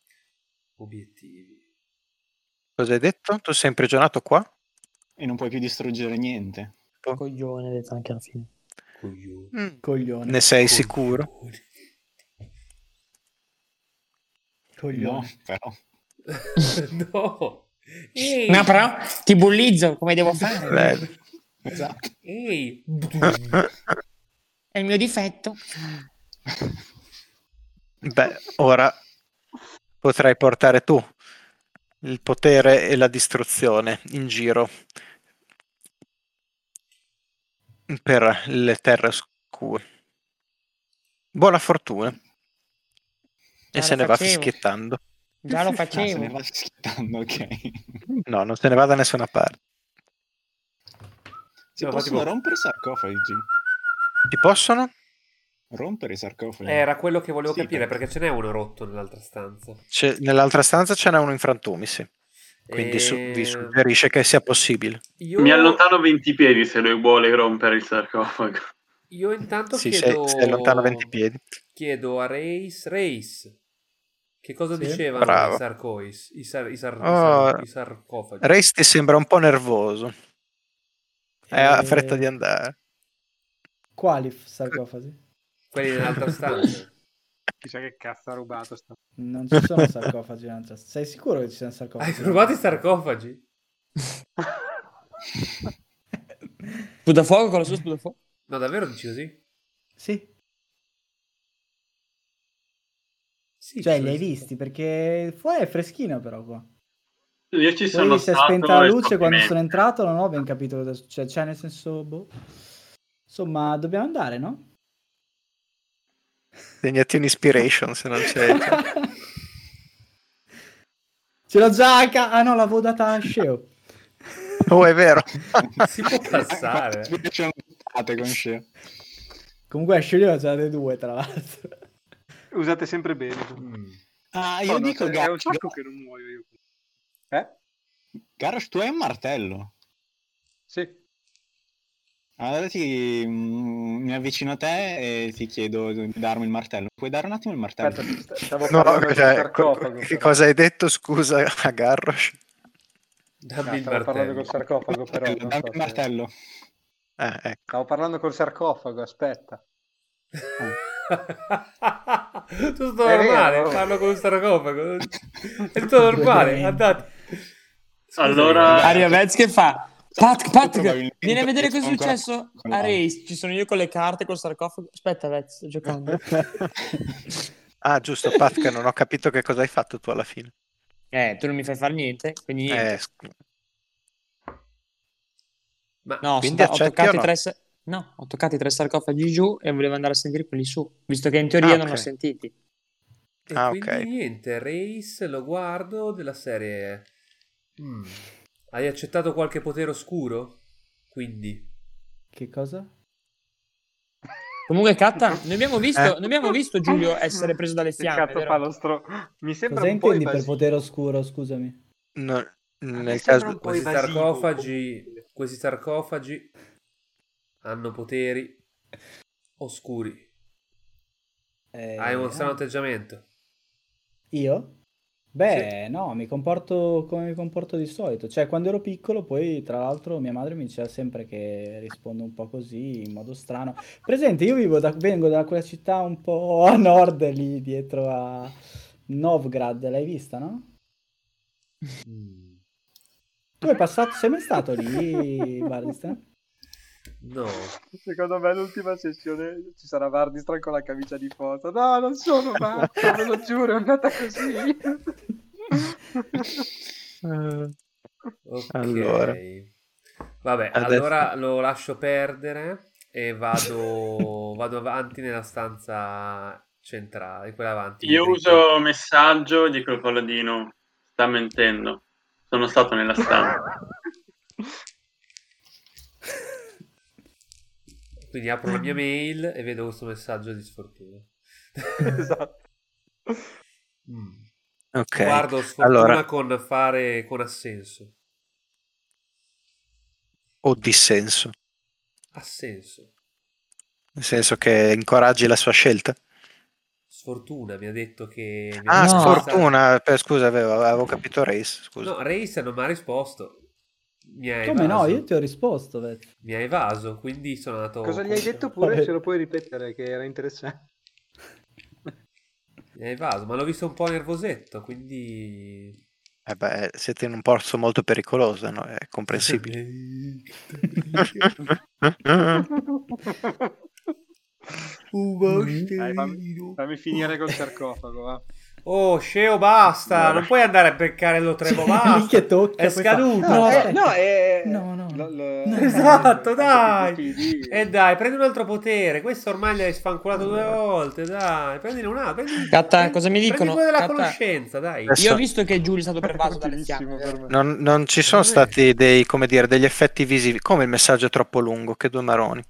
B: Obiettivi.
A: Cosa hai detto? Tu sei imprigionato qua?
F: E non puoi più distruggere niente.
C: Coglione, ha detto anche alla fine.
B: Coglione.
A: Mm,
D: Coglione.
A: Ne sei sicuro?
B: Coglione. (laughs)
F: No,
D: Coglione.
F: però.
B: no. Ehi.
C: No, però ti bullizzo come devo fare.
A: Beh,
F: Esatto.
B: Ehi.
C: (laughs) È il mio difetto.
A: beh, ora potrai portare tu il potere e la distruzione in giro per le terre oscure. Buona fortuna.
C: Ah,
A: E se
C: lo
A: ne va
C: facevo.
A: fischiettando.
C: Già lo
F: (laughs) Ah, se ne
C: facevo.
F: va schittando, ok.
A: No, non se ne va da nessuna parte.
F: Si
B: No, ma
F: possono
B: tipo-
F: rompere i sarcofagi?
A: Ti possono?
F: Rompere i sarcofagi?
B: Era quello che volevo
F: Sì,
B: capire
F: perché-
B: perché ce n'è uno rotto nell'altra stanza.
A: C'è- nell'altra stanza ce n'è uno in frantumisi, quindi su- vi
B: Ehm,
A: suggerisce che sia possibile.
B: io-
G: Mi allontano 20 piedi se lui vuole rompere il sarcofago. (laughs)
B: Io intanto
A: Sì, sei,
B: chiedo...
A: sei lontano 20 piedi.
B: Chiedo a Reis. Reis. Che cosa
D: Sì.
B: dicevano
A: Bravo.
B: i sarcois? I, sar- i sar- i
A: Oh,
B: sar- i sarcofagi.
A: Reis ti sembra un po' nervoso. Eh, ha
E: Ehm.
D: Eh,
A: fretta di andare.
D: Quali f- sarcofagi?
B: Quelli nell'altra stanza.
E: Chissà che cazzo ha rubato. Sta...
D: Non ci sono sarcofagi. non c'è- Sei sicuro che ci siano sarcofagi?
B: Hai rubato i sarcofagi?
C: Sputafuoco con la sua sputafuoco.
B: No, davvero dici così?
D: Sì,
B: Sì.
D: cioè
B: ci
D: li hai
B: sono-
D: visti perché fuori è freschino però qua.
G: Io ci sono
D: Poi si è
G: stato
D: spenta la
G: e
D: luce
G: sto
D: quando
G: finendo.
D: sono entrato, non ho ben capito cosa succede. Cioè, nel senso, boh. Insomma, dobbiamo andare, (laughs) no?
A: Segnati un'ispiration se non c'è.
D: Ce l'ho già, ca- ah no, l'avevo data a Sceo.
A: (laughs) Oh, è vero.
B: (laughs) Si può
F: (laughs)
B: passare.
F: Ci hanno buttate con Sceo.
D: Comunque a Sceo gli ho già date due, tra l'altro.
E: Usate sempre bene.
B: Mm.
F: Ah,
E: No,
F: io
E: non
F: dico
E: so, è un
F: Garrosh,
E: sacco che non muoio io. Eh?
F: Garrosh, tu hai un martello.
E: Sì.
F: Allora ti, mm, mi avvicino a te e ti chiedo di darmi il martello. Puoi dare un attimo il martello?
E: Aspetta, st- stavo
A: No,
E: parlando del
A: cioè,
E: sarcofago.
A: co- che
E: però.
A: cosa hai detto? Scusa (laughs) a Garrosh.
E: No,
B: Dammi il
E: stavo
B: martello.
E: parlando col
B: (laughs)
E: sarcofago, però.
F: Martello,
E: non
F: dammi
E: so
F: il
E: se-
F: martello.
A: Ah, ecco.
E: Stavo parlando col sarcofago, aspetta.
B: Tutto
E: È
B: normale,
E: vero.
B: parlo con un sarcofago. È tutto normale,
D: Veramente.
B: andate. Scusa,
G: Allora-
B: Aria-
C: Aria Vez che fa? Pat, Pat,
F: Probabilmente
C: vieni a vedere
F: io
C: cosa è
F: sono ancora-
C: successo a Race. Ci sono io con le carte, col sarcofago. Aspetta, Vez, sto giocando.
A: Ah, giusto, Patka, non ho capito che cosa hai fatto tu alla fine.
C: Eh, tu non mi fai fare niente, quindi niente.
A: Eh, scu-
B: Ma
C: no,
A: quindi
C: sta- ho
A: accetti
C: toccato
A: o
C: i
A: no?
C: tre... sa- No, ho toccato i tre sarcofagi giù e volevo andare a sentire quelli su, visto che in teoria
A: Ah,
C: non
A: ok.
C: ho sentiti.
B: E
A: Ah,
B: quindi
A: ok.
B: niente, Race lo guardo della serie. "Mm, Hai accettato qualche potere oscuro? Quindi.
D: Che cosa?
C: Comunque, Katta, noi abbiamo visto,
A: Eh.
C: noi abbiamo visto Giulio essere preso dalle
E: Che
C: fiamme,
E: cazzo
C: vero?
E: fa lo stro- Mi sembra
D: Cosa
E: un po'
D: intendi per
E: evasivo.
D: potere oscuro, scusami?
A: no,
E: Ah, Mi
A: nel
E: sembra
A: caso...
E: un po'
B: Questi
E: evasivo.
B: sarcofagi, questi sarcofagi hanno poteri oscuri.
D: Eh,
B: Hai uno strano atteggiamento.
D: Io? Beh, no, mi comporto come mi comporto di solito. Cioè, quando ero piccolo, poi tra l'altro mia madre mi diceva sempre che rispondo un po' così, in modo strano. Presente, io vivo da, vengo da quella città un po' a nord lì dietro a Novgrad, l'hai vista, no?
E: Mm.
D: Tu hai passato, sei mai stato lì, Bardistan?
B: No.
E: Secondo me l'ultima sessione ci sarà Vardistran con la camicia di foto. No, non sono matto, ve lo giuro, è andata così.
A: (laughs)
E: (laughs)
A: Eh,
B: Ok.
A: Allora.
B: Vabbè,
A: Adesso-
B: allora lo lascio perdere. e vado, vado avanti nella stanza centrale, quella avanti.
G: Io
B: dritto.
G: uso messaggio, dico al paladino, sta mentendo. Sono stato nella
E: (laughs)
G: stanza.
B: Quindi apro la mia mail e vedo questo messaggio di sfortuna.
E: (laughs) esatto.
B: Mm.
A: Ok.
B: Guardo sfortuna
A: Allora.
B: con fare con assenso.
A: O dissenso,
B: Assenso.
A: nel senso che incoraggi la sua scelta.
B: Sfortuna mi ha detto che... mi ha
A: Ah,
C: No.
B: detto-
A: sfortuna, per- scusa, avevo, avevo capito race, scusa.
B: No, Reis non mi ha risposto. Mi ha
D: Come
B: evaso.
D: no? Io ti ho risposto, Vet.
B: Mi ha evaso, quindi sono andato...
E: Cosa gli hai detto
D: Vabbè.
E: pure? Se lo puoi ripetere, che era
D: (laughs)
E: interessante.
B: Mi ha evaso, ma l'ho visto un po' nervosetto, quindi...
A: Eh beh, siete in un posto molto pericoloso, no? È comprensibile. Eh?
E: Mm-hmm. Dai, fammi, fammi finire col sarcofago, va.
B: Oh, Sceo, basta! Non puoi andare a beccare lo trevo, basta!
D: (laughs) Minchia, tocca,
B: È
D: poi
B: scaduto!
D: fa- No,
B: Eh,
D: aspetta.
C: no, eh,
D: No, no.
E: Lo- lo- (laughs)
D: No.
B: Esatto,
E: lo-
B: dai!
E: tutti i giri.
B: E Eh, dai, prendi un altro potere. Questo ormai l'hai sfanculato due volte. Dai, prendine un altro. Prendi,
C: Gatta,
B: prendi-
C: cosa mi dicono?
B: Prendi quello della
C: Gatta.
B: conoscenza, dai.
A: Adesso-
C: Io ho visto che Giulio è stato pervaso dalle
E: Utilissimo
C: fiamme.
E: per me.
A: Non, non ci sono
B: Eh.
A: stati dei, come dire, degli effetti visivi, come il messaggio troppo lungo, che due maroni.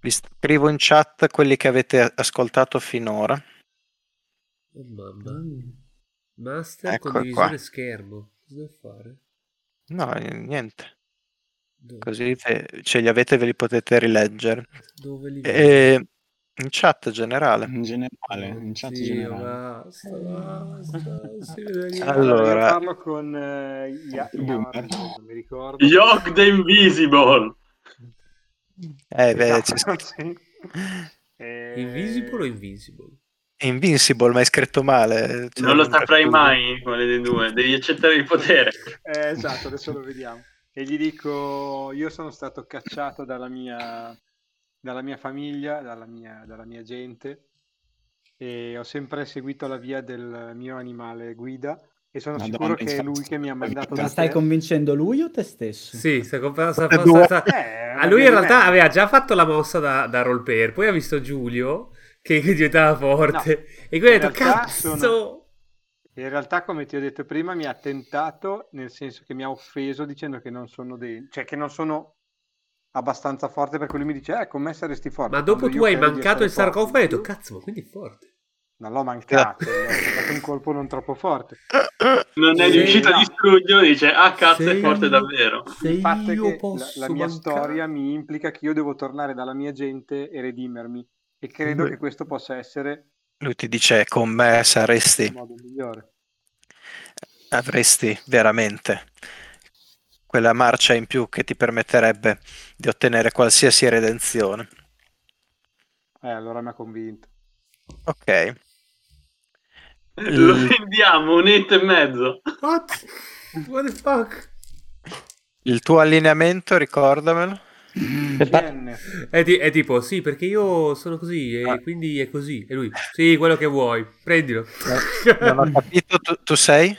A: Vi scrivo in chat quelli che avete ascoltato finora.
B: Oh, mamma. Master,
A: Ecco
B: condivisione
A: qua.
B: schermo. Cosa devo fare?
A: No, eh, niente.
B: Dove,
A: Così ve- ce li avete e ve li potete rileggere.
B: dove li vedo?
A: E, in chat generale.
F: (laughs) In generale, in chat
B: Oddio,
F: generale.
B: basta, basta. non si vede niente.
A: Allora.
E: io parlo con eh, Ia-
F: Il boomer.
E: Ia- non mi ricordo.
G: Yok the Invisible.
A: Eh, beh,
E: No,
A: c'è
E: non (laughs)
A: scritto
B: (laughs)
E: si- Eh,
B: Invisible o invisible?
A: Invincible, ma è scritto male. Cioè,
G: Non lo
A: per
G: saprai
A: cui-
G: mai quale dei due. Devi accettare il potere.
E: eh, esatto, adesso lo vediamo. E gli dico, io sono stato cacciato dalla mia, dalla mia famiglia, dalla mia, dalla mia gente e ho sempre seguito la via del mio animale guida e sono
F: Madonna,
E: sicuro che è
F: infatti.
E: lui che mi ha mandato
F: Ma
E: da
D: Ma stai
E: te.
D: convincendo lui o te stesso?
B: Sì, sta compa- sta-
A: Tutte e due.
B: sta- sta-
E: Eh,
B: A lui in
E: vabbè,
B: realtà
E: me.
B: aveva già fatto la mossa da, da roleplayer, poi ha visto Giulio che (laughs) diventava forte e quindi ha
E: in
B: detto
E: realtà
B: cazzo!
E: sono- In realtà, come ti ho detto prima, mi ha tentato nel senso che mi ha offeso dicendo che non sono de- cioè che non sono abbastanza forte perché lui mi dice eh con me saresti forte.
B: Ma dopo
E: Quando
B: tu
E: io
B: hai
E: credo di
B: mancato il
E: essere forte
B: sarcofago e hai
E: di
B: detto
E: più.
B: cazzo, ma quindi è forte.
E: Non l'ho mancato, gli ho dato un colpo non troppo forte.
G: Non è
B: Sì,
G: riuscito
E: no.
G: a distruggerlo. Dice, ah cazzo,
B: Se
G: è forte
B: io-
G: davvero.
B: Se
E: il fatto è
B: io
E: che la,
B: posso
E: la mia
B: mancare-
E: storia mi implica che io devo tornare dalla mia gente e redimermi e credo
A: Beh.
E: che questo possa essere
A: Lui ti dice con me saresti
E: il modo migliore.
A: avresti veramente quella marcia in più che ti permetterebbe di ottenere qualsiasi redenzione.
E: Eh, allora mi ha convinto.
A: Ok.
G: Lo vendiamo un hit e mezzo.
B: What? What the fuck?
A: Il tuo allineamento, ricordamelo.
E: CN.
B: È, ti- è tipo, sì, perché io sono così e
A: Ah.
B: quindi è così. E lui, sì, quello che vuoi, prendilo.
A: Non ho capito, tu, tu sei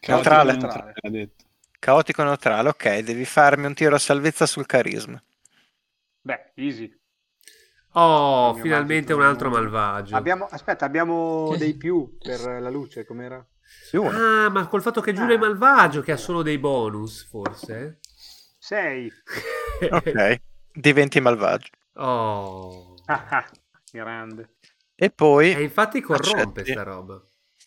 F: Caotico
A: Neutrale.
F: neutrale, l'ha detto.
A: caotico neutrale, ok, devi farmi un tiro a salvezza sul carisma.
E: Beh, easy.
B: (laughs) Oh,
E: Mio
B: finalmente
E: marito.
B: un altro malvagio.
E: Abbiamo,
C: (laughs)
E: aspetta, abbiamo dei più per la luce, com'era?
A: Più uno.
B: Ah, ma col fatto che
A: Eh.
B: Giulio è
E: Ah.
B: malvagio, che ha solo dei bonus, forse?
E: 6.
A: Ok, diventi malvagio.
B: (laughs) Oh.
A: Ah,
E: Ah,
C: (laughs)
E: Grande.
A: E poi
B: E infatti
A: Ah,
B: corrompe
A: Accetti.
B: sta roba.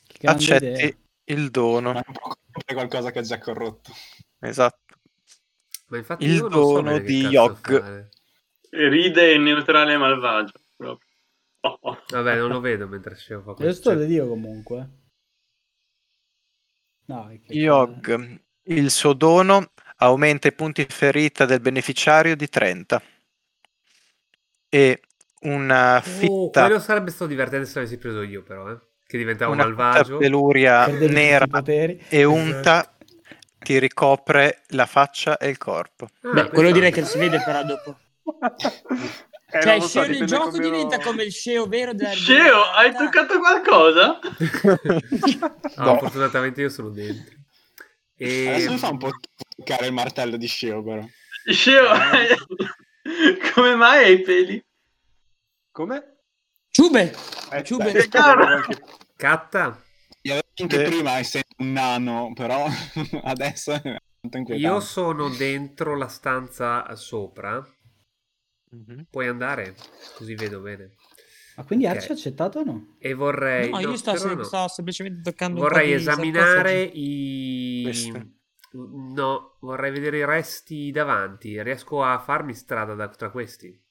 D: Che grande
A: accetti
D: idea.
A: il dono.
F: Ma è un po' come qualcosa che è già corrotto.
A: Esatto.
B: Ma infatti
A: Il
B: io non so
A: dono
B: bene che
A: di
B: cazzo
A: Yogg.
B: fare.
G: Ride e neutrale e malvagio. proprio. Oh, oh.
B: Vabbè, non lo vedo mentre scemo fa
D: Io sto
B: questo.
D: da Dio comunque. eh. No, è che-
A: Yogg, il suo dono aumenta i punti ferita del beneficiario di 30 e una
B: Oh,
A: fitta,
B: quello sarebbe stato divertente se l'avessi preso io, però, eh. Che diventavo
A: una fitta
B: malvagio. Ah,
A: peluria
D: Perdevi tutti i
A: nera
D: poteri.
A: e unta ti ricopre la faccia e il corpo.
B: Ah,
C: Beh,
B: questo-
C: quello direi che si vede però dopo.
E: Eh,
C: cioè,
E: non
C: il
E: lo so,
C: sceo del
E: dipende
C: gioco
E: come lo-
C: diventa come il sceo vero Ah. della
G: Sceo,
C: della
G: hai
C: realtà.
G: toccato qualcosa?
B: No,
A: No.
B: fortunatamente io sono dentro.
A: (laughs)
B: E... mm.
F: Adesso mi fa un po' toccare il martello di Sceo, però.
G: Sceo, (laughs) Come mai hai i peli?
E: Come?
C: Ciube!
E: Eh,
C: Ciube.
E: beh,
G: Chiaro.
E: anche-
B: Catta,
F: Gli avevo anche
A: Eh.
F: prima essendo un nano, però (laughs) adesso è tanto inquietante.
B: io sono dentro la stanza sopra. Puoi andare? Così vedo bene.
D: Ma quindi
B: Ok.
D: Arci ha accettato o no?
B: E vorrei...
C: No, io sto,
B: però
C: sem-
B: no.
C: sto semplicemente toccando un po'
B: Vorrei
C: di
B: esaminare
C: sarcofagi.
A: Queste.
B: i... No, vorrei vedere i resti davanti. Riesco a farmi strada da, tra questi?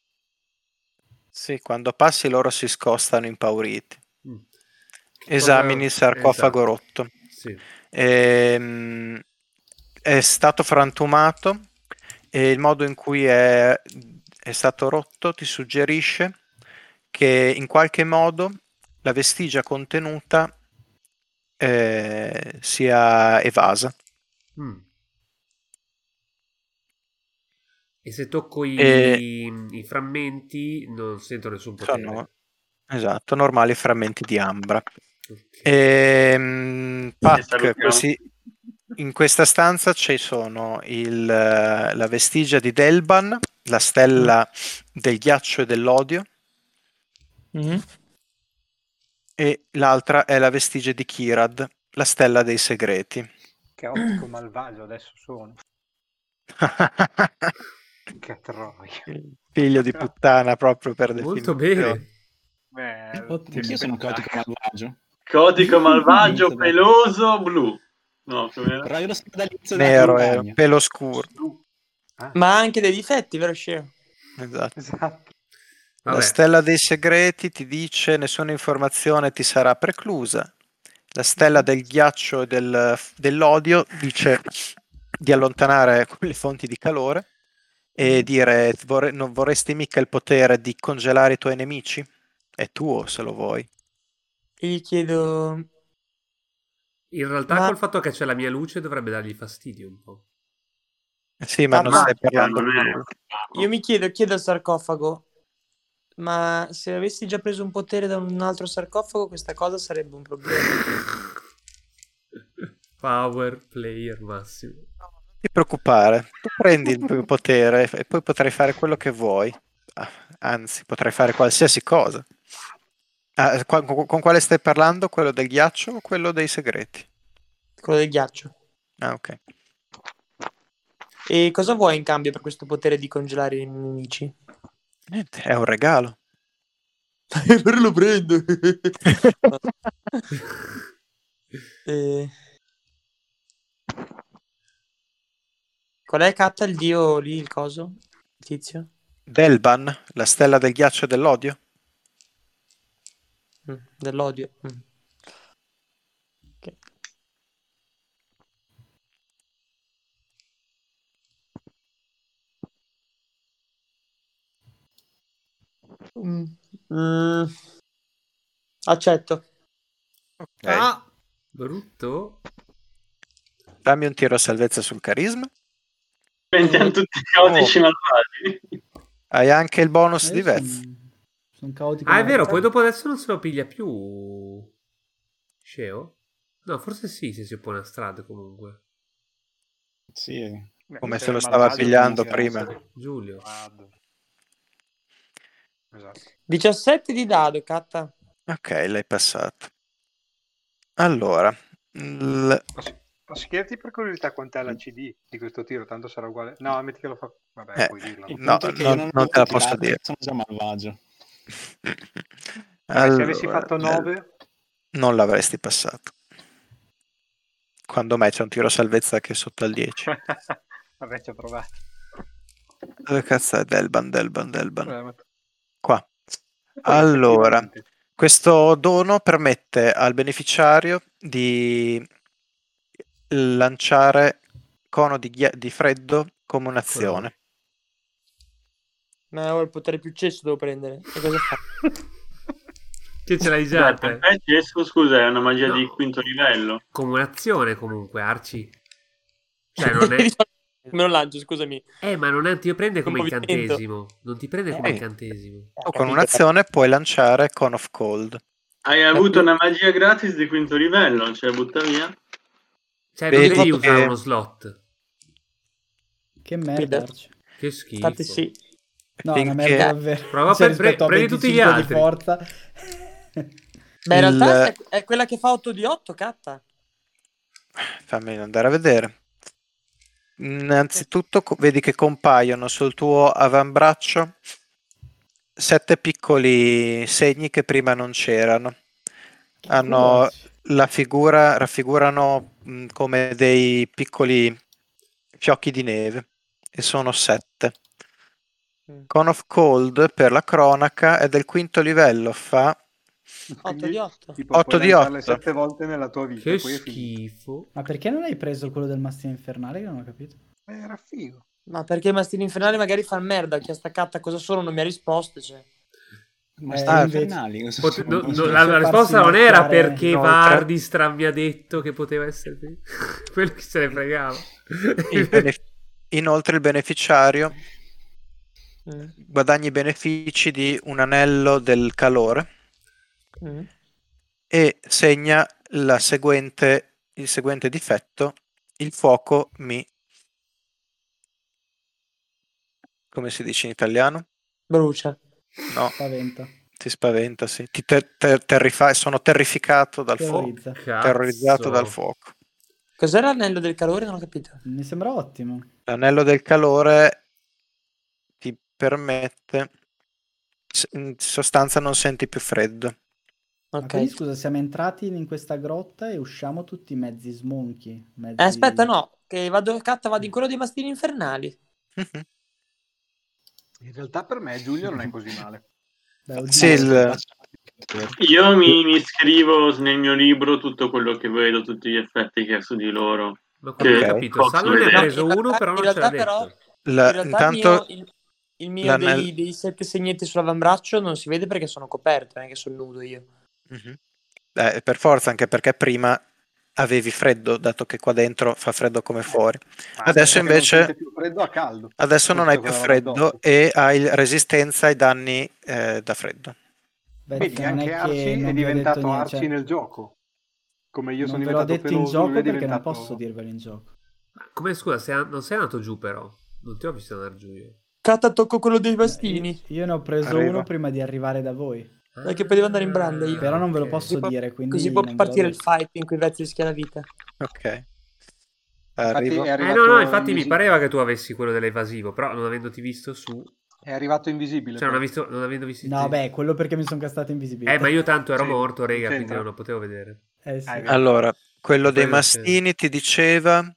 A: Sì, quando passi loro si scostano impauriti.
B: Mm.
A: Esamini il sarcofago
B: Esatto.
A: rotto.
B: Sì.
A: Ehm, è stato frantumato e il modo in cui è, è stato rotto ti suggerisce che in qualche modo la vestigia contenuta eh, sia evasa.
B: Mm. E se tocco i,
A: E-
B: i frammenti non sento nessun potere.
A: Sono, esatto, normali frammenti di ambra.
B: Ok.
A: Ehm,
G: Ci
A: Pac,
G: salutiamo.
A: questi- in questa stanza ci sono il, eh, la vestigia di Delban, la stella del ghiaccio e dell'odio,
C: Mhm.
A: e l'altra è la vestigia di Kirad, la stella dei segreti. (laughs)
E: Che ottico malvagio adesso sono. Che troia.
A: Figlio di puttana proprio per
B: Molto
A: definizione.
B: bene.
E: Beh,
D: Ottimo.
F: Anch'io sono un
E: (laughs)
F: caotico malvagio.
G: Codico malvagio,
F: Inizio da-
G: peloso, blu. No, com'era?
F: Però io lo spadalizzo dalla
A: Nero, eh,
F: montagna.
A: pelo scuro.
C: Ma ha anche dei difetti, vero Sceo?
A: Esatto.
E: Esatto.
A: La
B: Vabbè,
A: stella dei segreti ti dice nessuna informazione ti sarà preclusa. La stella del ghiaccio e del- dell'odio dice di allontanare quelle fonti di calore e dire "Vorre- non vorresti mica il potere di congelare i tuoi nemici? È tuo se lo vuoi.
C: E gli chiedo...
B: in realtà
C: Ma-
B: col fatto che c'è la mia luce dovrebbe dargli fastidio un
A: (laughs)
B: po'.
A: Eh Sì, ma non
C: Papà,
A: stai parlando
G: non
A: con
G: è-
A: lui.
C: Io mi chiedo, chiedo al sarcofago, ma se avessi già preso un potere da un altro sarcofago, questa cosa sarebbe un problema.
B: Power player massimo.
A: Non ti preoccupare, tu prendi il tuo potere e poi potrai fare quello che vuoi. Ah, Anzi, potrai fare qualsiasi cosa. Ah, qua- con, con quale stai parlando? Quello del ghiaccio o quello dei segreti?
C: Quello del ghiaccio.
A: Ah, ok.
C: E cosa vuoi in cambio per questo potere di congelare i nemici? (laughs)
A: Niente, è un regalo.
C: Però lo (laughs) prendo. Eh. Qual è Katta il dio lì, il coso? Il tizio?
A: Delban, la stella del ghiaccio e dell'odio?
C: Mm, dell'odio. Mm. Ok. Mm. Mm. Accetto.
B: Ah, brutto.
A: Dammi un tiro a salvezza sul carisma.
G: Diventiamo tutti
C: Oh.
G: caotici malvagi.
A: Hai anche il bonus di
D: Io
A: Vez.
D: Sono, sono caotico.
B: Ah, è vero,
D: malvagio.
B: poi dopo adesso non se lo piglia più. Sceo? No, forse sì, se si oppone a strada comunque.
F: Sì.
A: Come
E: Beh,
A: se lo
E: il
A: stava
E: Cioè, malvagio
A: pigliando
E: comunque
A: prima.
E: era
A: (laughs)
B: Giulio.
E: malvagio. Esatto.
C: 17 di dado, Katta.
A: Ok, l'hai passato. Allora, l-
E: Posso, posso chiederti per curiosità quant'è
A: Mm.
E: la CD di questo tiro? Tanto sarà uguale. No, metti che lo fa. Vabbè,
A: Eh,
E: puoi dirlo.
F: Il
A: No,
F: punto è che io
A: non- non te la
F: ho tirato,
A: posso dire.
F: Sono già malvagio.
E: Vabbè, Eh, Cioè, se avessi
A: Allora, eh,
E: fatto
A: nel-
E: 9,
A: non l'avresti passato. Quando mai c'è un tiro a salvezza che è sotto al 10.
E: (laughs) vabbè, ci ho provato.
A: Dove cazzo è Delban, Delban, Delban?
E: Vabbè, ma-
A: Qua.
E: Poi,
A: Allora.
E: effettivamente,
A: Questo dono permette al beneficiario di lanciare cono di, ghia- di freddo come un'azione.
C: Ma ho il potere più cesso, devo prendere. E cosa (laughs) fa?
B: Che ce l'hai già?
G: Dai,
B: te?
G: per me, Gesù, Eh, scusa, è una magia di
B: No.
G: quinto livello.
B: Come un'azione comunque, Arci. Cioè, non è...
C: Me lo lancio, scusami.
B: Eh, ma non è... ti prende come
C: Un movimento.
B: incantesimo. Non ti prende come
A: Eh.
B: incantesimo.
A: Tu
C: Eh,
A: con un'azione puoi lanciare Cone of Cold.
G: Hai avuto una magia gratis di quinto livello, cioè butta via.
B: Cioè,
A: Beh,
B: non devi
A: fatto
B: usare
A: che-
B: uno slot.
D: Che merda. Arci.
B: Che schifo.
C: Infatti sì.
D: No, una merda davvero.
B: Prova a
D: Cioè,
B: pre-
D: rispetto a
B: prendi tutti gli
D: 25
B: altri.
D: Di forza.
C: Beh, in
A: Il-
C: realtà è, è quella che fa 8 di 8, catta.
A: Fammi andare a vedere. Innanzitutto co- vedi che compaiono sul tuo avambraccio sette piccoli segni che prima non c'erano. Hanno la figura, raffigurano mh, come dei piccoli fiocchi di neve e sono sette.
C: Mm.
A: Con of Cold per la cronaca è del quinto livello, fa
C: 8 di 8.
E: Tipo,
A: Otto
E: puoi
A: di
E: lanciarle
A: otto.
E: sette volte nella tua vita.
B: Che
E: poi è finito.
B: schifo.
D: (laughs) (laughs) Ma perché non hai preso quello del mastino infernale? Che non ho capito.
E: Eh, Era figo.
C: Ma perché i mastini infernali magari fanno merda? Chi ha staccato cosa sono non mi ha risposto. Cioè.
F: Ma
D: Eh,
F: stanno
A: invece-
F: infernali, cosa
B: Pot-
F: sono?
B: no-
F: Cioè, Non
B: no,
F: so.
B: la, la
D: farsi
B: risposta non era
D: marcare
B: perché
A: inoltre.
B: Vardi stravi ha detto che poteva essere (laughs) quello che se ne fregava.
A: Il bene- Inoltre il beneficiario
C: Mm.
A: guadagni i benefici di un anello del calore
C: Mm.
A: e segna la seguente, il seguente difetto, il fuoco mi... Come si dice in italiano?
C: Brucia.
A: No,
D: Spaventa.
A: ti spaventa, sì. Ti ter- ter- terrifa- sono terrificato dal fuoco,
D: Terrorizza.
B: Oh, Cazzo.
A: terrorizzato dal fuoco.
C: Cos'era l'anello del calore? Non ho capito.
D: Mi sembra ottimo.
A: L'anello del calore ti permette, s- in sostanza non senti più freddo.
D: Ma
C: Ok.
D: quindi scusa, siamo entrati in questa grotta e usciamo tutti mezzi smonchi. mezzi-
C: Eh, aspetta, no. Che vado, catta, vado in quello dei mastini infernali.
E: In realtà per me Giulio non è così male.
D: Beh, oddio.
A: Sì, il-
G: Io mi, mi scrivo nel mio libro tutto quello che vedo, tutti gli effetti che ha su di loro.
B: Ma quello
A: Ok.
B: ho capito. Salvo ne ha
G: No,
B: preso
C: in realtà-
B: uno, però
C: in
B: non ce l'ha
C: realtà però-
B: detto.
A: la-
C: In realtà
A: intanto
C: il mio, il- il mio
A: l'anel-
C: dei, dei sette segnetti sull'avambraccio non si vede perché sono coperto, non è che sono nudo io.
A: Mhm. Eh, per forza, anche perché prima avevi freddo, dato che qua dentro fa freddo come
C: Eh,
A: fuori.
E: Ma
A: (laughs) Adesso
E: perché non
A: invece-
E: sente più freddo a caldo.
A: Adesso non hai più
E: Questo
A: freddo e hai resistenza ai danni eh, da freddo.
D: Beh,
E: Vedi,
D: non
E: anche
D: che
E: Arci
D: non vi ho
E: è
D: detto
E: diventato
D: niente,
E: Arci
D: cioè,
E: nel gioco. Come io
D: non
E: sono
D: ve l'ho
E: diventato
D: detto
E: peloso,
D: in
E: lui
D: gioco
E: è
D: perché non
E: diventato-
D: posso dirvelo in gioco.
B: Ma Come scusa, sei- non sei andato giù però. Non ti ho visto andare giù io.
C: Catta tocco quello dei
D: Io,
C: mastini.
D: io ne ho preso
A: Arriva.
D: uno prima di arrivare da voi,
C: Perché potevo andare in branda io.
D: però non ve lo
B: ok.
D: posso
C: Tipo-
D: dire, quindi
C: Così può
D: non ve l'ho
C: partire il
D: detto.
C: fight in cui Vezzi rischia la vita.
A: Ok.
E: Infatti
A: Arrivo.
E: è
B: Eh
E: arrivato
B: no, no, infatti mi
E: invisibile.
B: pareva che tu avessi quello dell'evasivo, però non avendoti visto su...
E: È arrivato invisibile.
B: Cioè non,
E: però.
B: avendo- non avendo visto...
D: No, beh, quello perché mi sono castato invisibilità.
B: Eh, ma io tanto ero
E: Sì,
B: morto, rega,
E: c'entra.
B: quindi non lo potevo vedere.
D: Eh, sì.
E: Ah, è vero.
A: Allora, quello dei
B: Quello c'è.
A: mastini ti diceva...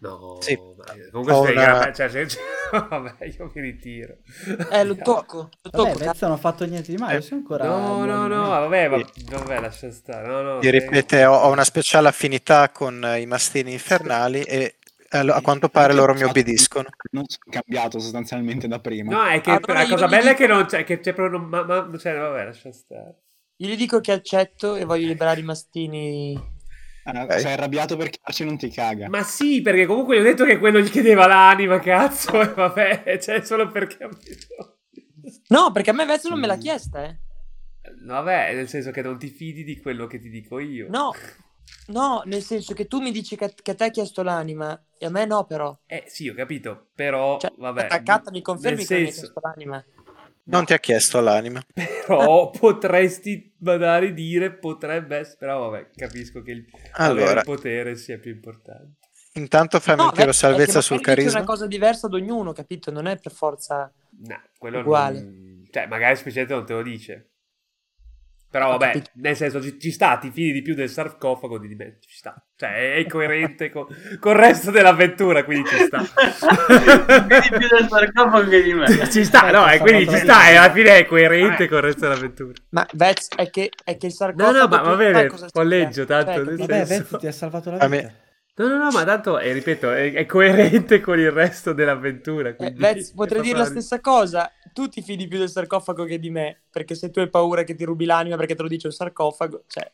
B: No,
A: Sì.
B: ma- comunque
A: Ho
B: sei
A: una-
B: vabbè, cioè, se- (laughs) vabbè, io mi retiro.
C: Eh, lo tocco. Lo
D: Vabbè,
C: tocco,
D: Vezza non ho fatto niente di male, io sono ancora...
B: Eh, No, no, no,
D: no.
B: vabbè, ma- vabbè, lascia stare. No, no,
A: Ti
B: sei-
A: ripete, ho, ho una speciale affinità con eh, i mastini infernali e allo- a quanto pare loro mi obbediscono.
F: Non sono cambiato sostanzialmente da prima.
B: No, è che
C: Allora
B: la
C: io
B: cosa
C: gli
B: bella è
C: dico-
B: che non c'è, che c'è proprio... non- Ma, ma- cioè, vabbè, lascia stare.
C: Io gli dico che accetto e voglio liberare i mastini.
F: Ah,
A: Ok.
F: Sei arrabbiato perché Arci non ti caga.
B: Ma sì, perché comunque gli ho detto che quello gli chiedeva l'anima, cazzo, e vabbè, (laughs) cioè, solo perché... ha bisogno.
C: No, perché a me Vezzi non me l'ha
B: Mm.
C: chiesta, eh.
B: Vabbè, nel senso che non ti fidi di quello che ti dico io.
C: No, no, nel senso che tu mi dici che, che a te ha chiesto l'anima e a me no, però.
B: Eh sì, ho capito, però
C: Cioè,
B: vabbè.
C: attaccata mi confermi
B: nel
C: che non mi ha
B: senso-
C: chiesto l'anima.
A: Non ti ha chiesto l'anima.
B: Però (laughs) potresti magari dire, potrebbe essere, però vabbè, capisco che il, avere
A: Allora,
B: il potere sia più importante.
A: intanto fammi un
C: No,
A: tiro
C: beh,
A: salvezza
C: è che
A: sul
C: magari dici
A: carisma.
C: una cosa diversa ad ognuno, capito? Non è per forza...
B: No, quello
C: Uguale.
B: non... Cioè, magari specialmente non te lo dice. Però
C: Ho
B: vabbè,
C: capito.
B: nel senso ci, ci sta, ti fidi di più del sarcofago di di me, ci sta. Cioè, è coerente con, col resto dell'avventura, quindi ci
G: (laughs)
B: sta.
G: Quindi più del sarcofago che di me.
B: (laughs)
G: Eh.
B: ci sta, no, e quindi ci sta, e alla fine è coerente col resto dell'avventura.
C: Ma Vez è che, è che il sarcofago...
B: No, no, ma va
C: tu sai
B: bene,
C: cosa
B: collegio,
C: sia.
B: tanto,
C: Cioè,
B: nel
C: capito?
D: Vabbè,
B: senso-
D: Vezza ti ha salvato la
A: A me-
D: vita.
B: No, no, no, ma tanto, eh, ripeto, è, è coerente con il resto dell'avventura.
C: Eh,
B: Quindi
C: Vez,
B: è (laughs)
C: potrei dire la
B: proprio-
C: stessa cosa. Tu ti fidi più del sarcofago che di me, perché se tu hai paura che ti rubi l'anima perché te lo dice un sarcofago, cioè...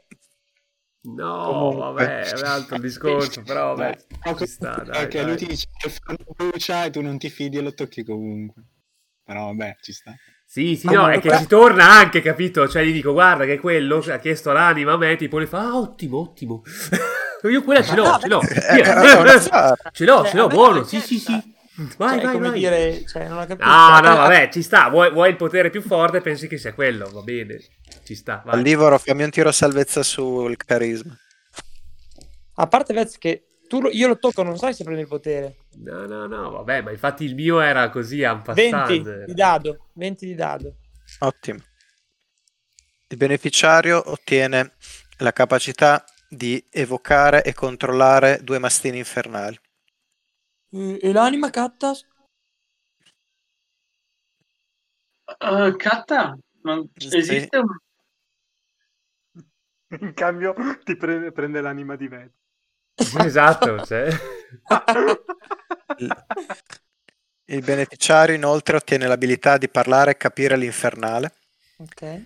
B: No,
A: Comunque.
B: vabbè, è un altro il discorso, però
G: (laughs)
B: vabbè, ci sta, dai,
F: perché lui
B: dai.
F: ti dice che il forno brucia e tu non ti fidi e lo tocchi comunque. Però vabbè, ci sta.
B: Sì, sì,
C: Ma
B: no,
C: guarda,
B: è che
C: qua-
B: ci torna anche, capito? Cioè, gli dico, guarda che quello che ha chiesto l'anima a me, tipo, le fa, ah, ottimo, ottimo. (laughs) Io quella ce l'ho,
C: Ma no,
B: ce l'ho.
C: Vez-
B: Via.
A: Eh, eh, eh, eh,
B: Ce l'ho, (laughs)
C: Cioè,
B: ce
C: a
B: l'ho,
C: me
B: buono,
C: non
B: sì, sì,
C: interessa.
B: sì. Vai,
C: Cioè,
B: vai,
C: come
B: vai.
C: dire, cioè, non ho capito.
B: Ah, no, vabbè, ci sta. Vuoi, vuoi il potere più forte? Pensi che sia quello. Va bene, ci sta.
A: (laughs)
B: vai.
A: Allivoro, fammi un tiro a salvezza sul carisma.
C: A parte Vez che tu lo- io lo tocco, non sai se prende il potere.
B: No, no, no, vabbè, ma infatti il mio era così, un
C: 20
B: passante.
C: di dado, 20 di dado.
A: Ottimo. Il beneficiario ottiene la capacità di evocare e controllare due mastini infernali.
C: Eh, E (laughs) l'anima Cattas?
G: Eh, Katta? Non...
A: Sì.
G: Esiste un...
E: (laughs) In cambio ti prende, prende l'anima di Ved.
B: (laughs) Esatto, cioè.
A: Il beneficiario inoltre ottiene l'abilità di parlare e capire l'infernale
C: Ok.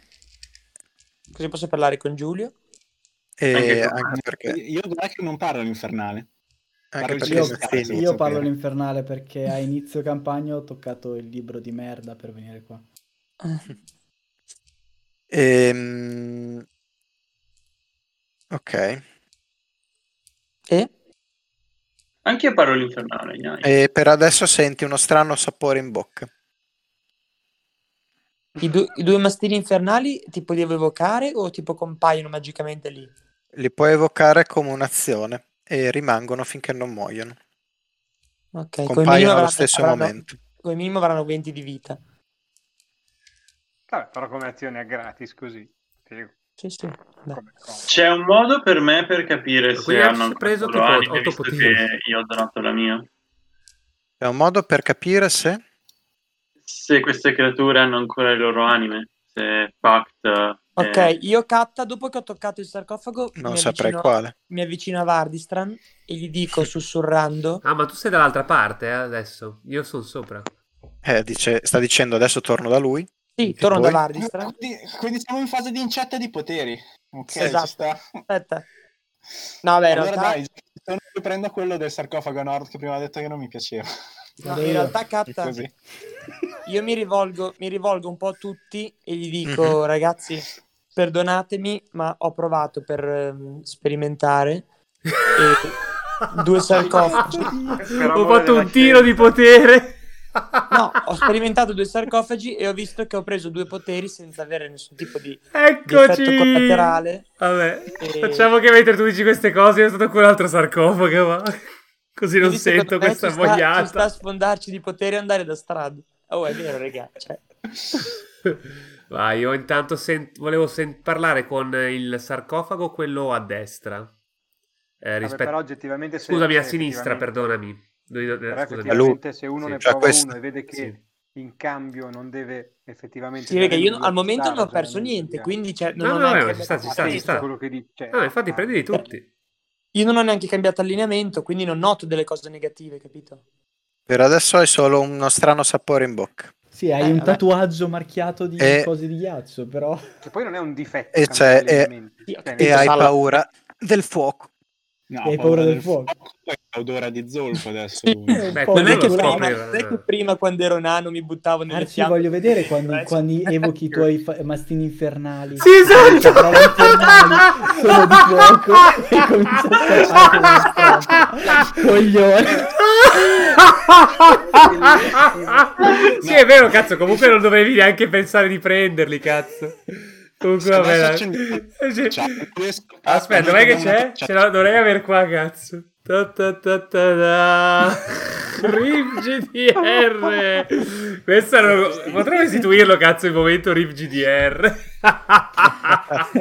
C: Così posso parlare con Giulio?
A: e
G: Anche
A: anche,
G: con-
A: perché anche
F: Io guarda che non parlo l'infernale. parlo
A: perché
F: io-
A: i
F: sì, sì,
A: mastini-
F: lo
D: Io
F: so
D: parlo
F: che-
D: l'infernale perché a inizio campagna ho toccato il libro di merda per venire qua.
A: Ehm, Ok.
C: E?
G: Anche io parlo l'infernale, gnai.
A: E per adesso senti uno strano sapore in bocca.
C: I, du- i due mastini infernali ti puoi evocare o tipo compaiono magicamente lì?
A: Li puoi evocare come un'azione e rimangono finché non muoiono.
C: Ecco, Ok, come minimo
A: Compaiono allo
C: avranno-
A: stesso
C: avranno-
A: momento.
C: Come minimo avranno 20 di vita.
E: Vabbè, però come azione a gratis così.
B: (laughs)
E: Figo.
C: Sì, sì. Beh.
E: Come cosa.
G: C'è un modo per me per capire se
B: Quindi
G: hanno
B: adesso
G: ancora
B: preso
G: loro
B: tipo
G: anime,
B: otto
G: visto
B: potini.
G: che io ho donato la mia.
A: È un modo per capire se...
G: Se queste creature hanno ancora le loro anime, se Pact... eh,
C: Ok, io Katta, dopo che ho toccato il sarcofago,
A: Non
C: mi,
A: saprei
C: avvicino,
A: quale.
C: mi avvicino a Vardistran e
A: (laughs)
C: gli dico sussurrando,
B: Ah, ma tu sei dall'altra parte eh, adesso. Io sono sopra.
A: Eh, dice- sta dicendo adesso torno da lui.
C: sì, torno da
A: poi?
C: Vardistran,
F: Quindi, quindi siamo in fase di incetta di poteri. Ok,
C: Sì, esatto.
F: ci sta.
C: aspetta. No, beh, in
F: allora
C: realtà,
F: dai, se no io prendo quello del sarcofago nord che prima ho detto che non mi piaceva.
C: no, in realtà, Katta,
F: Così.
C: io mi rivolgo, mi rivolgo un po' a tutti e gli
B: Mhm.
C: dico, ragazzi, perdonatemi, ma ho provato per ehm, sperimentare e due sarcofagi.
B: (laughs)
E: Per
B: ho
E: amore
B: fatto
E: della
B: un tiro
E: scienza.
B: di potere.
E: (laughs)
C: No,
B: (laughs)
C: ho sperimentato due sarcofagi e ho visto che ho preso due poteri senza avere nessun tipo di
B: Eccoci.
C: effetto collaterale.
B: Vabbè,
C: E-
B: facciamo che mentre tu dici queste cose io sono quell'altro sarcofago, ma (laughs) così non
C: Quindi, secondo
B: sento
C: me,
B: questa
C: ci sta-
B: vogliata.
C: Ci sta
B: (laughs)
C: a sfondarci di potere e andare da strada. Oh, è vero, regà. Cioè,
B: Ma io intanto sen- volevo sen- parlare con il sarcofago, quello a destra. Eh,
E: Vabbè,
B: rispetto-
E: però oggettivamente se-
B: Scusami, a
E: se
B: sinistra,
E: effettivamente-
B: perdonami. Dove- dove-
E: Però
B: scusami.
E: effettivamente se uno
B: Sì,
E: ne
B: cioè
E: prova
A: questo-
E: uno e vede che
B: Sì.
E: in cambio non deve effettivamente...
C: sì, raga,
E: dare
C: io
E: nulla,
C: al momento non ho
E: usarlo, cioè,
C: perso niente,
E: vediamo.
C: quindi cioè,
B: No,
C: non ho
B: no,
C: neanche
B: no, ci sta,
C: cambiato
B: ci Ah, sta, ci
C: allineamento.
B: sta.
E: quello che dici. Cioè,
B: No, infatti
C: Eh,
B: prendili tutti.
C: Io non ho neanche cambiato allineamento, quindi non noto delle cose negative, capito?
A: Per adesso hai solo uno strano sapore in bocca.
D: Sì, hai
C: Eh,
D: un
C: vabbè.
D: tatuaggio marchiato di
F: Eh.
A: E-
D: cose di ghiaccio, però...
E: Che poi non è un difetto.
A: E c'è-
E: cambiare
A: e-
E: elementi.
C: Sì, ho
E: Cioè,
C: capito,
A: E
C: Penso
A: hai
C: sala.
A: paura del fuoco.
F: No,
D: Hai paura del fuoco?
F: Poi odora di
C: (laughs)
F: zolfo adesso.
B: Beh,
D: po'
B: non è
D: di
B: che
D: colore.
B: scopri. eh.
C: Non è che prima quando ero nano mi buttavo nelle
D: Arci,
C: fiamme.
D: voglio vedere quando,
C: Adesso-
D: quando evochi i tuoi fa- mastini infernali.
B: Sì, esatto!
D: Però le
B: (laughs)
D: infernali sono di fuoco
F: (laughs)
D: e comincia a sparare nella strada.
F: (laughs)
D: Coglione.
B: sì, è vero, cazzo. Comunque non dovevi neanche pensare di prenderli, cazzo. Comunque,
F: Adesso
B: vabbè.
F: c'è il- cioè,
B: dai. (laughs) Sì.
F: Ciao, due sc-
B: Aspetta, dov'è che c'è?
F: cioè,
B: Ce la dovrei aver qua, cazzo. Ta ta ta ta da. RIP GDR. Questo era- potremmo istituirlo, cazzo, il momento RIP GDR.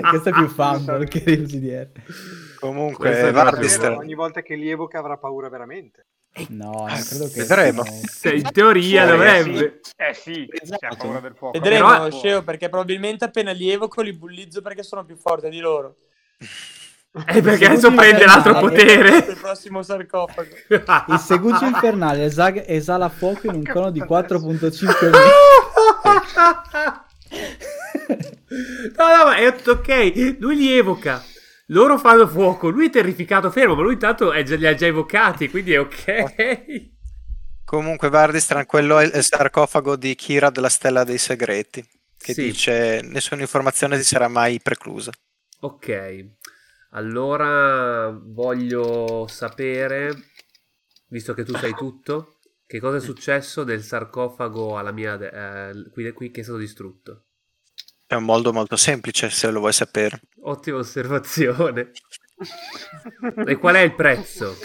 D: Questo è più fumble che RGDR.
B: Questo
A: Comunque,
B: è
E: davvero,
A: Vardistra,
E: ogni volta che li evoca avrà paura veramente.
D: No,
F: Ah,
D: non credo che...
A: Vedremo.
B: Se in teoria
F: Fuori,
B: dovrebbe.
E: Eh sì,
F: Esatto.
E: c'è paura del fuoco.
C: Vedremo,
B: Però-
C: Sceo, perché probabilmente appena li evoco li bullizzo perché sono più forte di loro.
B: E Eh, perché
D: Se
B: adesso
D: tu
B: prende
D: mi
B: l'altro
D: fai male-
B: potere.
C: Il prossimo sarcofago.
D: Il segugio infernale esag- esala fuoco in un cono di 4.5
B: (laughs) No, no, ma è tutto ok. Lui li evoca. Loro fanno fuoco. Lui è terrificato, fermo. Ma lui intanto è già- li ha già evocati. Quindi è ok.
A: comunque Vardistra, quello è il sarcofago di Kira della Stella dei Segreti, che
B: Sì.
A: dice nessuna informazione ti sarà mai preclusa.
B: Ok. Allora voglio sapere, visto che tu sai tutto, Che cosa è successo del sarcofago alla mia de- eh, qui, qui che è stato distrutto?
A: È un modo molto semplice se lo vuoi sapere.
B: Ottima osservazione. e qual
E: (laughs)
B: è il prezzo?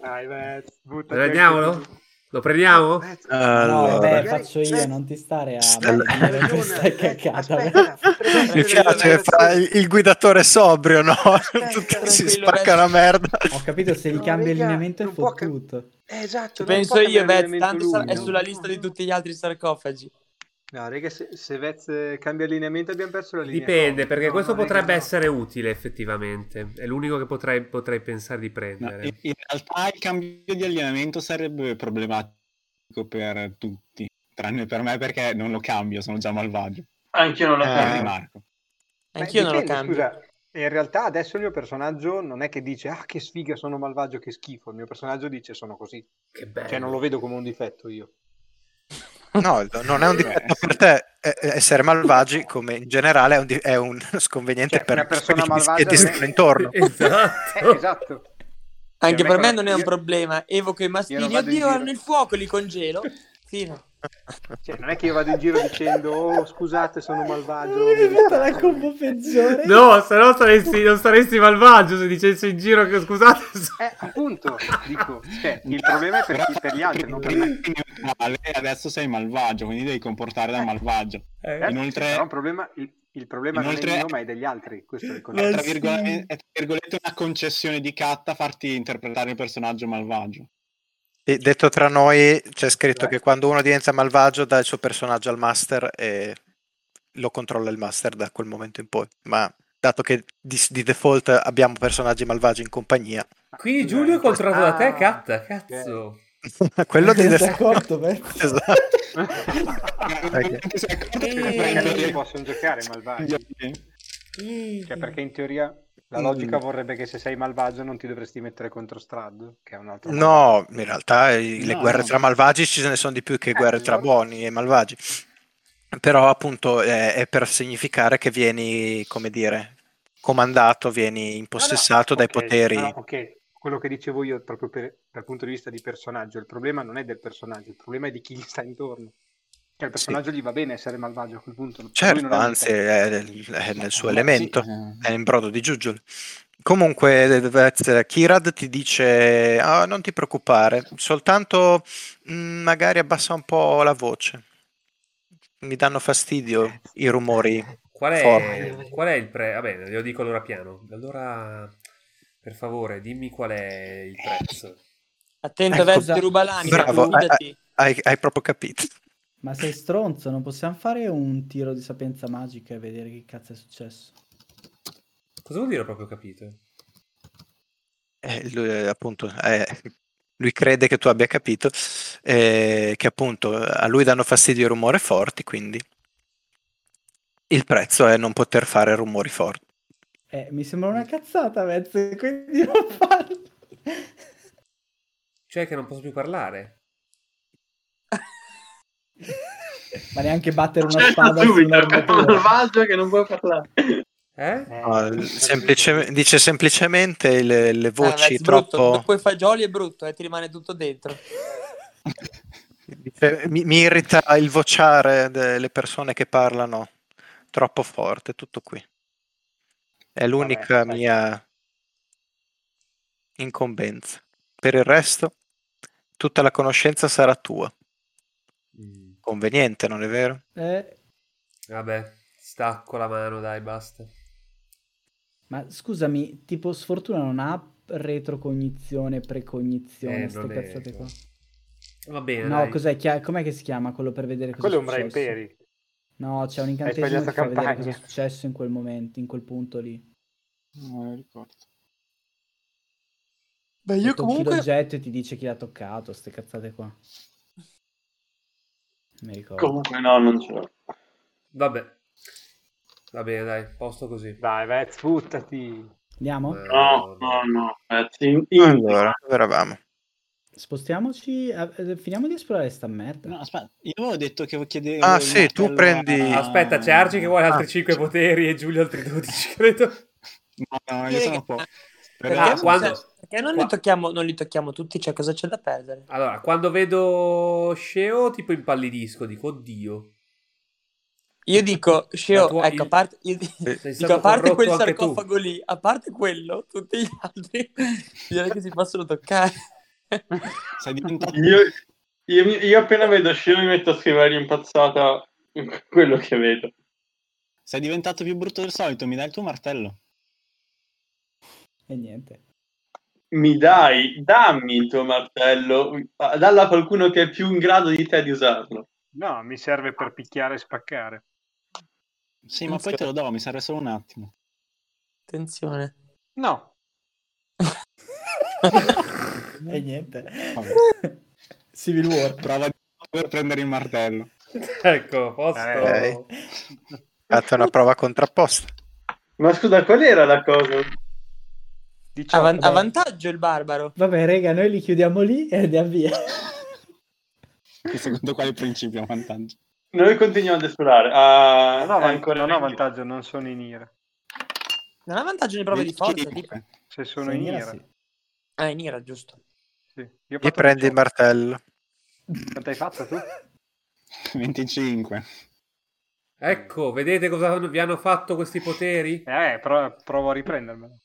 E: Dai, beh, buttati
B: Prendiamolo?
E: anche tu.
B: Lo prendiamo?
E: Eh,
D: No,
A: Allora,
D: beh,
E: Magari-
D: faccio io,
E: eh,
D: non ti stare a
A: st-
D: dire
E: ragione,
D: questa
E: eh,
D: cacata.
E: aspetta, aspetta,
A: mi piace fa il, il guidatore sobrio, no? (laughs) Tutti
E: Eh, tranquillo,
A: si spacca la merda.
D: Ho capito, se gli
E: No,
D: cambi
E: raga,
D: lineamento è
E: non può cam-
D: fottuto.
E: Eh, esatto,
H: Ci
E: non
H: penso
E: può
H: io, Vez,
E: cambiare elemento
H: tanto sa-
E: lui,
H: è
E: no?
H: sulla lista di tutti gli altri sarcofagi.
E: No, raga, se, se Vez cambia allineamento abbiamo perso la linea.
B: Dipende, perché
E: No,
B: questo
E: no, raga,
B: potrebbe
E: no.
B: essere utile effettivamente. È l'unico che potrei, potrei pensare di
F: No,
B: prendere.
F: in in realtà il cambio di allineamento sarebbe problematico per tutti, tranne per me perché non lo cambio, sono già malvagio.
G: Anche io non lo
A: Eh.
F: Guarda
G: cambio.
F: Di Marco.
E: Beh,
H: Anch'io non lo cambio.
E: dipende, Scusa, in realtà adesso il mio personaggio non è che dice ah che sfiga sono malvagio, che schifo. Il mio personaggio dice sono così.
B: Che bello.
E: Cioè non lo vedo come un difetto io.
A: No, non è un difetto per te. eh, Essere malvagi, come in generale, è un, di- è un (laughs) sconveniente
E: Cioè,
A: per
E: una persona
A: quelli che ti- che
E: malvagia
A: ti
E: non è-
A: stanno (laughs)
B: (laughs)
A: intorno.
E: (laughs) Eh,
B: Esatto.
E: esatto.
H: Anche
E: Cioè,
H: per me
E: ecco,
H: non è un
E: io-
H: problema. Evoco i mastini.
E: io non vado in
H: Oddio,
E: giro.
H: hanno il fuoco, li
E: (laughs)
H: congelo. Fine.
E: Cioè, non è che io vado in giro dicendo oh scusate sono malvagio.
D: Mi
E: mi
D: metto la
E: dispiace".
D: combo peggiore.
B: No, se no saresti, non saresti malvagio se dicessi in giro che scusate. so-
E: Eh, appunto, dico, cioè, il problema è per, chi- per gli altri, non per
F: Prima
E: me.
F: eri neutrale e adesso sei malvagio, quindi devi comportare da malvagio.
E: Eh,
F: Inoltre-
E: però un problema, il, il problema non
F: Inoltre-
E: è mio, ma è degli altri. Questo è il
F: È
E: concetto.
F: tra, virgola- è tra virgolette una concessione di catta farti interpretare il personaggio malvagio.
E: (laughs)
A: E detto tra noi, c'è scritto
E: Vai.
A: che quando uno diventa malvagio dà il suo personaggio al master e lo controlla il master da quel momento in poi. Ma dato che di, di default abbiamo personaggi malvagi in compagnia, (laughs)
B: Quindi Giulio è controllato da te,
E: Ah,
B: Catta, cazzo.
A: quello di
D: Sei
A: default.
D: d'accordo, Vez?
A: (laughs) Esatto.
F: Eh, Cioè, Perché Eh, sei accorto che
H: Eh.
E: Perché non
F: prendi-
E: li possono giocare malvagi.
I: Mm.
E: Cioè, perché in teoria
F: Mm.
E: la logica vorrebbe che se sei malvagio non ti dovresti mettere contro Strad, che è un altro.
A: No, in realtà eh, le
F: No,
A: guerre
F: no.
A: tra malvagi ci ne sono di più che guerre tra
E: allora.
A: buoni e malvagi. Però appunto eh, è per significare che vieni, come dire, comandato, vieni
F: Ah,
A: impossessato dai
E: Ok,
A: poteri.
E: Ah, no, ok, quello che dicevo io proprio per- dal punto di vista di personaggio, il problema non è del personaggio, il problema è di chi gli sta intorno. Cioè, il personaggio gli va bene essere malvagio a quel punto. per lui
A: Certo,
E: non è un
A: anzi
E: difetto.
A: è, è nel suo
F: Sì,
A: elemento,
F: eh.
A: è in brodo di Giuggiol. Comunque, Vez, Kirad ti dice: "Ah, Non ti preoccupare, soltanto mh, magari abbassa un po' la voce. Mi danno fastidio i rumori.
B: Qual è,
A: Forte.
B: qual è il prezzo? Vabbè, glielo dico allora piano. Allora, per favore, dimmi qual è il prezzo.
H: Attento,
A: Ecco,
H: Vez, ti
D: bravo.
H: ruba l'anima.
A: Bravo,
H: fidati.
A: Hai, hai proprio capito.
D: Ma sei stronzo, non possiamo fare un tiro di sapienza magica e vedere che cazzo è successo.
B: Cosa vuol dire ho proprio capito?
A: Eh, lui, eh, appunto, eh, lui crede che tu abbia capito eh, che appunto a lui danno fastidio i rumori forti, quindi il prezzo è non poter fare rumori forti.
D: Eh, mi sembra una cazzata, Vez, quindi non farlo.
B: Cioè che non posso più parlare.
D: Ma neanche battere una
G: Certo,
D: spada
G: subito, un
D: sull'armatura.
G: malvagio che non puoi parlare.
B: Eh?
E: Eh,
A: No,
E: non
A: l-
E: so
A: semplice-
E: se-
A: dice semplicemente le, le
H: Ah, Vez,
A: voci
H: brutto.
A: troppo
H: Dopo i fagioli è brutto, eh, ti rimane tutto dentro.
A: dice, mi, mi irrita il vociare delle persone che parlano troppo forte, tutto qui. È l'unica
E: Vabbè, sai.
A: mia incombenza. Per il resto, tutta la conoscenza sarà tua. Conveniente, non è vero?
D: Eh,
B: Vabbè, stacco la mano, dai, basta.
D: ma scusami, tipo sfortuna non ha retrocognizione, precognizione,
B: Eh,
D: ste
B: non è-
D: cazzate qua.
B: Va bene,
D: No,
B: dai.
D: cos'è? Chi- com'è che si chiama quello per vedere cosa
E: Quello è
D: è
E: un Re
D: successo?
E: Imperi.
D: No, c'è un incantesimo
E: sbagliato
D: che fa vedere
E: campagna.
D: cosa è successo in quel momento, in quel punto lì.
F: Non me lo ricordo.
H: Beh,
D: Io tocchi l'oggetto e ti dice chi l'ha toccato, ste cazzate qua. Mi ricordo.
G: Comunque no, non ce l'ho.
B: Vabbè. Va bene, dai, posto così. Eh,
E: Dai, vai, sputtati.
D: Andiamo?
G: No, no, no. Ragazzi, in- in-
A: Allora, dove eravamo?
D: Spostiamoci, a- eh, finiamo di esplorare sta merda.
F: No, aspetta, io avevo detto che chiedevo...
A: Ah,
F: il Ah,
A: sì, tu
F: martello
A: prendi-
F: a-
B: Aspetta, c'è Arci che vuole altri
A: Ah.
B: 5 poteri e Giulio altri 12, (laughs) credo.
E: Eh,
F: No, no, io sono un po'...
H: Perché,
B: Ah,
H: non-
B: quando-
H: perché non,
B: qua-
H: li tocchiamo, non li tocchiamo tutti? Cioè, cosa c'è da perdere?
B: Allora, quando vedo Sceo, tipo impallidisco, dico oddio.
H: Io dico, Sceo,
B: La tua-
H: ecco, a
B: il-
H: parte, io dico,
B: Sei
H: dico,
B: stato
H: a parte
B: corrotto
H: quel
B: anche tu.
H: sarcofago lì, a parte quello, tutti gli
B: (laughs)
H: altri direi che si possono toccare. (laughs)
F: Sei diventato
G: Io, io- io appena vedo Scemo mi metto a scrivere impazzata quello che vedo.
F: Sei diventato più brutto del solito, mi dai il tuo martello.
D: E niente.
G: Mi dai, dammi il tuo martello, dalla a qualcuno che è più in grado di te di usarlo.
E: No, mi serve per picchiare e spaccare.
F: Sì, ma poi te lo do, mi serve solo un attimo.
H: Attenzione.
E: No,
D: E niente.
F: Vabbè.
D: Civil War.
F: Prova di per prendere il martello.
B: Ecco, posto.
E: Eh.
A: Fate una prova contrapposta.
G: Ma scusa, qual era la cosa?
H: A,
E: diciamo,
H: van- a
D: dai.
H: vantaggio il barbaro.
D: Vabbè, rega, noi li chiudiamo lì e andiamo via.
F: Che secondo quale principio ha vantaggio?
G: Noi continuiamo ad esplorare. Ah,
E: non ho, van-
G: ancora
E: Eh, non ho vantaggio, non sono in ira.
H: Non ha vantaggio nelle prove di forza. tipo.
E: Se sono
D: Se
E: in
D: in ira,
E: ira,
D: sì.
H: Ah, in ira, giusto.
E: sì. Io ho
A: Mi
E: fatto
A: prendi il
E: 18.
A: martello.
E: Quanto hai fatto tu?
F: 25.
B: Ecco, vedete cosa vi hanno fatto questi poteri?
E: Eh, pro- provo a riprendermelo.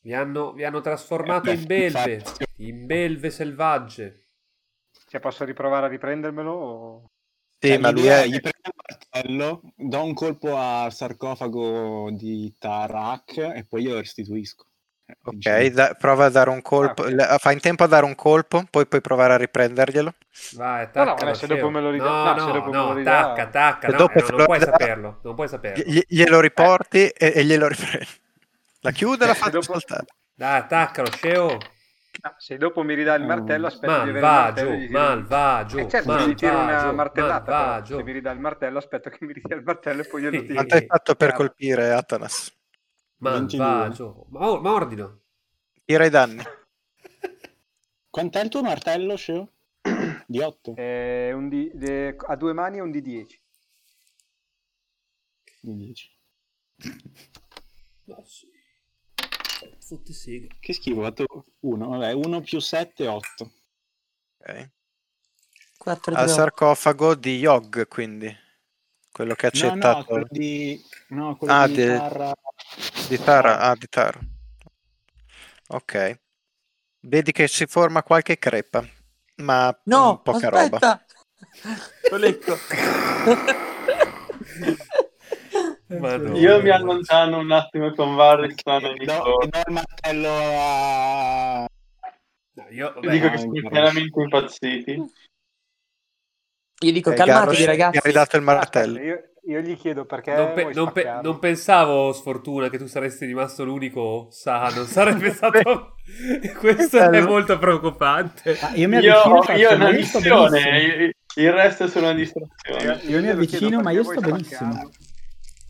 B: Vi hanno, vi hanno trasformato
F: Eh,
B: in belve,
F: infatti.
B: in belve selvagge.
E: Cioè, posso riprovare a riprendermelo? O...
A: Sì,
F: Cioè,
A: ma lui
F: l'idea
A: è...
F: è, Gli prendo il martello, do un colpo al sarcofago di Tarak e poi glielo restituisco. Eh,
A: Ok,
F: dicevo,
A: da- prova a dare un colpo.
E: Ah, ok.
A: le- Fa in tempo a dare un colpo, poi puoi provare a riprenderglielo.
B: Vai,
E: No, no,
B: attacca.
E: ma se dopo me lo ridà-
B: No,
E: no, se
B: no,
E: dopo me
B: no,
E: lo ridà-
B: attacca, attacca.
A: Se
B: no,
A: dopo
B: eh, no,
A: te
B: non
A: lo
B: puoi
A: ridà-
B: saperlo, non puoi saperlo.
A: Gli- glielo riporti e, e glielo riprendi. La chiude e la fa
E: Se dopo-
A: saltare.
B: Dai, attaccalo, Sceo.
E: Ah, se dopo mi ridà il
D: Uh,
E: martello, aspetto di avere il martello.
B: Malvagio,
E: e gli tiro-
B: malvagio,
E: Eh, certo, gli tiro una
B: malvagio,
E: martellata. però.
B: malvagio.
E: Se mi ridà il martello, aspetto che mi ridia il martello e poi
D: (laughs)
E: glielo
B: Sì.
E: tiro.
A: Quanto hai fatto per
E: Chiaro.
A: colpire Atanas?
B: Malvagio. Mo- Mordilo.
A: Tira i danni.
F: Quant'è il tuo martello, Sceo? (clears throat) Di 8?
E: Eh, un di- de- a due mani è un di 10.
F: Di 10.
B: Fotte sega.
F: Che schifo, ho fatto 1. Vabbè, 1 più 7, 8.
A: Ok.
H: 4
A: Al sarcofago di Yog, quindi. Quello che ha
F: No, no,
A: accettato.
F: quello di... No, quello
A: Ah,
F: di
A: del-
F: Tara-
A: Di Tara, ah, di Tara. Ok. Vedi che si forma qualche crepa, ma mm,
H: No,
A: poca
C: Ecco,
A: roba.
H: aspetta. (laughs) Lo leggo.
A: (laughs) Eh, certo.
B: Madonna.
G: Io mi allontano un attimo con Varric. stanno
F: Perché
G: lì
F: Do,
G: sopra.
F: do il martello a...
B: No, io, vabbè,
G: Io dico
F: no,
G: che sono
F: no.
G: chiaramente impazziti.
H: Io dico,
A: Eh,
H: calmatevi
A: Garrosh
H: ragazzi.
A: Ti ha ridato il
E: Aspetta,
A: martello.
E: io, io gli chiedo perché
B: non, pe-
E: vuoi
B: non pe-
E: spaccarlo?
B: non pensavo, oh, sfortuna, che tu saresti rimasto l'unico sano.
A: (laughs)
B: Sarebbe stato. (laughs) Questo è
A: Bello.
B: molto preoccupante.
D: Ma Ah, io mi
G: Io,
D: avvicino, faccio,
G: io ho
D: ma
G: una
D: io sto
G: missione,
D: benissimo.
G: il- il resto è solo una distrazione.
D: Io mi
E: glielo
D: avvicino,
E: chiedo
D: ma io
E: perché
D: sto
E: vuoi
D: benissimo.
E: spaccarlo.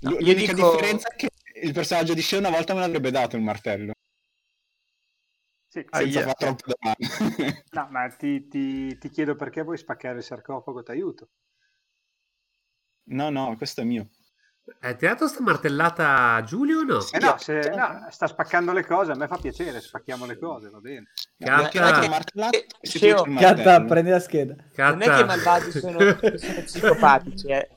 F: L-
H: io
F: L'unica
H: dico-
F: differenza è che il personaggio di Sceo una volta me l'avrebbe dato il martello.
E: Sì, sì.
F: Senza
A: Aia.
F: fare troppe domande.
E: No, ma ti, ti- ti chiedo perché vuoi spaccare il sarcofago, ti aiuto.
F: (laughs) no, no, questo è mio.
B: Hai tirato sta martellata Giulio o no?
E: Eh no, se, no, sta spaccando le cose, a me fa piacere, spacchiamo le cose, va bene.
B: Cacca.
F: Ho martellato
H: Eh,
F: e si
H: Sceo,
F: dice il martello.
D: Pianta, prendi la scheda.
H: Non è che i malvagi
B: (laughs)
H: sono,
A: (laughs)
H: sono psicopatici, eh.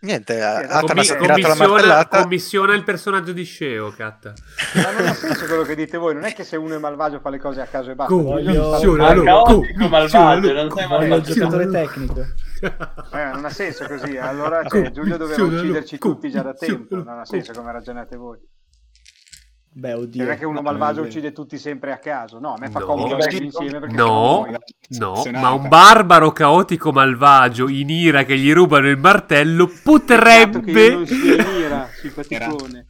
A: Niente,
E: Eh,
A: Atanas
E: Commi-
A: ha tirato la
B: commissiona,
A: martellata.
B: commissiona il personaggio di Sceo, Catta.
E: Ma non ha senso quello che dite voi, non è che se uno è malvagio fa le cose a caso e basta.
B: Commissiona,
G: Ah,
B: lo-
G: caotico,
B: commissiona,
G: malvagio,
B: lo-
G: non sei
D: Voglio il
G: malvagio.
D: giocatore tecnico.
B: (laughs)
E: Eh, non ha senso così, allora cioè, Giulio doveva
B: Commissiona,
E: ucciderci
B: com-
E: tutti già da tempo,
B: commissiona,
E: non ha senso come ragionate voi. Cioè,
D: Beh, oddio.
E: Non è che uno
F: no,
E: malvagio
F: non è vero.
E: uccide tutti sempre a caso, no, a me fa
B: No.
E: comodo
F: Beh,
E: averli insieme perché
B: no.
E: sono noi.
B: No,
F: Sezionata.
B: ma un barbaro caotico malvagio in ira che gli rubano il martello
E: Peccato Esatto, che io non sia
B: potrebbe.
E: in ira, simpaticone.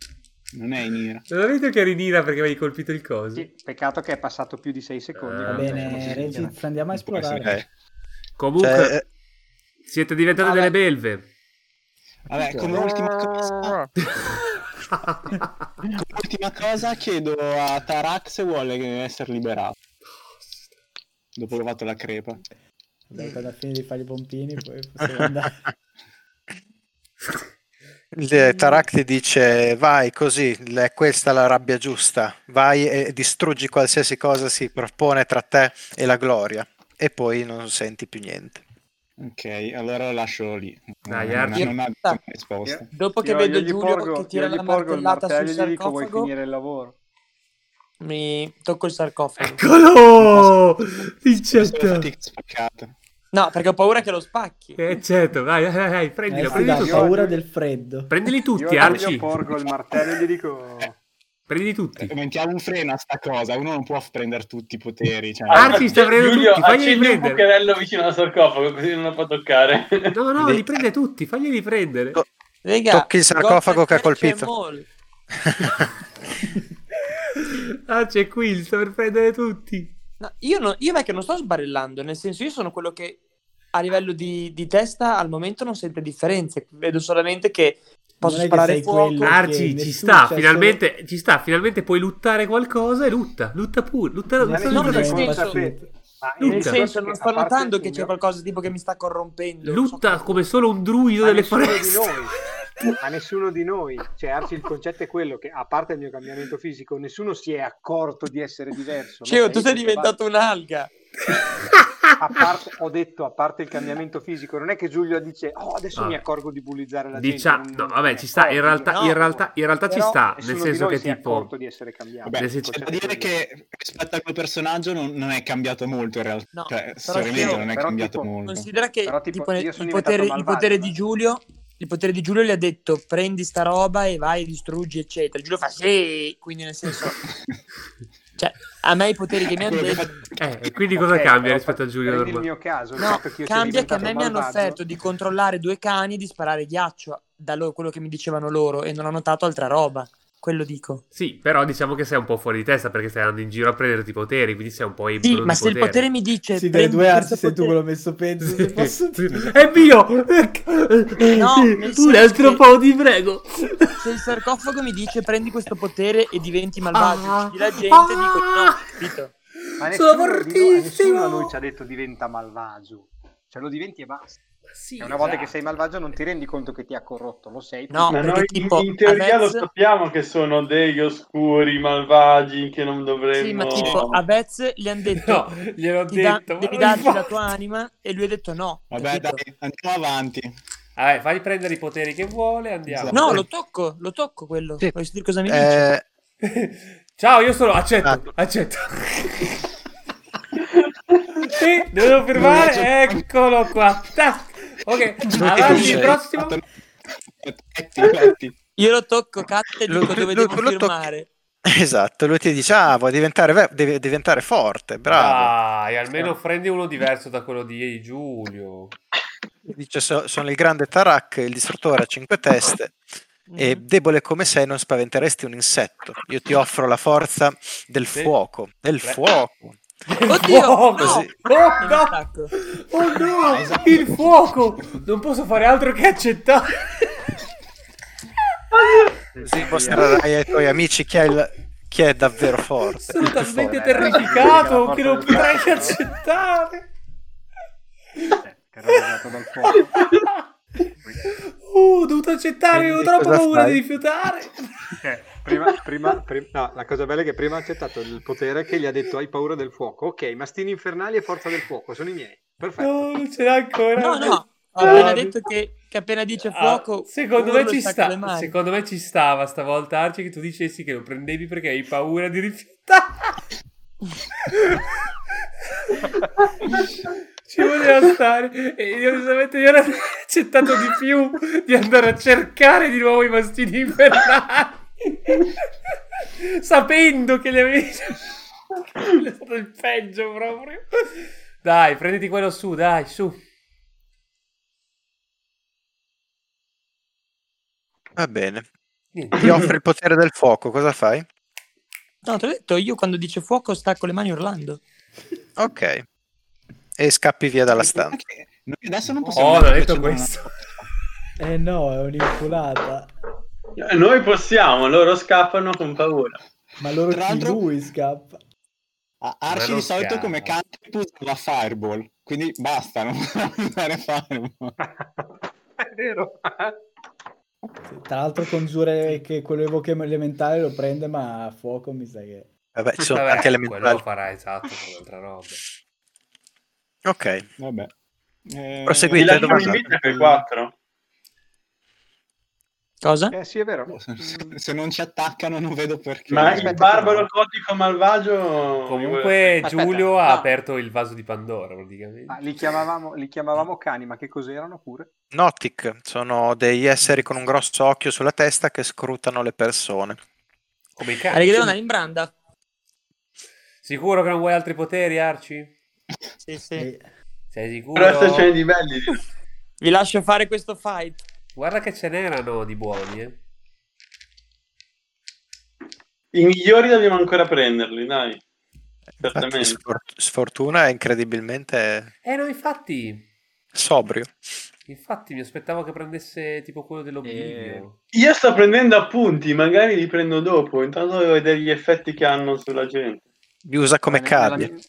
F: Non è in ira.
B: (laughs) Non avete che eri in ira perché avevi colpito il coso?
E: Sì, peccato che è passato più di 6 secondi.
B: Eh,
D: Va
E: quando sono
D: bene,
E: sincero.
D: Regis, andiamo a
F: Può essere.
D: esplorare.
B: Comunque,
A: Cioè, eh,
B: siete diventate
F: Vabbè.
B: delle belve.
F: Vabbè, come ultima
A: Ah.
F: cosa, come ultima cosa chiedo a Tarak se vuole essere liberato. Dopo che ho fatto la crepa.
D: Dai, quando ha finito di fare i pompini, poi possiamo andare.
A: Il Tarak ti dice vai così, le- questa è la rabbia giusta, vai e distruggi qualsiasi cosa si propone tra te e la gloria e poi non senti più niente.
F: Ok, allora lo lascio lì.
B: Dai,
F: non,
B: Arci.
F: non ha bisogno di risposta.
C: Dopo che
E: Io-
C: vedo
E: io gli
C: Giulio
E: porgo-
C: che tira
E: io gli
C: la
E: porgo il
C: martellata sul
E: martello e gli dico, vuoi
C: sarcofago,
E: finire il lavoro?
C: mi tocco il sarcofago.
B: (laughs) Eccolo! Il
F: Sono
B: certo.
F: fatica spaccata.
C: No, perché ho paura che lo spacchi.
B: Eh, certo, vai, vai, vai, prendilo,
D: Eh, sì,
B: prendili
D: dai,
E: tutto.
B: tutti.
D: paura del freddo.
B: Prendili
E: Io
B: tutti,
E: a Giulio
B: Arci.
E: porgo il martello e gli dico...
B: Prendili tutti.
F: Mettiamo un freno a sta cosa, uno non può prendere tutti i poteri. Cioè,
B: Arci, stai prendendo
G: Giulio,
B: tutti, fagli
G: accendi un
B: riprendere.
G: bucherello vicino al sarcofago così non lo può toccare.
D: Eh,
B: No, no, li prende tutti, faglieli prendere. (laughs)
A: No.
C: Raga,
A: Tocchi il sarcofago che ha
C: Gothic Church
A: colpito.
C: è mol.
B: Arci è Ah, qui, li sta per prendere tutti.
C: No, io, no, io è che non sto sbarellando, nel senso io sono quello che a livello di, di testa al momento non sente differenze, vedo solamente che posso
D: Non è che
C: sparare
D: sei
C: fuoco.
D: quello-
B: Arci,
D: nessuno
B: ci sta,
D: c'è
B: finalmente, ci sta, finalmente puoi luttare qualcosa e lutta, lutta pure, lutta, lutta,
E: Finalmente
C: no,
B: lutta,
C: nel
E: sono
C: senso-
E: consapevole. Ma il
C: Nel
B: Luca.
E: discorso
C: senso,
E: è
C: non
E: che,
C: sto
E: a parte
C: notando
E: il
C: che c'è
E: mio-
C: qualcosa tipo che mi sta corrompendo. non so
B: lutta
C: cosa.
B: come solo un druido
E: a
B: delle
E: nessuno di
B: foreste.
E: noi, a nessuno di noi, cioè Arci, il concetto è quello che a parte il mio cambiamento fisico, nessuno si è accorto di essere diverso. no?
C: Ceo, tu
E: Cioè,
C: sei
E: io
C: diventato un'alga.
B: (laughs)
E: a parte, ho detto a parte il cambiamento fisico, non è che Giulio dice "Oh, adesso
B: Vabbè.
E: mi accorgo di bullizzare la
B: Ah. Dicia-
E: gente".
B: no,
E: non-
B: vabbè,
E: non
B: ci
E: è
B: sta, in
E: accorto,
B: realtà,
E: Giulio.
B: in
C: No,
B: realtà, in realtà ci
E: Però
B: sta, nel
E: nessuno di
B: senso
E: noi
B: che
E: si è
B: tipo...
E: accorto di essere cambiato.
F: Vabbè,
B: Nel senso-
F: c'è da dire che rispetto al mio personaggio non, non è cambiato molto in realtà.
C: No,
F: cioè,
C: però
F: storiamente
C: io-
F: non è
E: però
F: cambiato
E: tipo-
F: molto.
C: Considera che
E: Però, tipo,
C: tipo,
E: io
C: il,
E: sono
C: potere,
E: diventato
C: il potere
E: malvagio,
C: di
E: eh.
C: Giulio. Il potere di Giulio gli ha detto prendi sta roba e vai, distruggi, eccetera. Giulio fa sì, quindi nel
E: (laughs)
C: senso, cioè, a me i poteri che mi hanno
F: Quello che
C: detto.
B: Eh, e quindi cosa cambia rispetto a Giulio
E: Nel
B: normale?
E: mio caso, il
C: No,
E: fatto che io sia
C: cambia che a me
E: diventato
C: mi hanno
E: malvagio-
C: offerto di controllare due cani e di sparare ghiaccio, da loro, quello che mi dicevano loro, e non ho notato altra roba. Quello dico.
B: Sì, però diciamo che sei un po' fuori di testa perché stai andando in giro a prenderti i poteri, quindi sei un po'
C: Sì,
B: ebro
C: ma
B: di
C: se il potere mi dice...
D: Sì, dai
C: prendi
D: due arci
C: questo
D: sei tu
C: potere-
D: quello messo
B: (laughs)
D: peggio. se posso dire.
B: È mio!
C: Eh, No, nel
B: un
C: senso
B: altro
C: che-
B: po', ti prego!
C: Se il sarcofago mi dice prendi questo potere e diventi malvagio,
B: Ah.
C: uccidi la gente, dico no,
B: Ah.
C: capito?
B: Sono
E: Ma nessuno di noi-
B: fortissimo!
E: Nessuno a noi ci ha detto diventa malvagio. Cioè lo diventi e basta. Cioè, una volta che sei malvagio non ti rendi conto che ti ha corrotto, lo sei.
C: esatto. No,
G: Ma
C: perché
G: noi
C: tipo...
G: in, in teoria lo
C: Avez-
G: sappiamo che sono degli oscuri, malvagi, che non dovremmo...
C: Sì, ma tipo a Vez gli hanno detto
B: No, gliel'ho
C: "Ti da-
B: detto, ma
C: devi
B: non
C: darci
B: importa."
C: la tua anima e lui ha detto no.
F: Vabbè,
C: capito?
F: dai, andiamo avanti.
B: Vabbè, fai prendere i poteri che vuole, andiamo.
F: Esatto.
C: No, lo tocco, lo tocco quello.
A: Sì.
C: Voglio sentire cosa mi dice?
A: Eh,
B: (laughs) Ciao, io sono... Accetto,
A: Ah.
B: accetto. sì, devo firmare, eccolo qua. Tac. Ok, avanti,
A: sei.
B: il prossimo.
F: Metti, metti.
C: Io lo tocco, Catte, e
A: Lo-
C: dico dove
A: lo-
C: devo
A: lo tocchi.
C: firmare.
A: (laughs) esatto, lui ti dice ah vuoi diventare, ve- devi diventare forte, bravo.
B: Dai, almeno prendi uno diverso da quello di Giulio.
A: Dice "So- sono il grande Tarak, il distruttore a cinque teste. E
C: Mhm.
A: debole come sei non spaventeresti un insetto. Io ti offro la forza del
B: Sì.
A: fuoco. Del
B: Beh.
A: fuoco.
C: Oddio,
B: Fuoco!
C: no!
A: Sì.
B: Oh,
C: Un
B: no!
C: attacco.
B: Oh no! Il fuoco! Non posso fare altro che accettare.
A: Così
B: eh.
A: mostrerai ai tuoi amici chi è, il- chi è davvero forte.
B: Sono
A: il più
B: talmente
A: forte.
B: terrificato che non potrei che accettare. Uh, ho dovuto accettare, avevo
A: Quindi
B: troppo
A: cosa
B: paura
A: fai?
B: di rifiutare.
E: prima, prima, prim- no, la cosa bella è che prima ha accettato il potere che gli ha detto hai paura del fuoco. Ok, mastini infernali e forza del fuoco, sono i miei. Perfetto.
B: No, non ce l'ha ancora.
C: No, no, ho appena detto che, che appena dice
B: Ah,
C: fuoco...
B: secondo me
C: urlo e
B: ci
C: stacco le
B: sta.
C: mani.
B: Secondo me ci stava stavolta Arci che tu dicessi che lo prendevi perché hai paura di rifiutare.
C: (laughs)
B: Ci voleva stare e io onestamente io avrei accettato di più di andare a cercare di nuovo i mastini infernali sapendo che li avevi è stato il peggio proprio dai prenditi quello su dai su
A: Va bene.
B: Niente.
A: Ti offro il potere del fuoco, cosa fai?
C: No, te l'ho detto, io quando dice fuoco stacco le mani urlando.
A: Ok. E scappi via dalla stanza.
F: Anche- noi adesso non possiamo...
B: oh l'ho
F: andare
B: detto
F: perché c'è
B: questo
D: Eh no, è un'inculata.
G: Eh, Noi possiamo, loro scappano con paura.
D: Ma loro
F: Tra
D: chi
F: l'altro-
D: lui scappa?
F: una- Ah, Arci
B: Ma
F: di
B: non
F: solito
B: scappa.
F: come campus la Fireball, quindi (laughs) basta, non può usare Fireball.
E: È vero.
D: Tra l'altro congiure che quello evoca elementare lo prende, ma a fuoco mi sa che...
A: Vabbè,
D: Cioè,
A: ci sono
B: Vabbè,
A: tanti
B: quello lo
A: elementali.
B: farà esatto con altra roba.
A: Ok,
F: Vabbè. Eh,
A: Proseguite.
G: Ti
A: Quindi,
G: lascio un
A: dove
G: invito
A: andate?
G: per 4.
H: Cosa?
E: Eh sì, è vero.
F: se- Se non ci attaccano non vedo perché.
G: Ma il
E: Aspetta,
G: barbaro gotico malvagio...
B: Comunque
E: Aspetta.
B: Giulio ha
E: Ah.
B: aperto il vaso di Pandora praticamente.
E: Ah, li, chiamavamo, li chiamavamo cani, ma che cos'erano pure?
A: Notic sono degli esseri con un grosso occhio sulla testa che scrutano le persone.
B: Come i
H: Ah, che
B: cani.
H: devo
D: eh?
H: andare in branda.
B: Sicuro che non vuoi altri poteri, Arci?
H: Sì, sì.
D: Eh,
B: Sei sicuro?
G: Però stagione di belli.
H: Vi lascio fare questo fight.
B: Guarda che ce n'erano di buoni, eh.
G: I migliori dobbiamo ancora prenderli, dai.
A: Infatti,
G: Certamente.
A: sfor- sfortuna è incredibilmente
B: Eh no, infatti,
A: sobrio.
B: infatti mi aspettavo che prendesse tipo quello
D: Eh,
B: dell'oblivio.
G: Io sto prendendo appunti, magari li prendo dopo. Intanto devo vedere gli effetti che hanno sulla gente.
A: Li usa come
E: Ma nella-
A: cavie.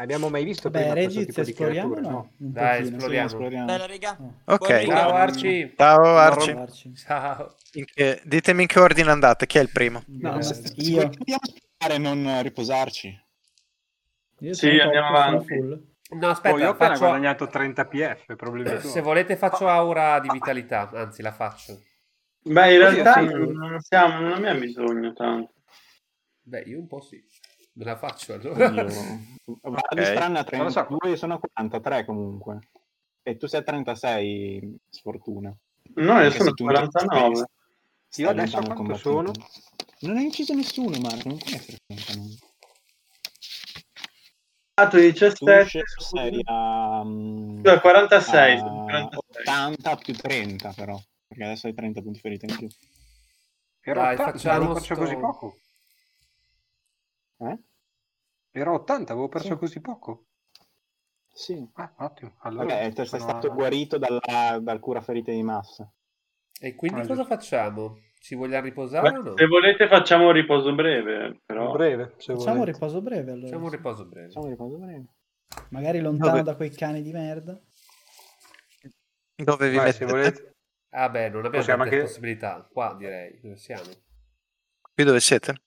E: Abbiamo mai visto
D: Beh,
E: prima questo
D: Regis,
E: tipo di
D: esploriamo o
E: creature?
D: no? Un
B: Dai,
D: pochino.
F: Sì,
B: esploriamo.
F: esploriamo.
H: Bella, raga.
D: No.
A: Ok,
H: Buon
B: Ciao
H: Ciao,
B: Arci!
A: ciao Arci.
D: Provarci.
B: Ciao!
A: In che- Ditemi in che ordine andate, chi è il primo?
D: No,
F: Eh,
D: ma
F: se-
D: io,
F: se vogliamo sperare e non riposarci.
D: io
G: Sì,
D: sono
G: andiamo
D: troppo
G: avanti.
D: full.
B: No,
E: Poi io ho
B: aspetta,
E: appena
B: faccio- Eh,
E: guadagnato 30 PF, problemi tuoi.
B: se volete faccio aura di vitalità, anzi la faccio.
G: Beh, in
E: Oddio,
G: realtà
E: sì.
G: non, non siamo, non abbiamo bisogno tanto.
B: Beh, io un po' sì. Me la faccio allora.
F: Oddio. Vado
A: Ok.
F: strana a
E: Non lo so.
F: 32, io sono a 43 comunque. E tu sei a 36, sfortuna.
G: No, io
F: Perché
G: sono
F: se tu non ti-
G: 49.
F: stai
E: Io adesso
F: lontano
E: quanto
F: dal combattimento.
E: sono?
F: Non hai inciso nessuno, Marco, non puoi essere 49.
G: Stato
F: Tu
G: 17.
F: sce- sei a... mm,
G: Scusa, 46.
F: a
G: sono 46.
F: 80 più 30 però, perché adesso hai 30 punti ferita in più.
E: Era
B: Dai,
E: 80,
B: facciamo
E: avevo perso
B: sto-
E: così poco.
F: Eh?
E: Era 80, avevo perso
F: Sì.
E: così poco.
F: Sì.
E: Ah, ottimo. Allora,
F: Vabbè, te sei
E: sono
F: stato
E: a-
F: guarito dalla- dal cura ferite di massa.
B: E quindi
E: Ah,
B: cosa
E: giusto.
B: facciamo? Ci vogliamo riposare o no?
G: Beh, Se volete facciamo un riposo breve,
E: Un
G: però...
E: breve, se
D: Facciamo un
E: volete.
D: riposo breve allora.
B: Facciamo un riposo breve.
F: Facciamo le cose bene.
D: Magari lontano
A: Vabbè.
D: da quei cani di merda.
A: Dove vi
E: Vai, se
A: mettete?
E: volete.
B: Ah beh, non abbiamo
E: Possiamo
B: tante
E: anche-
B: possibilità. Qua direi, dove siamo?
A: Qui dove siete?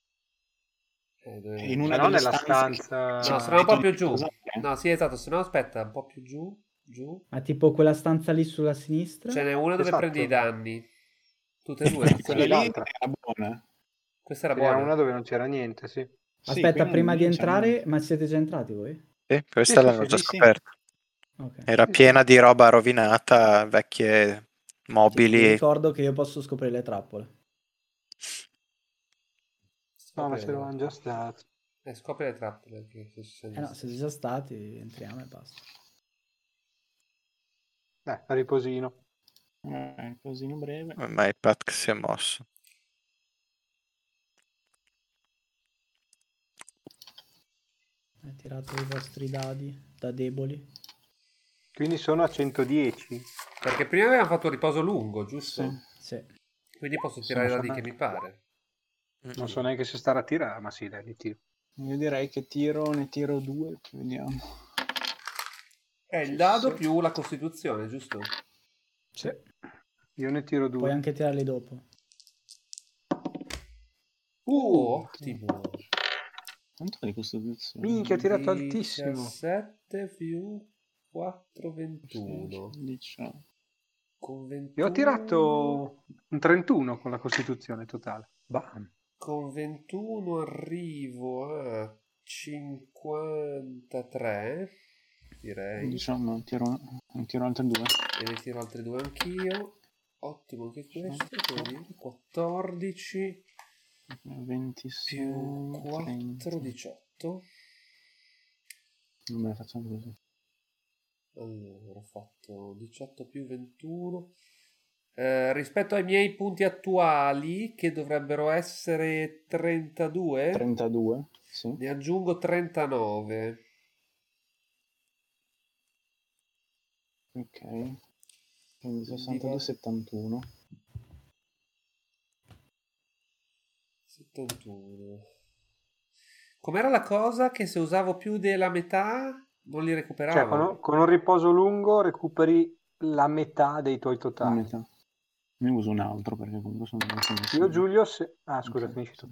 B: Eh, dove-
F: In una
E: Ma non
F: delle
E: nella
F: stanze
E: stanza...
B: No,
F: Sì,
B: sarà un po'
F: tipo-
B: più giù.
F: cosa-
B: No, sì, esatto, se no aspetta, un po' più giù, giù.
D: Ma tipo quella stanza lì sulla sinistra?
B: Ce n'è una dove
E: Esatto.
B: prendi i danni. Tutte e due.
F: Quella lì
E: Sì, l'altra.
F: era buona.
B: Questa era
E: C'era
B: buona.
E: una dove non c'era niente,
F: Sì,
E: sì.
F: diciamo
D: Aspetta,
F: quella
D: prima
F: non
D: di
F: c'è
D: entrare,
F: niente.
D: ma siete già entrati voi?
A: Sì, questa
E: Sì, sì,
A: l'hanno
E: sì,
A: già
F: sì, sì.
A: scoperta.
D: Ok.
A: Era
E: Sì,
A: piena di roba rovinata, vecchie
D: Cioè, vi
A: mobili.
D: ricordo che io posso scoprire le trappole.
E: No, ma
B: Scopri
E: se
B: le-
E: l'avevamo già stato.
B: Eh, scopri le trappole. che- che ci sono
D: Eh no,
B: state.
D: siete già stati, entriamo e basta.
E: Dai, a riposino.
F: Eh, così in breve.
A: Ma il Pat che si è mosso.
D: Eh, tirate i vostri dadi da deboli.
E: Quindi sono a 110.
B: Perché prima avevamo fatto un riposo lungo, giusto?
D: Sì.
B: Quindi posso tirare
E: Sono
B: la D che
E: fermato.
B: mi pare.
E: Non so neanche se starà a tirare, ma sì, dai, li tiro.
F: Io direi che tiro, ne tiro due, vediamo.
B: È il dado più la costituzione, giusto?
D: Sì.
E: Io ne tiro due.
D: Puoi anche tirarli dopo.
B: Uh, ottimo.
F: Quanto di costituzione?
E: Minchia, ho tirato altissimo.
B: 17 più 4,
F: Diciamo,
B: 21.
F: 18.
B: Con 21
E: Io ho tirato un 31 con la costituzione totale. Bam.
B: Con 21 arrivo a 53, direi.
F: Diciamo, tiro, ne tiro altre due.
B: E ne tiro altri due anch'io. Ottimo anche questo. quindi 14
F: 26.
B: più 4,
F: 30.
B: 18.
F: Non me la facciamo così.
B: Allora, ho fatto 18 più 21. Eh, rispetto ai miei punti attuali, che dovrebbero essere 32,
F: 32. Sì.
B: ne aggiungo 39.
F: Ok. Quindi 62, 71.
B: 71. Com'era la cosa che se usavo più della metà non li recuperavo?
E: Cioè, con, con un riposo lungo recuperi la metà dei tuoi totali.
F: Metà. Ne uso un altro perché comunque sono... sono
B: Mm.
E: Io Giulio... se- Ah, scusa, finisci tu.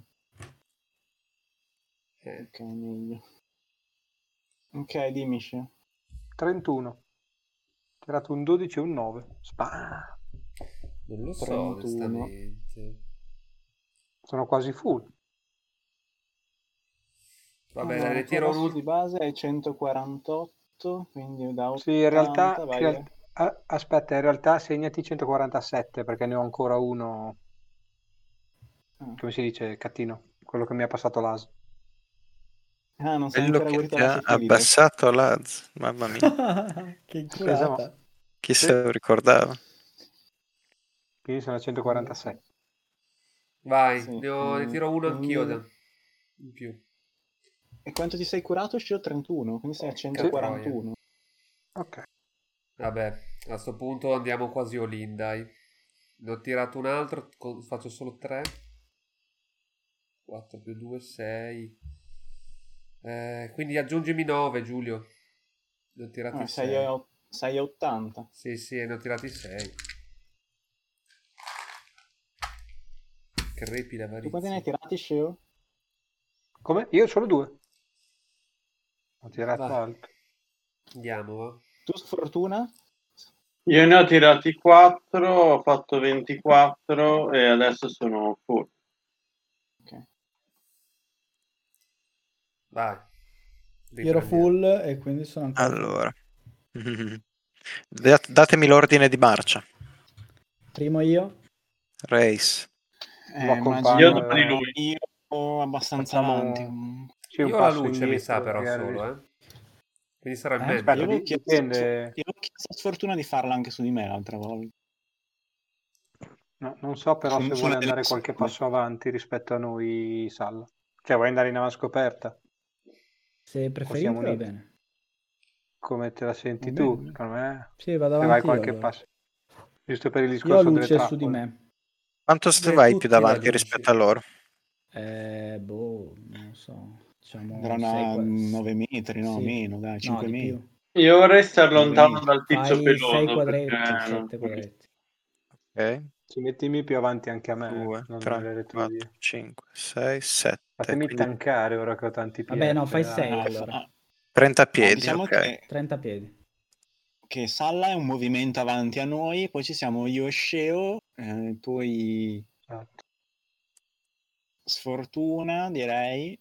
F: Ok, meglio. Ok, dimmi. Scia.
E: 31. Tirato un 12 e un 9. Spa.
F: Cioè,
B: Non lo so,
F: 31.
B: onestamente.
E: Sono quasi full.
B: Vabbè,
F: Allora,
B: ne
F: il
B: ritiro
F: costo
B: un
F: di base è 148, quindi da 80,
E: Sì, in realtà... in
F: vai,
E: real- a- Aspetta, in realtà segnati 147 perché ne ho ancora uno,
F: vai.
E: come si dice, cattino, quello che mi ha passato l'AS.
F: Ah, non sei
A: Quello
F: ancora
A: che ti
F: arrivato alla
A: ha
E: eh.
F: sottilide.
A: abbassato l'az, mamma mia,
E: (laughs)
D: che inculata.
A: chi se lo ricordava.
E: Quindi sono a 147.
B: Vai,
F: Sì,
B: ne, ho- ne
F: mm,
B: tiro uno anch'io
F: mm.
B: da- in più.
F: E quanto ti sei curato? Scio 31, quindi sei a
B: Porca
F: 141.
E: Ok.
B: Vabbè, a sto punto andiamo quasi all in, dai. Ne ho tirato un altro, co- faccio solo 3. 4 più 2, 6. quindi aggiungimi 9, Giulio. Ne ho tirati 6.
F: Ah, sei, a, sei a 80.
B: Sì, sì, ne ho tirati 6. Crepi la
F: Tu quanti ne hai
B: varizia.
F: tirati, Scio?
E: Come? Io solo due. Ho tirato
B: Vai.
E: alto.
B: Andiamo, va.
F: Tu sfortuna?
J: Io ne ho tirati 4, ho fatto 24 e adesso sono full.
F: Ok.
B: Vai.
D: Io ero full e quindi sono ancora...
A: Allora, Dat- datemi l'ordine di marcia.
D: Primo io.
A: Race.
F: Eh,
E: Lo accompagno,
F: immagino-
J: Io dopo di lui.
F: Io abbastanza
E: Facciamo-
F: avanti. comunque.
E: Sì, un
B: Io ho la
E: passo
B: luce, mi
E: indietro,
B: sa, però
E: magari.
B: solo, eh. Quindi sarà il
D: Eh,
B: meglio.
E: Aspetta,
F: Io avevo
E: di-
F: chiesto-
E: dipende.
F: Io ho chiesto a sfortuna di farla anche su di me l'altra volta.
E: No, non so però
F: Sono-
E: se
F: sono
E: vuole andare
F: delle-
E: qualche passo avanti rispetto a noi, Salla. Cioè, vuoi andare in avanscoperta,
D: Se preferite
E: Possiamo
D: va
E: unire.
D: bene.
E: come te la senti
F: Va
E: tu,
F: bene.
E: secondo me.
D: Sì, vado
E: Se
D: avanti
E: vai
D: io,
E: qualche
D: allora.
E: passo. Giusto per il
D: Io ho
E: discorso delle
D: luce su di
E: trappole.
D: me.
A: Quanto se
B: Beh,
A: vai
B: tutti
A: più davanti
B: raggiungi.
A: rispetto a loro?
D: Eh, boh, non lo so. Diciamo...
F: Andrà una-
D: sei qua-
F: 9 metri, no,
D: Sì.
F: meno, dai,
D: No,
F: 5
D: di
F: metri.
D: più.
J: Io vorrei stare lontano
F: Fai-
J: dal tizio
D: Fai
J: peloso.
D: 6 quadretti,
J: perché-
D: 7 quadretti.
A: Ok.
E: Ci mettimi più avanti anche a me, eh,
A: 2,
E: non
A: 3,
E: nelle retrovie.
A: 4, 5, 6, 7.
E: Fatemi tankare ora che ho tanti piedi.
D: Vabbè, no, fai
E: dai.
D: sei.
F: Ah,
D: Eh, allora.
F: ah,
A: 30 piedi,
F: diciamo
A: ok.
F: che,
D: 30 piedi.
F: che Salla è un movimento avanti a noi, poi ci siamo io e Sceo, eh, poi
E: Esatto.
F: Sfortuna direi.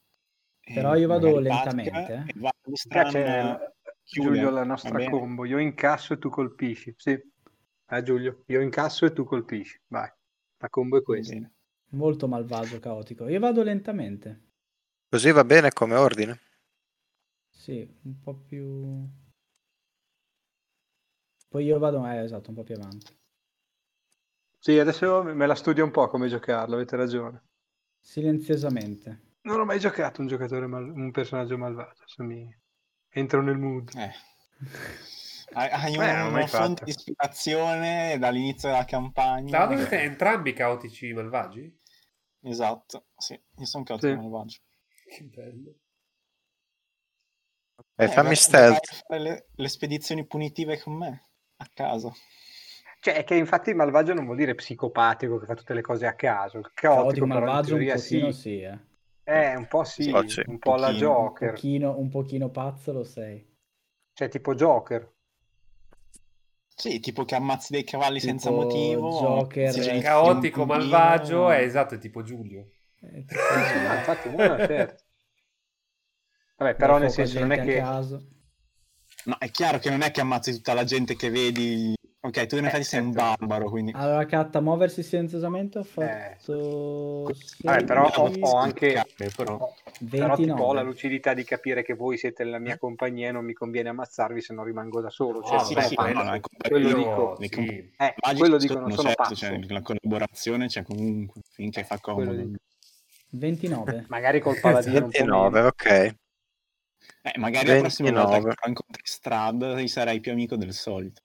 F: e
D: Però io vado
F: magari Patka,
D: lentamente, eh.
F: e va di
E: Qua
F: strana-
E: c'è
F: chiude,
E: Giulio la
F: va
E: nostra
F: bene?
E: combo. Io incasso e tu colpisci. Sì. Eh, Giulio, io incasso e tu colpisci. Vai. La combo è questa.
F: Bene.
D: Molto malvagio, caotico. Io vado lentamente.
A: Così va bene come ordine.
D: Sì, un po' più... Poi io vado, eh, esatto, un po' più avanti.
E: Sì, adesso me la studio un po' come giocarlo, avete ragione.
D: Silenziosamente.
E: Non ho mai giocato un giocatore mal- un personaggio malvagio, se mi entro nel mood.
F: Eh. Hai, hai
E: Beh,
F: una-
E: non l'ho
F: una,
E: mai
F: fonte
E: fatto.
F: di ispirazione dall'inizio della
B: Tra
F: campagna.
B: l'altro siete entrambi caotici malvagi?
F: Esatto, sì, io sono caotico
E: Sì.
F: malvagio.
B: Che bello.
A: Eh,
F: Eh,
A: fammi
F: vai-
A: stealth.
F: vai a fare le, le spedizioni punitive con me a casa.
E: Cioè, è che infatti malvagio non vuol dire psicopatico che fa tutte le cose a caso. Il caotico,
D: Caotico,
E: però, in
D: malvagio un
E: teoria,
D: pochino
E: sì.
D: sì, eh.
E: Eh, un po' sì,
A: Oh, sì,
E: un
A: un
E: po' alla
F: pochino,
D: Un
E: Joker.
D: pochino, un pochino pazzo lo sei.
E: Cioè, tipo Joker.
F: Sì, tipo che ammazzi dei cavalli
D: Tipo
F: senza motivo.
D: Joker,
F: si
D: eh,
F: gira
B: Cioè, Caotico
F: in pugno.
B: malvagio è esatto, è tipo Giulio.
E: (laughs)
D: Eh,
E: Ah,
D: così.
E: infatti, no, no, certo. Vabbè, però
D: Dai
E: nel
D: fuoco a
E: senso non è
D: gente
E: che...
D: a caso.
F: No, è chiaro che non è che ammazzi tutta la gente che vedi. Ok, tu in effetti sei un
E: certo.
F: barbaro, quindi...
D: Allora, Catta, muoversi silenziosamente ho fatto...
E: Eh, Vabbè, però ho,
D: sei,
E: ho anche...
F: Eh, però-
E: ho- Però tipo ho la
D: 29.
E: lucidità di capire che voi siete nella mia compagnia e non mi conviene ammazzarvi se non rimango da solo. Cioè,
F: Ah, sì,
E: beh,
F: sì,
E: fanno-
F: no, no, ecco,
E: Eh, quello
F: io-
E: dico,
F: dico-
B: sì.
E: eh,
F: Magici
E: quello dico, non
F: sono,
E: sono
F: certo,
E: pazzo.
F: cioè, la collaborazione c'è comunque, finché fa comodo.
E: quello dico. (laughs)
D: ventinove.
E: Magari col paladino un po' meno.
A: 29, ok.
F: Eh, magari la prossima volta che
A: 29.
F: lo incontri in strada sarai più amico del solito.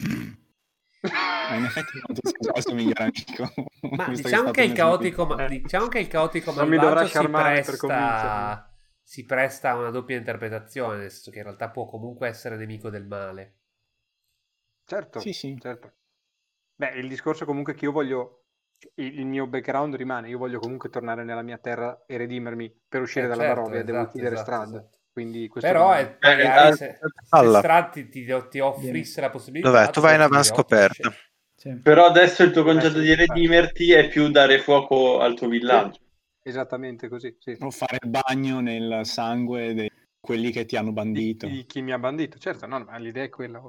F: Ma (laughs)
E: (laughs)
F: in effetti non ti sei quasi un miglior amico.
B: Ma
F: visto
B: diciamo
F: è stato
B: che, il
F: un
B: caotico, ma-
E: Eh.
B: diciamo che il caotico
E: Non mi dovrà
B: malvagio si
E: sciarmare per convincermi.
B: presta, si presta a una doppia interpretazione, nel senso che in realtà può comunque essere nemico del male.
E: Certo,
F: Sì, sì.
E: certo. Beh, il discorso comunque è che io voglio, il, il mio background rimane, io voglio comunque tornare nella mia terra e redimermi per uscire
I: Eh,
E: dalla
I: certo,
E: Barovia, devo
I: esatto,
E: chiedere
I: esatto,
E: strada.
I: esatto.
E: Quindi questo
I: Però
E: rimane.
I: è, magari
J: eh,
I: se, se
A: alla-
I: Strat ti, ti- ti offrisse la possibilità...
A: Dov'è? Tu vai in
I: ti direi,
A: avanti scoperta.
I: "Oh,
D: Sì.
J: Però adesso il tuo concetto di redimerti è più dare fuoco al tuo villaggio.
E: Esattamente così, sì.
F: o fare il bagno nel sangue di quelli che ti hanno
E: Di,
F: bandito.
E: di chi mi ha bandito, certo, no, ma l'idea è quella.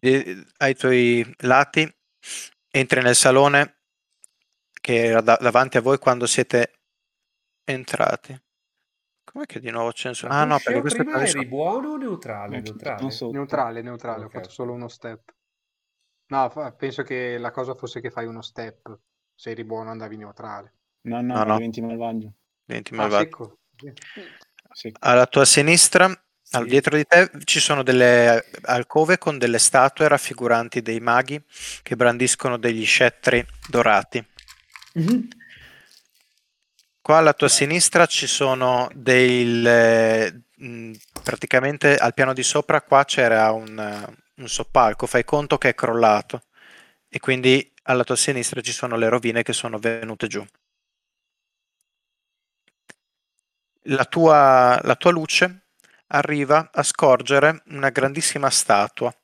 A: E- ai tuoi lati, entri nel salone che era da- davanti a voi quando siete entrati. Com'è che di nuovo c'è nessuno?
I: Ma
A: Ah no,
I: Cuscio
A: perché questo è
I: prima eri
A: attraverso-
I: buono o neutrale? neutrale.
F: Eh, Non so.
E: Neutrale, neutrale,
I: Ok.
E: ho fatto solo uno step. No, fa- penso che la cosa fosse che fai uno step, se eri buono andavi neutrale.
F: No, no,
A: No, no.
F: diventi malvagio.
A: diventi
E: Ah,
A: malvagio.
E: secco.
F: Sì.
A: Alla tua sinistra, al dietro di te, ci sono delle alcove con delle statue raffiguranti dei maghi che brandiscono degli scettri dorati. Qua alla tua sinistra ci sono del eh, mh, praticamente al piano di sopra qua c'era un, eh, un soppalco, fai conto che è crollato e quindi alla tua sinistra ci sono le rovine che sono venute giù. La tua, la tua luce arriva a scorgere una grandissima statua.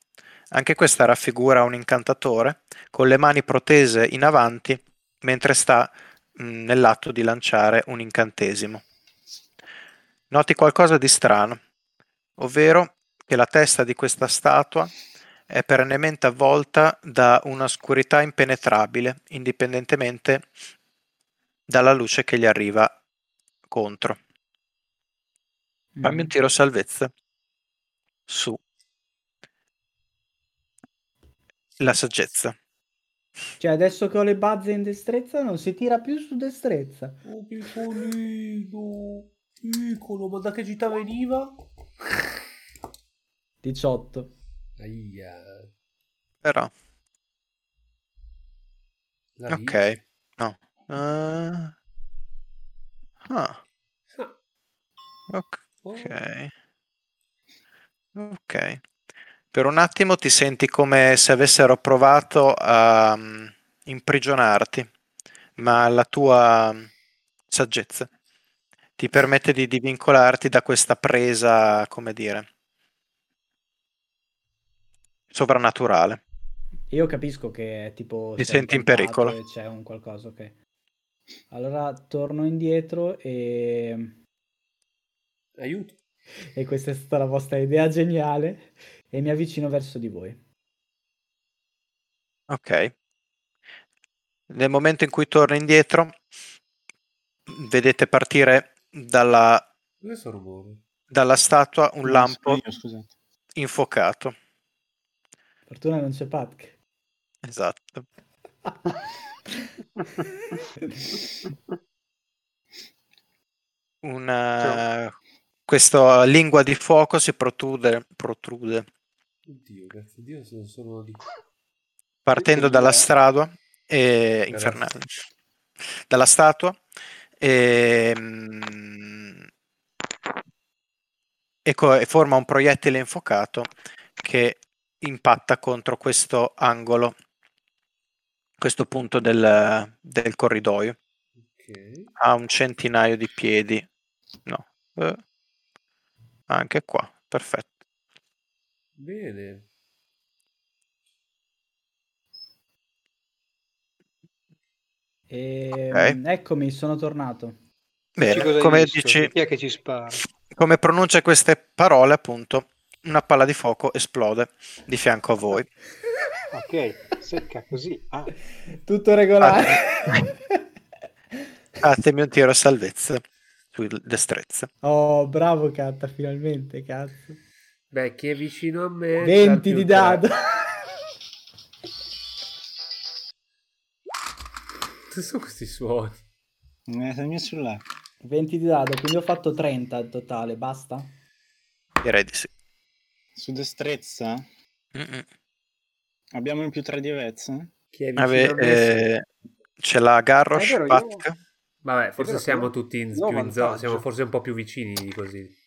A: Anche questa raffigura un incantatore con le mani protese in avanti mentre sta mh, nell'atto di lanciare un incantesimo. Noti qualcosa di strano, ovvero che la testa di questa statua è perennemente avvolta da una oscurità impenetrabile, indipendentemente dalla luce che gli arriva contro. Fammi un tiro salvezza su la saggezza.
D: Cioè, adesso che ho le bazze in destrezza, non si tira più su destrezza.
I: Oh, piccolino, piccolo, ma da che città veniva?
D: 18.
I: Aia.
A: Però,
I: la vita.
A: ok, no. Ah. Ah, ok.
I: Oh,
A: Ok. Ok. Per un attimo ti senti come se avessero provato a mm, imprigionarti, ma la tua mm, saggezza ti permette di divincolarti da questa presa, come dire, sovrannaturale.
D: Io capisco che è tipo...
A: Ti
D: sei
A: senti in
D: incantato
A: pericolo.
D: e C'è un qualcosa che... Allora torno indietro e...
I: Aiuto.
D: E questa è stata la vostra idea geniale. E mi avvicino verso di voi.
A: Ok. Nel momento in cui torna indietro, vedete partire dalla,
I: Cos'è sto rumore?
A: dalla statua un
F: Non
A: lampo
F: so io, scusate.
A: infuocato.
D: Fortuna non c'è Patk.
A: Esatto.
J: (laughs)
A: Una... Questa eh, lingua di fuoco si protrude, protrude
I: Oddio, grazie a Dio se non sono di...
A: partendo dalla statua e infernale. Dalla statua e, mm, e co- e forma un proiettile infuocato che impatta contro questo angolo, questo punto del, del corridoio.
I: Ok.
A: ha un centinaio di piedi. No, eh, anche qua, perfetto.
I: Bene.
D: E...
A: Ok.
D: Ehm, Eccomi, sono tornato.
E: Dici
A: Bene,
E: cosa hai
A: Eh, come,
E: visto?
A: dici-
E: Chi è che ci spara?
A: come pronuncia queste parole, appunto, una palla di fuoco esplode di fianco a voi.
E: Ok, secca così. Ah,
D: Tutto regolare.
A: Ah, Fatemi Ah, un tiro a salvezza su destrezza.
D: (laughs) Oh, bravo Katta, finalmente, cazzo.
I: Beh, chi è vicino a
B: Eh,
I: me... c'ha il
D: 20
I: più
D: di
I: tre. (laughs)
D: dado. (laughs)
I: Cosa sono questi suoni?
F: Non è il mio cellulare.
D: 20 di dado, quindi ho fatto 30 in totale, basta? (laughs)
A: Direi di sì.
F: Su destrezza
A: Mm-mm.
F: abbiamo il più 3 di Avezza.
I: Chi è vicino
A: Vabbè,
I: a me?
A: eh, c'è la Garrosh,
E: È vero, io-
A: Patk.
I: Vabbè,
E: è
I: forse
E: vero,
I: siamo
E: no?
I: tutti in,
E: No
I: più in zona,
E: vantaggio.
I: siamo forse un po' più vicini di così.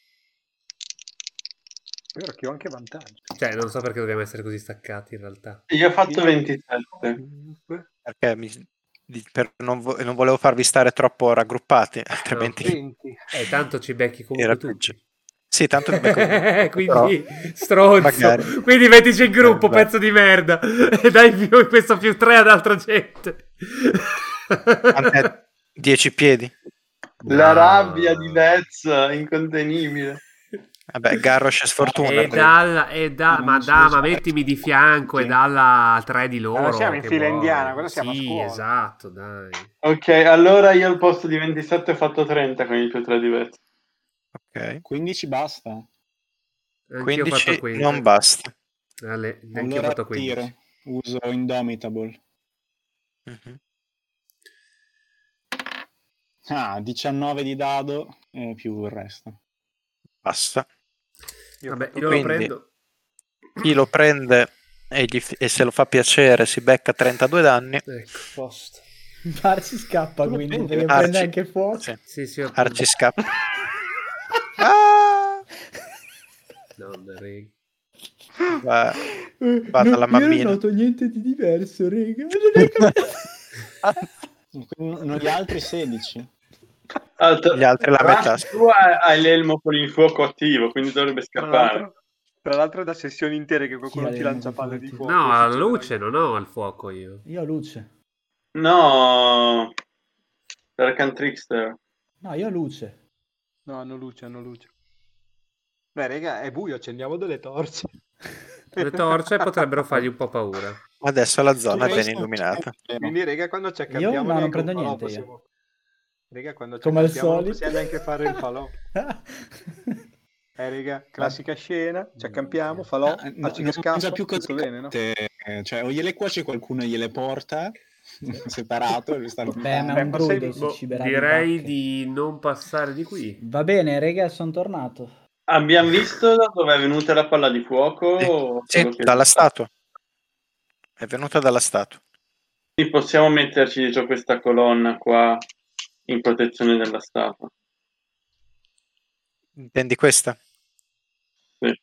E: Vero che ho anche vantaggio.
B: Cioè, non so perché dobbiamo essere così staccati in realtà.
J: Io ho fatto 27.
A: Perché mi- di- per- non, vo- non volevo farvi stare troppo raggruppati, altrimenti...
B: Eh, tanto ci becchi comunque
A: Era
B: tutti.
A: Sì, tanto mi becco comunque,
B: (laughs) Quindi,
A: Cioè, però-
B: stronzo.
A: Magari.
B: Quindi mettici in gruppo,
A: Eh, beh.
B: pezzo di merda. (laughs) E dai più, questo più tre ad altra gente. (laughs)
A: Quant'è? 10 piedi.
J: La rabbia di Dez è incontenibile.
A: Vabbè, Garrosh è sfortuna.
B: E
A: perché-
B: dalla, e da, ma da, ma mettimi di fianco e dalla tre di loro.
E: Allora, siamo in
B: che
E: fila
B: vuoi.
E: indiana, quella siamo a
B: Sì,
E: scuola.
B: esatto, dai.
J: Ok, allora io al posto di 27 ho fatto 30 con il più 3 di Vez.
A: Ok.
F: 15 basta.
B: Anch'io ho
A: 15
B: fatto eh. 15.
A: non basta.
B: Ale, neanche io ho
F: Allora
B: fatto 15.
F: tiro. Uso Indomitable.
A: Mhm.
F: Ah, 19 di dado eh, più il resto.
A: Basta.
B: Vabbè,
A: fatto
B: io lo
A: quindi.
B: prendo.
A: Chi lo prende e, gli f- e se lo fa piacere si becca 32 danni.
B: Ecco, posto.
D: Barci scappa,
F: lo
D: quindi
F: prendi?
D: deve
A: Barci.
D: prendere anche fuoco.
A: Sì.
B: Sì, sì, ho
A: Arci scappa.
D: (laughs)
A: Ah!
B: Madonna, rega.
A: Va,
D: Eh,
A: va
D: no,
A: dalla
D: io non
A: mammina.
D: noto niente di diverso, rega. Non è capito.
F: Gli altri 16.
J: Alto-
A: Gli altri la
J: Rash,
A: metà.
D: Ah!
J: Tu hai hai l'elmo con il fuoco attivo, quindi dovrebbe
E: Tra
J: scappare.
E: l'altro, tra l'altro è da sessioni intere che qualcuno
D: Chi ha
E: ti
D: le
E: lancia
D: mani
E: palle di
D: forti?
E: fuoco.
B: No, alla
E: Succede
B: luce, non ho al fuoco io.
D: Io ho luce.
J: No, Darkan Trickster.
D: No, io ho luce. (laughs)
E: No, hanno luce, hanno luce. Beh, raga, è buio, accendiamo delle torce.
B: Le
E: (laughs)
B: torce potrebbero fargli un po' paura.
A: Adesso la zona
F: Questo-
A: viene illuminata.
E: Quindi, raga, quando ci accampiamo...
D: Io, no,
E: nel
D: non prendo
E: gruppo, no,
D: niente io.
E: possiamo- Raga, quando ci
D: Come al
E: accampiamo non
D: solito.
E: possiamo neanche fare il falò. Eh, raga, classica scena, ci accampiamo,
F: Ah,
E: falò,
F: no,
E: faccio
F: non
E: che
F: mangia
E: scappo,
F: più cose
E: tutto bene, no?
F: cotte, eh, Cioè, o gliele cuoce qualcuno e gliele porta (laughs) separato. e stanno
D: Beh, ma
E: Beh,
D: è un
E: forse-
D: druido si
B: Boh,
D: ciberà di
B: direi
D: bacche.
B: di non passare di qui.
D: Va bene, rega, sono tornato.
J: Abbiamo visto da dove è venuta la palla di fuoco? o
A: Sì,
J: quello che-
A: dalla statua. È venuta dalla statua.
J: Quindi Possiamo metterci dietro questa colonna qua in protezione della statua.
A: Intendi questa?
J: Sì.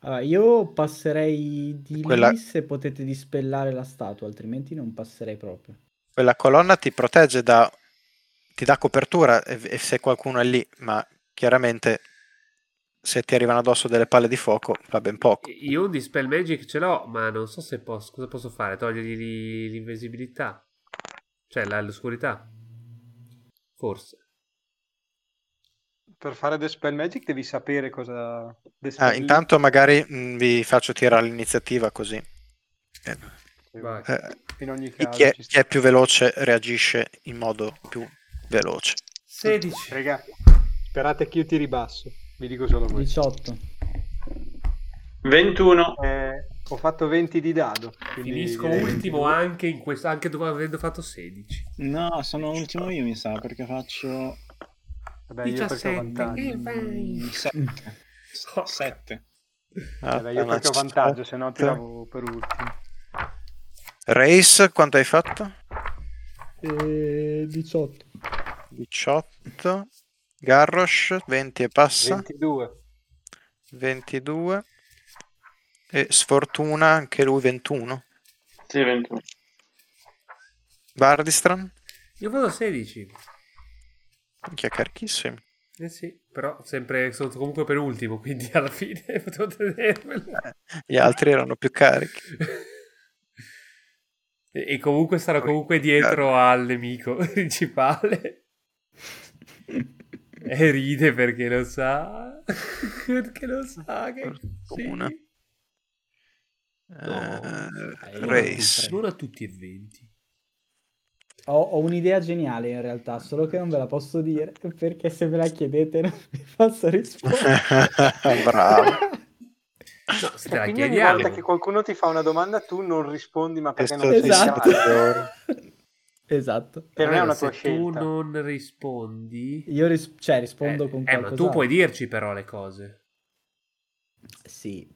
D: Allora, io passerei di
A: Quella-
D: lì se potete dispellare la statua, altrimenti non passerei proprio.
A: Quella colonna ti protegge da... ti dà copertura e, e se qualcuno è lì, ma chiaramente se ti arrivano addosso delle palle di fuoco va ben poco.
B: Io un Dispel Magic ce l'ho, ma non so se posso. Cosa posso fare? Togliergli l- l'invisibilità? Cioè, la- l'oscurità? Forse.
E: Per fare The Spell Magic devi sapere cosa... The
A: Ah,
E: Spell-
A: intanto magari mh, vi faccio tirare l'iniziativa così. Eh,
B: Vai.
A: eh,
E: In ogni
A: chi,
E: caso...
A: è,
E: ci
A: chi è più veloce reagisce in modo più veloce.
B: 16.
E: Raga, sperate che io ti ribasso, vi dico solo questo.
D: 18.
J: 21.
E: Eh, ho fatto 20 di dado. quindi
B: Finisco
E: direi-
B: ultimo anche in questo, anche dopo avendo fatto 16.
F: No, sono ultimo io, mi sa, perché faccio mm,
E: Vabbè, Eh, io perché ho
B: 17.
E: vantaggio.
F: 7. 7.
A: Ah,
E: Vabbè, Eh, io perché ho vantaggio, se no ti davo per ultimo.
A: Race, quanto hai fatto?
D: Eh, 18.
A: 18. Garrosh, 20 e passa.
E: 22.
A: 22. E Sfortuna, anche lui 21.
J: Sì, 21.
A: Bardistran,
B: Io vado 16.
A: che è carichissimo.
B: Eh sì, però sempre sono comunque per ultimo, quindi alla fine (laughs) potevo tenermelo.
A: Gli altri erano più carichi.
B: E (laughs) e comunque sarò comunque dietro al nemico (laughs) principale. E ride perché lo sa. (laughs) Perché lo sa che...
A: Una.
B: Sì.
A: Eh,
D: io
A: Race.
B: Non a tutti e 20.
D: Ho, ho un'idea geniale in realtà, solo che non ve la posso dire perché se me la chiedete non vi posso rispondere.
A: Bravo.
B: No, se te la
E: Cioè, Quindi ogni
B: chiediamo.
E: volta che qualcuno ti fa una domanda tu non rispondi ma perché non
A: Questo
E: sei
A: (laughs) sì,
D: (laughs) esatto.
A: sì.
E: chiamato.
D: esatto.
E: Che non è
B: Allora,
E: una
B: se
E: tua
B: tu
E: scelta.
B: non rispondi...
D: Io ris- cioè, rispondo
B: eh,
D: con
B: eh, ma
D: qualcosa.
B: tu puoi dirci però le cose.
D: Sì,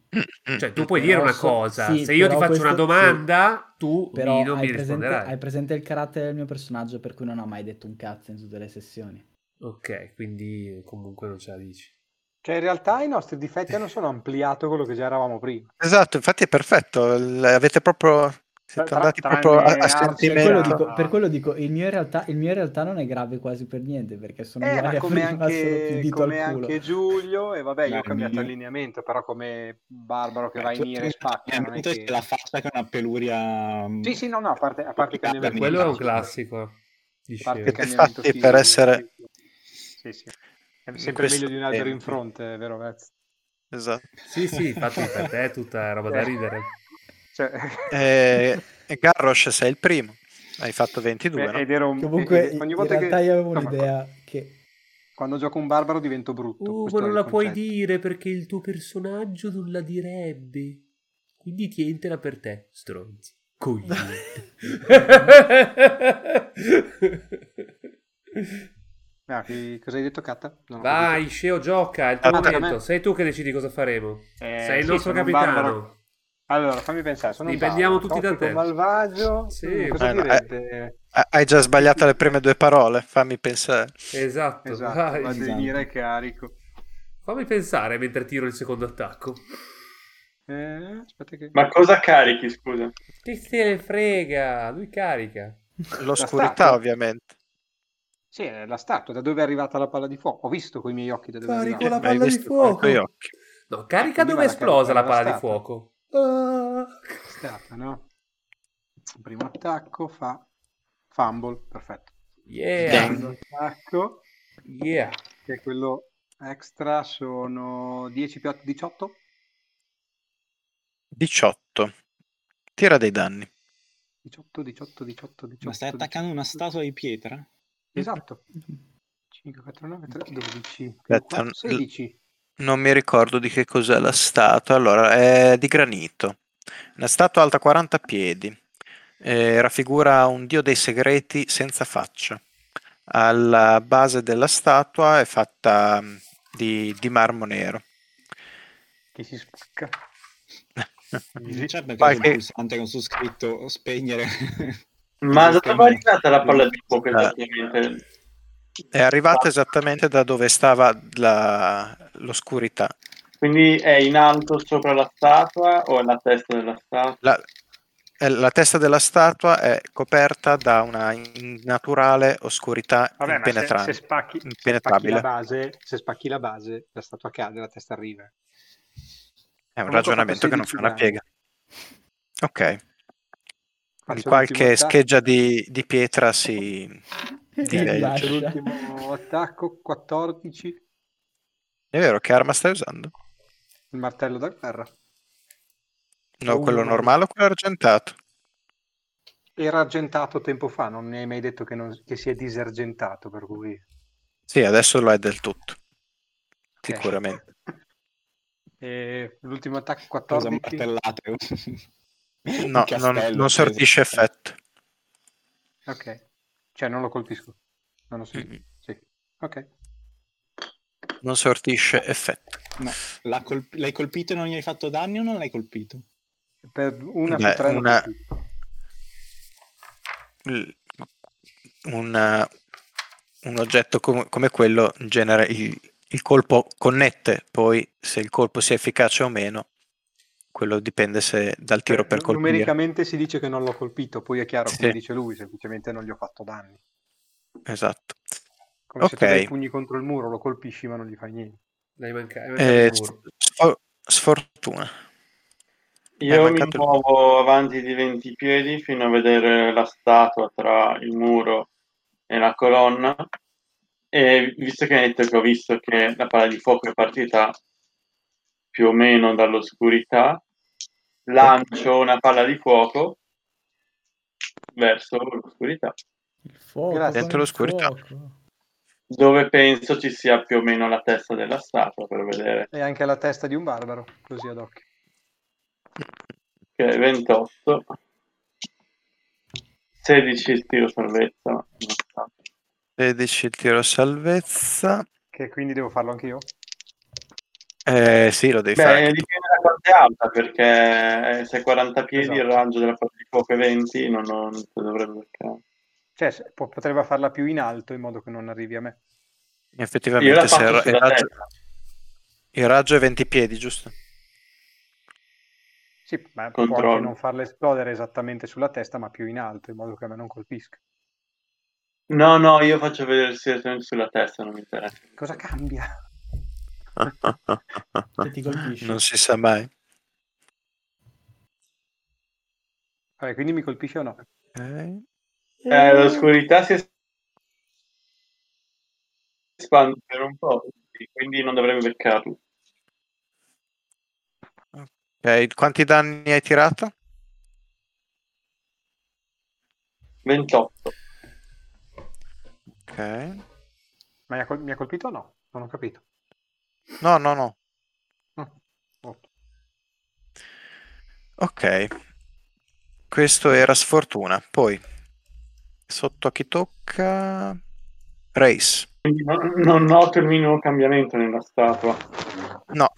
B: Cioè, tu puoi
D: Eh,
B: dire
D: Però
B: una
D: so-
B: cosa.
D: sì,
B: se io ti
D: però
B: faccio una
D: questo-
B: domanda, tu
D: però
B: mi- non
D: hai,
B: mi
D: presente,
B: risponderai.
D: hai presente il carattere del mio personaggio per cui non ho mai detto un cazzo in tutte le sessioni.
B: Ok, quindi comunque non ce la dici.
E: Cioè, in realtà i nostri difetti hanno solo ampliato quello che già eravamo prima.
A: Esatto, infatti è perfetto. l- avete proprio. Siete
E: Tra-
A: andati
E: tranne
A: proprio a, a
E: arte,
A: sentimento.
E: Eh,
D: Per quello,
E: no.
D: dico, per quello dico, il mio, in realtà, il mio in realtà non è grave quasi per niente perché sono
E: Eh,
D: uguali
E: ma
D: a
E: come
D: prima, solo più
E: anche,
D: dito
E: come
D: al culo.
E: anche Giulio, e vabbè, io ho
F: Dai,
E: cambiato
F: Giulio.
E: allineamento, però come Barbaro che va in
F: Tu- Eh,
E: nero e spacca, non è
F: tu-
E: che...
F: la faccia che è una peluria mm,
E: Sì, sì, no, no, a parte, a parte il cambiamento
B: Quello è un
E: fisico.
B: classico. di
E: A
B: Scemo.
E: parte il
A: Siete
E: cambiamento
A: fatti
E: fisico,
A: per essere-
E: Sì, sì. È sempre
A: questo
E: meglio di un altro in
A: tempo.
E: fronte, vero Vez?
A: Esatto.
B: Sì, sì, fatto per te, è tutta roba
E: Eh.
B: da ridere.
E: Cioè... (laughs)
A: Eh, Garrosh sei il primo. Hai fatto 22,
E: Beh,
A: no?
E: eh, ed ero un-
D: Comunque,
E: ed-
D: in
E: ogni volta
D: realtà
E: che...
D: io avevo
E: no, ma
D: un'idea Uh, che...
E: Quando gioco un barbaro divento brutto.
I: Oh,
E: questo
I: ma non
E: è il
I: la puoi
E: concetto.
I: dire perché il tuo personaggio non la direbbe. Quindi tientela per te, stronzi. Coglione.
E: (laughs) Ah, che- cosa hai detto, Katta? Non ho
B: Vai,
E: capito.
B: Sceo, gioca, è il tuo
E: Ah, per
B: momento.
E: me?
B: Sei tu che decidi cosa faremo.
E: Eh,
B: Sei il
E: sì,
B: nostro
E: sono un
B: capitano.
E: barbaro. Allora, fammi pensare. Sono un
B: Dipendiamo
E: barbaro,
B: tutti da
E: tossico,
B: te.
E: malvagio.
B: Sì.
E: Mm, cosa
A: Eh, no,
E: direte?
A: Ah, Hai già sbagliato le prime due parole, fammi pensare.
B: Esatto,
E: Esatto,
B: vai.
E: vado in ira e carico.
B: Fammi pensare mentre tiro il secondo attacco.
E: Eh, aspetta che...
G: Ma cosa carichi, scusa?
B: Chi se ne frega? Lui carica.
A: L'oscurità,
E: statua?
A: ovviamente.
E: Sì, è la statua, da dove è arrivata la palla di fuoco? Ho visto con i miei occhi da dove è
I: Carico
E: arrivata.
I: la
A: Ma hai
I: palla di
A: visto con i
I: fuoco.
A: tuoi occhi.
B: No, carica
E: Eh, quindi
B: dove è
E: vado a
B: esplosa la
E: caricare la
B: palla di
E: statua.
B: fuoco. Ah.
E: Statua, no? Primo attacco fa fumble, perfetto.
B: Yeah.
E: Secondo attacco,
B: Yeah.
E: che è quello extra, sono 10 più 8, 18.
A: 18. Tira dei danni.
E: 18, 18, 18, 18.
F: ma stai attaccando una statua di pietra?
E: Esatto. 5, 4, 9, 3, 12,
A: Aspetta,
E: 4,
A: un-
E: 16.
A: Non mi ricordo di che cos'è la statua. Allora, è di granito. Una statua alta 40 piedi. Eh, raffigura un dio dei segreti senza faccia. Alla base della statua è fatta mm, di, di marmo
E: (laughs)
A: nero.
E: Che si spacca.
F: Non c'è perché
A: Vai
F: c'è
A: che-
F: un certo pulsante con su scritto spegnere. (laughs)
G: Ma da dove è
F: Spegnere.
G: arrivata la palla di fuoco esattamente?
A: È arrivata esattamente da dove stava la- l'oscurità.
G: Quindi è in alto sopra la statua o è la testa della statua?
A: La, eh, la testa della statua è coperta da una in- naturale oscurità
E: Vabbè, ma se,
A: impenetrante.
E: se spacchi, se spacchi
A: Impenetrabile.
E: la base, se spacchi la base, la statua cade, la testa arriva.
A: È un
E: Comunque ho
A: ragionamento
E: fatto
A: che non fa
E: 16
A: una
E: danni.
A: piega. Ok. Con
E: Faccio
A: qualche
E: l'ultimo attacco.
A: scheggia di, di pietra si... direi.
D: Lascia.
E: Faccio l'ultimo attacco, 14,
A: È vero, che arma stai usando?
E: il martello da guerra.
F: Oh.
A: No,
E: Uno
A: quello
E: normale.
A: normale o quello argentato?
E: Era argentato tempo fa, non mi hai mai detto che, non- che si è disargentato, per cui...
A: Sì, adesso lo è del tutto.
E: Ok.
A: Sicuramente.
E: E eh, l'ultimo attacco
F: Cosa
E: 14.
F: martellate? (laughs)
A: No,
F: Un
A: non,
F: castello
A: non
F: preso.
A: sortisce effetto.
E: Ok. Cioè non lo colpisco. Non lo so.
A: Mm-mm.
E: Sì. Ok.
A: Non sortisce effetto.
F: No, l'ha colp- l'hai colpito e non gli hai fatto danni o non l'hai colpito?
E: Per una
A: Beh,
E: su tre lo
A: una-
E: colpisco.
A: L- un, un oggetto com- come quello in genere il, il colpo connette poi se il colpo sia efficace o meno quello dipende se dal
F: Eh,
A: tiro per
E: Nu-
A: colpire
E: Cioè, Numericamente si dice che non l'ho colpito, poi è chiaro
A: Sì.
E: come dice lui, semplicemente non gli ho fatto danni.
A: esatto
E: Come se tu
A: Ok.
E: dai i pugni contro il muro, lo colpisci ma non gli fai niente.
B: Dai, manca- manca
A: Eh,
B: il muro.
A: sfor- sfortuna È
G: Io mi
A: Eh, mancato il-
G: muovo avanti di 20 piedi fino a vedere la statua tra il muro e la colonna. E visto che hai detto che ho visto che la palla di fuoco è partita più o meno dall'oscurità, lancio una palla di fuoco verso l'oscurità,
D: Il fuoco,
E: Grazie.
D: con
A: Dentro
D: il
A: l'oscurità.
D: fuoco.
G: dove penso ci sia più o meno la testa della statua per vedere
E: E anche la testa di un barbaro, così ad occhio.
G: che è 28. 16 tiro salvezza. ma non sta.
A: 16 il tiro a salvezza
E: Che quindi devo farlo anch'io?
A: eh, sì lo devi
G: Beh,
A: fare anche tu.
G: dipende da quanto è alta, perché eh, se 40 piedi
E: Esatto.
G: il raggio della palla di fuoco è 20, non, non ti dovrebbe beccare.
E: Cioè, se- po- potrebbe farla più in alto in modo che non arrivi a me.
G: Io la
A: effettivamente se
G: faccio
A: era-
G: sulla
A: era-
G: testa.
A: Il raggio è 20 piedi, giusto?
E: Sì, ma può
J: Controllo.
E: anche non farla esplodere esattamente sulla testa, ma più in alto, in modo che a me non colpisca.
J: No, no, io faccio vedere il silenzio sulla testa, non mi interessa.
E: Cosa cambia?
D: Se ti colpisce.
A: Non si sa mai.
E: Vabbè, quindi mi colpisce o no?
A: Ok.
J: Eh, l'oscurità si espande per un po', quindi non dovrebbe beccarlo.
A: Ok, Eh, Quanti danni hai tirato?
J: 28.
A: Ok.
E: Ma mi ha, col- mi ha colpito o no? Non ho capito. Mm.
A: No, no, no.
E: Otto.
A: Ok. Questo era sfortuna. Poi, sotto a chi tocca... Race.
J: Quindi non, non noto il minimo cambiamento nella statua.
A: No,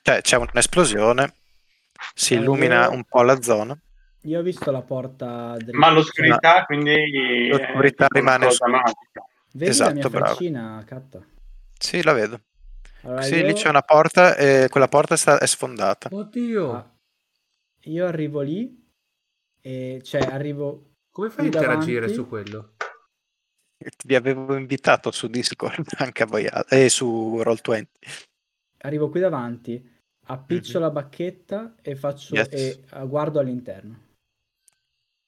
A: cioè c'è un'esplosione, si
D: Eh,
A: illumina
D: io-
A: un po' la zona,
D: Io ho visto la porta dritta.
J: Ma l'oscurità, quindi...
A: L'oscurità rimane
J: su.
A: su-
J: magica.
D: Vedi
A: Esatto,
D: la mia
A: bravo.
D: faccina, Catta?
A: sì, la vedo.
D: Allora,
A: sì,
D: io...
A: lì c'è una porta e quella porta è sta- è sfondata.
I: Oddio,
D: ah, io arrivo lì e cioè arrivo
I: come fai
D: qui
I: a
D: davanti.
I: interagire su quello?
A: Vi avevo invitato su Discord (laughs) anche a voi, e su Roll20.
D: arrivo qui davanti, appiccio
A: Mhm.
D: la bacchetta e faccio
A: Yes.
D: e eh, guardo all'interno.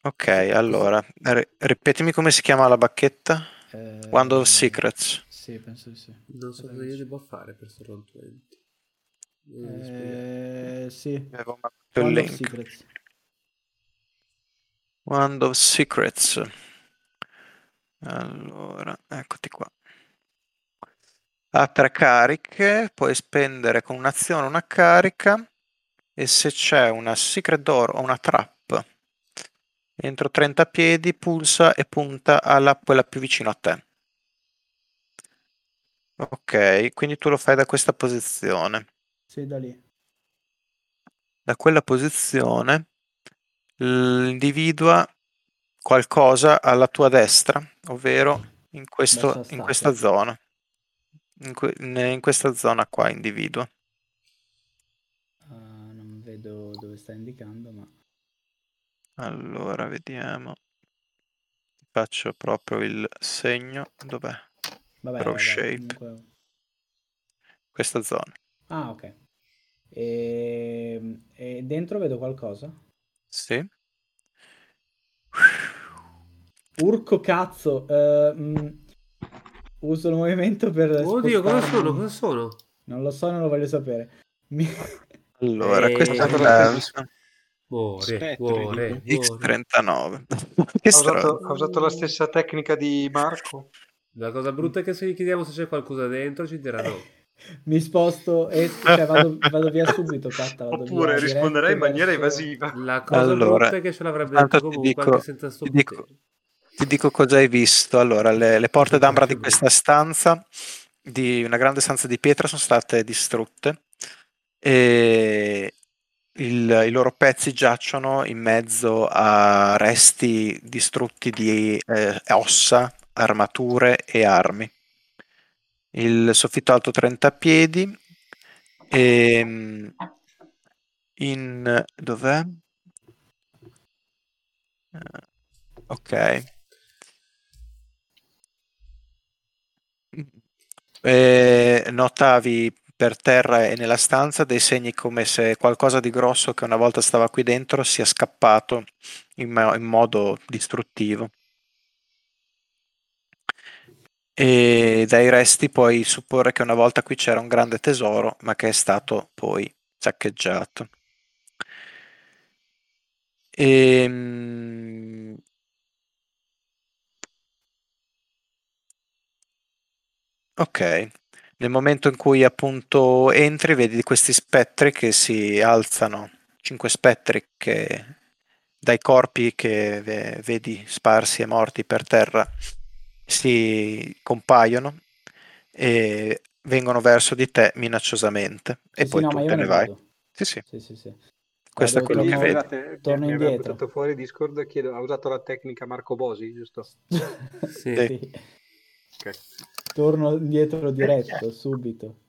A: Ok, allora, ri- ripetimi come si chiama la bacchetta?
D: Eh,
A: Wand of Secrets.
D: Sì, penso di sì. Eh,
I: Non so cosa
D: Aspetta che
I: io
D: ci-
I: devo fare per sto round 20. Non mi spiegare.
D: Eh, sì.
A: Avevo mandato il
D: Wand of
A: link.
D: Secrets.
A: Wand of Secrets. Allora, eccoti qua. Ha tre cariche, puoi spendere con un'azione una carica e se c'è una secret door o una trap entro 30 piedi pulsa e punta alla quella più vicino a te. Ok, quindi tu lo fai da questa posizione.
D: Sì, da lì.
A: Da quella posizione individua qualcosa alla tua destra, ovvero in, questo-
D: Verso la
A: in questa zona. In, que- ne- in questa zona qua individua.
D: Ah, non vedo dove sta indicando, ma
A: Allora, vediamo. Ti Faccio proprio il segno. Dov'è?
D: vabbè,
A: Draw
D: vabbè,
A: shape.
D: comunque
A: Questa zona.
D: Ah, ok. E, e dentro vedo qualcosa.
A: Sì.
D: Urco cazzo. eh, mm, uso il movimento per
I: Oddio, cosa
D: spostarmi.
I: sono? Cosa sono?
D: Non lo so, non lo voglio sapere. Mi- (laughs)
A: Allora,
I: Eh,
A: questo è
I: ho
A: un
F: usato
A: X39.
I: Muore,
F: Spettri,
I: muore, muore.
A: X39. Che
E: Ha usato,
A: stronzo.
E: ha usato la stessa tecnica di Marco?
I: La cosa brutta è che se gli chiediamo se c'è qualcosa dentro ci dirà no.
D: Mi sposto e cioè, vado, vado via subito, Catta, vado via
E: Oppure
D: diretto
E: risponderei in maniera
D: verso-
E: evasiva.
I: La cosa
A: Allora,
I: brutta è che ce l'avrebbe
A: tanto
I: detto
A: ti
I: comunque
A: dico-
I: anche senza sto
A: ti dico-
I: potere.
A: Ti dico cosa hai visto. Allora, le, le porte d'ambra di questa stanza, di una grande stanza di pietra, sono state distrutte e il- i loro pezzi giacciono in mezzo a resti distrutti di eh, ossa, armature e armi. Il soffitto è alto 30 piedi e mm, in... dov'è? Eh, Ok. E Eh, notavi per terra e nella stanza dei segni come se qualcosa di grosso che una volta stava qui dentro sia scappato in, mo- in modo distruttivo. E dai resti puoi supporre che una volta qui c'era un grande tesoro, ma che è stato poi saccheggiato. Ehm, Ok, nel momento in cui appunto entri, vedi questi spettri che si alzano, cinque spettri che dai corpi che ve- vedi sparsi e morti per terra si compaiono e vengono verso di te minacciosamente
D: Sì,
A: e
D: sì,
A: poi
D: no,
A: tu
D: ma io
A: te
D: me
A: ne
D: ne
A: vai.
D: vado.
A: Sì, sì,
D: Sì, sì, sì.
A: questo è
D: Vado,
A: quello che
D: torno-
A: vedi.
E: Scusate,
D: torno
E: mi aveva
D: indietro.
E: buttato fuori Discord, chiedo, ha usato la tecnica Marco Bosi, giusto?
I: Sì.
A: Sì.
D: Sì. Torno indietro diretto, subito.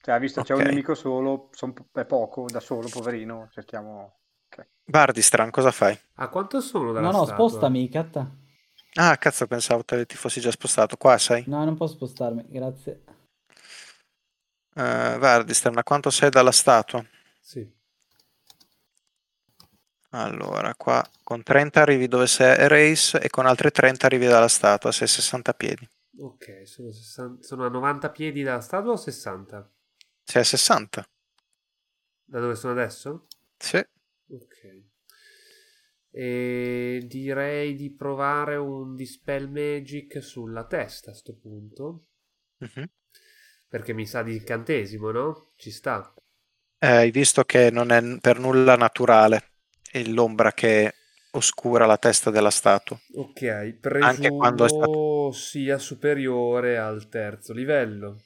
E: Cioè, ha visto c'è
A: Ok.
E: un nemico solo, son- è poco, da solo, poverino. Cerchiamo. (laughs)
A: Bardistran, cosa fai?
B: A quanto sono dalla
D: No, no,
B: statua?
D: spostami, catta.
A: Ah, cazzo, pensavo te ti fossi già spostato. Qua sei?
D: No, non posso spostarmi, grazie.
A: Eh, Bardistran, a quanto sei dalla statua?
B: Sì.
A: Allora, qua con 30 arrivi dove sei Race e con altri 30 arrivi dalla statua, sei 60 piedi.
B: Ok, sono, 60 sono a 90 piedi dalla statua o 60?
A: Sei a 60?
B: Da dove sono adesso?
A: Sì.
B: Ok. E direi di provare un Dispel Magic sulla testa a sto punto.
A: Mhm.
B: Perché mi sa di incantesimo, no? Ci sta.
A: Eh, hai visto che non è n- per nulla naturale è l'ombra che oscura la testa della statua.
B: Ok,
A: Anche quando è
B: presumo sia superiore al terzo livello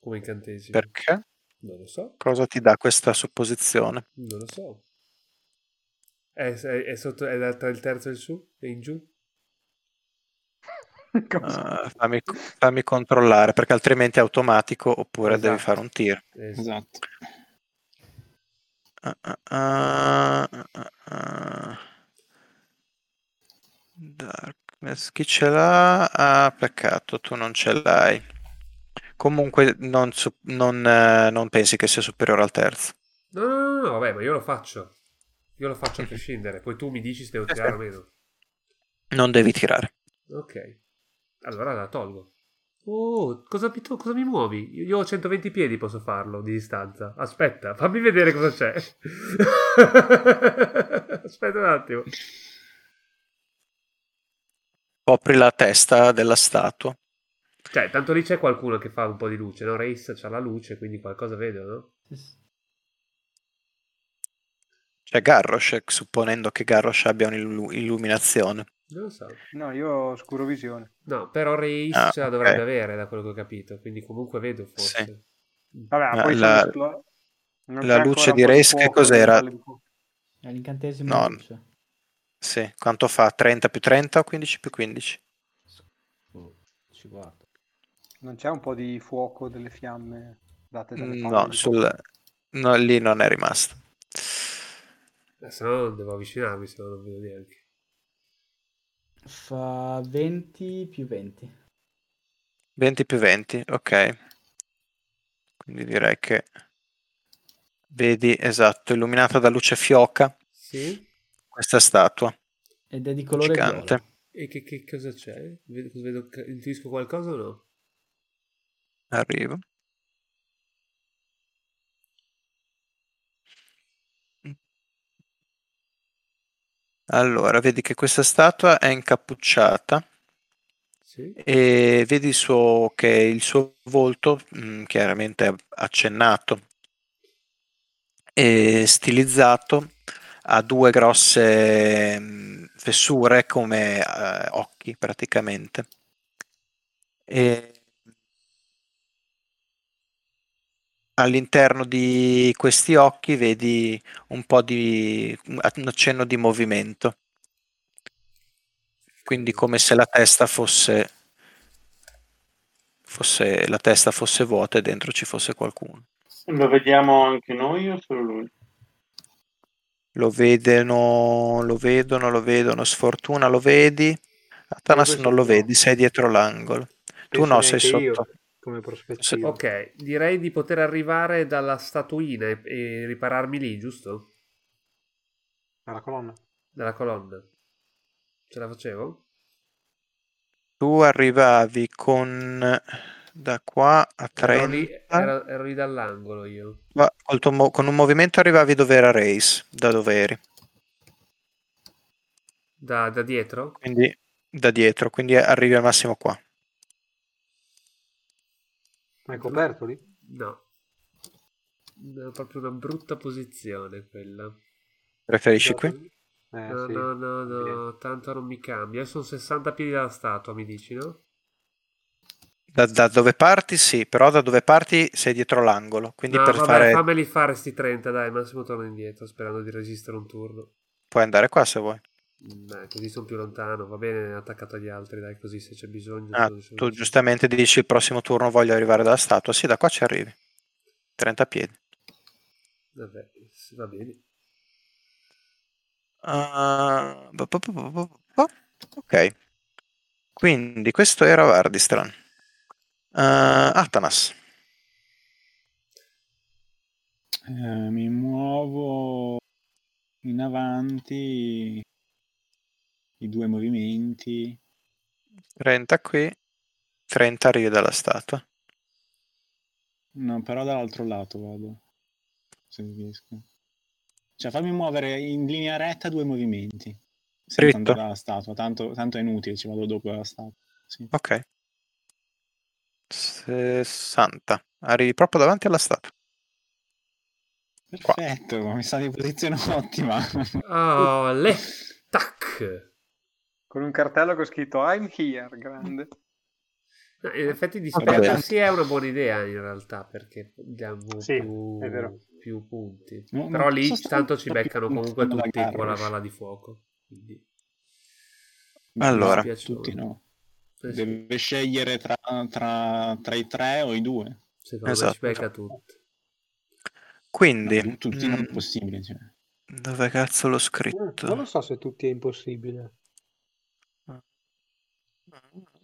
B: come incantesimo.
A: Perché?
B: Non lo so,
A: Cosa ti dà questa supposizione?
B: non lo so. È, è- è sotto, è da- tra il terzo e il su? E in giù?
A: Eh, fammi, fammi controllare, perché altrimenti è automatico oppure devi
B: Esatto.
A: fare un tiro.
B: Esatto.
F: Esatto.
A: Ah, ah, ah, ah, ah, ah. Darkness, chi ce l'ha? Ah, peccato, tu non ce l'hai. Comunque non, su- non, eh, non pensi che sia superiore al terzo.
B: No, no, no, no, vabbè, ma io lo faccio. Io lo faccio a
A: Mhm.
B: prescindere. Poi tu mi dici se devo tirare o meno.
A: Non devi tirare.
B: Ok. Allora la tolgo. Oh, cosa, mi to- cosa mi muovi? Io, io ho 120 piedi, posso farlo di distanza. Aspetta, fammi vedere cosa c'è. (laughs) Aspetta un attimo.
A: Copri la testa della statua.
B: Cioè, tanto lì c'è qualcuno che fa un po' di luce, no? Race c'ha la luce, quindi qualcosa vedo, no?
A: Cioè Garrosh, supponendo che Garrosh abbia un'illuminazione.
B: Non lo so.
E: No, io ho scurovisione.
B: No, però Race
A: Ah,
B: ce la
A: ok.
B: dovrebbe avere, da quello che ho capito. Quindi comunque vedo, forse.
A: Sì.
E: Vabbè,
A: Ma
E: poi
A: la-
E: sono esplo- non
A: la
E: c'è
A: luce
E: ancora
A: di
E: un po'
A: Reis che
E: fuoco
A: cos'era?
E: dentro le buche.
D: È l'incantesimo
A: No.
D: di luce.
A: Sì, quanto fa? 30 più 30 o 15 più 15?
D: Oh, ci guardo.
E: Non c'è un po' di fuoco delle fiamme date dalle palme
A: Mm, No,
E: di
A: sul... no, lì non è rimasto.
B: Eh, se no devo avvicinarmi, se no non vedo neanche.
D: Fa 20 più 20.
A: 20 più 20, ok. Quindi direi che vedi, esatto, illuminata da luce fioca
B: Sì?
A: questa statua
D: Ed è di colore
A: gigante.
D: viola.
B: E che, che cosa c'è? Vedo, vedo- intuisco qualcosa o no?
A: Arrivo. Allora, vedi che questa statua è incappucciata
B: Sì?
A: e vedi il suo- che il suo volto, mm, chiaramente accennato e stilizzato, ha due grosse mm, fessure come eh, occhi praticamente. E all'interno di questi occhi vedi un po' di un accenno di movimento. Quindi come se la testa fosse, fosse- la testa fosse vuota e dentro ci fosse qualcuno.
J: Lo vediamo anche noi o solo lui?
A: Lo vedono, lo vedono, lo vedono. Sfortuna lo vedi. Atanas
E: questo
A: non lo
E: no.
A: vedi, sei dietro l'angolo. Tu
E: Penso
A: no, sei
E: neanche io,
A: sotto.
E: come prospettiva.
B: Ok, direi di poter arrivare dalla statuina e, e ripararmi lì, giusto?
E: Alla colonna.
B: Dalla colonna. Ce la facevo?
A: Tu arrivavi con da qua a
B: Ero lì,
A: 30.
E: Ah.
B: ero- ero lì dall'angolo io.
A: ma col tuo mo- con un movimento arrivavi dove era Race, da dove eri.
B: Da, da dietro?
A: Quindi da dietro, quindi arrivi al massimo qua.
E: Ma è coperto lì?
B: No. È proprio una brutta posizione quella.
A: Preferisci qui?
E: Eh,
B: No,
E: sì.
B: no, no, no, tanto non mi cambia. Io sono 60 piedi dalla statua, mi dici, no?
A: Da, da dove parti sì, però da dove parti sei dietro l'angolo, quindi
B: No,
A: per
B: vabbè,
A: fare
B: fammeli fare sti 30, dai, massimo torno indietro, sperando di resistere un turno.
A: puoi andare qua se vuoi.
B: Dai, Mm, eh, così sono più lontano, va bene, attaccato agli altri, dai, così se c'è bisogno.
A: Ah,
B: sono- sono-
A: tu giustamente dici il prossimo turno voglio arrivare dalla statua, sì, da qua ci arrivi. 30 piedi.
B: Vabbè, va bene.
A: Ah, pa- pa- pa- pa- pa- pa- ok. Quindi questo era Vardistran. Ah, Atanas.
F: Eh, mi muovo in avanti i due movimenti.
A: 30 qui, 30 arrivi dalla statua.
F: No, però dall'altro lato vado. Se riesco. Cioè, fammi muovere in linea retta due movimenti. Sì,
A: Dritto.
F: tanto dalla statua, tanto, tanto è inutile, ci vado dopo la statua. Sì.
A: Ok. 60. Arrivi proprio davanti alla statua.
F: Perfetto, mi sta in posizione (laughs) ottima.
B: Oh, le tac.
E: Con un cartello che ho scritto I'm here, grande.
B: No, in effetti di
A: Vabbè.
B: sì è una buona idea in realtà perché diamo
E: Sì,
B: più,
E: è vero.
B: più punti.
F: No,
B: Però
F: non
B: lì
F: so se-
B: tanto ci beccano comunque
F: non la
B: tutti con la
F: Garrosh.
B: palla di fuoco. Quindi
A: Allora.
B: Mi dispiace,
F: tutti no.
B: eh, sì,
F: Deve scegliere tra, tra- tra i tre o i due.
B: secondo me ci
A: Esatto.
B: becca tutti.
A: Quindi,
F: No, tutti non
A: mm,
F: è possibile. Cioè.
A: dove cazzo l'ho
E: Mm, Non lo
A: scritto?
E: so se tutti è impossibile.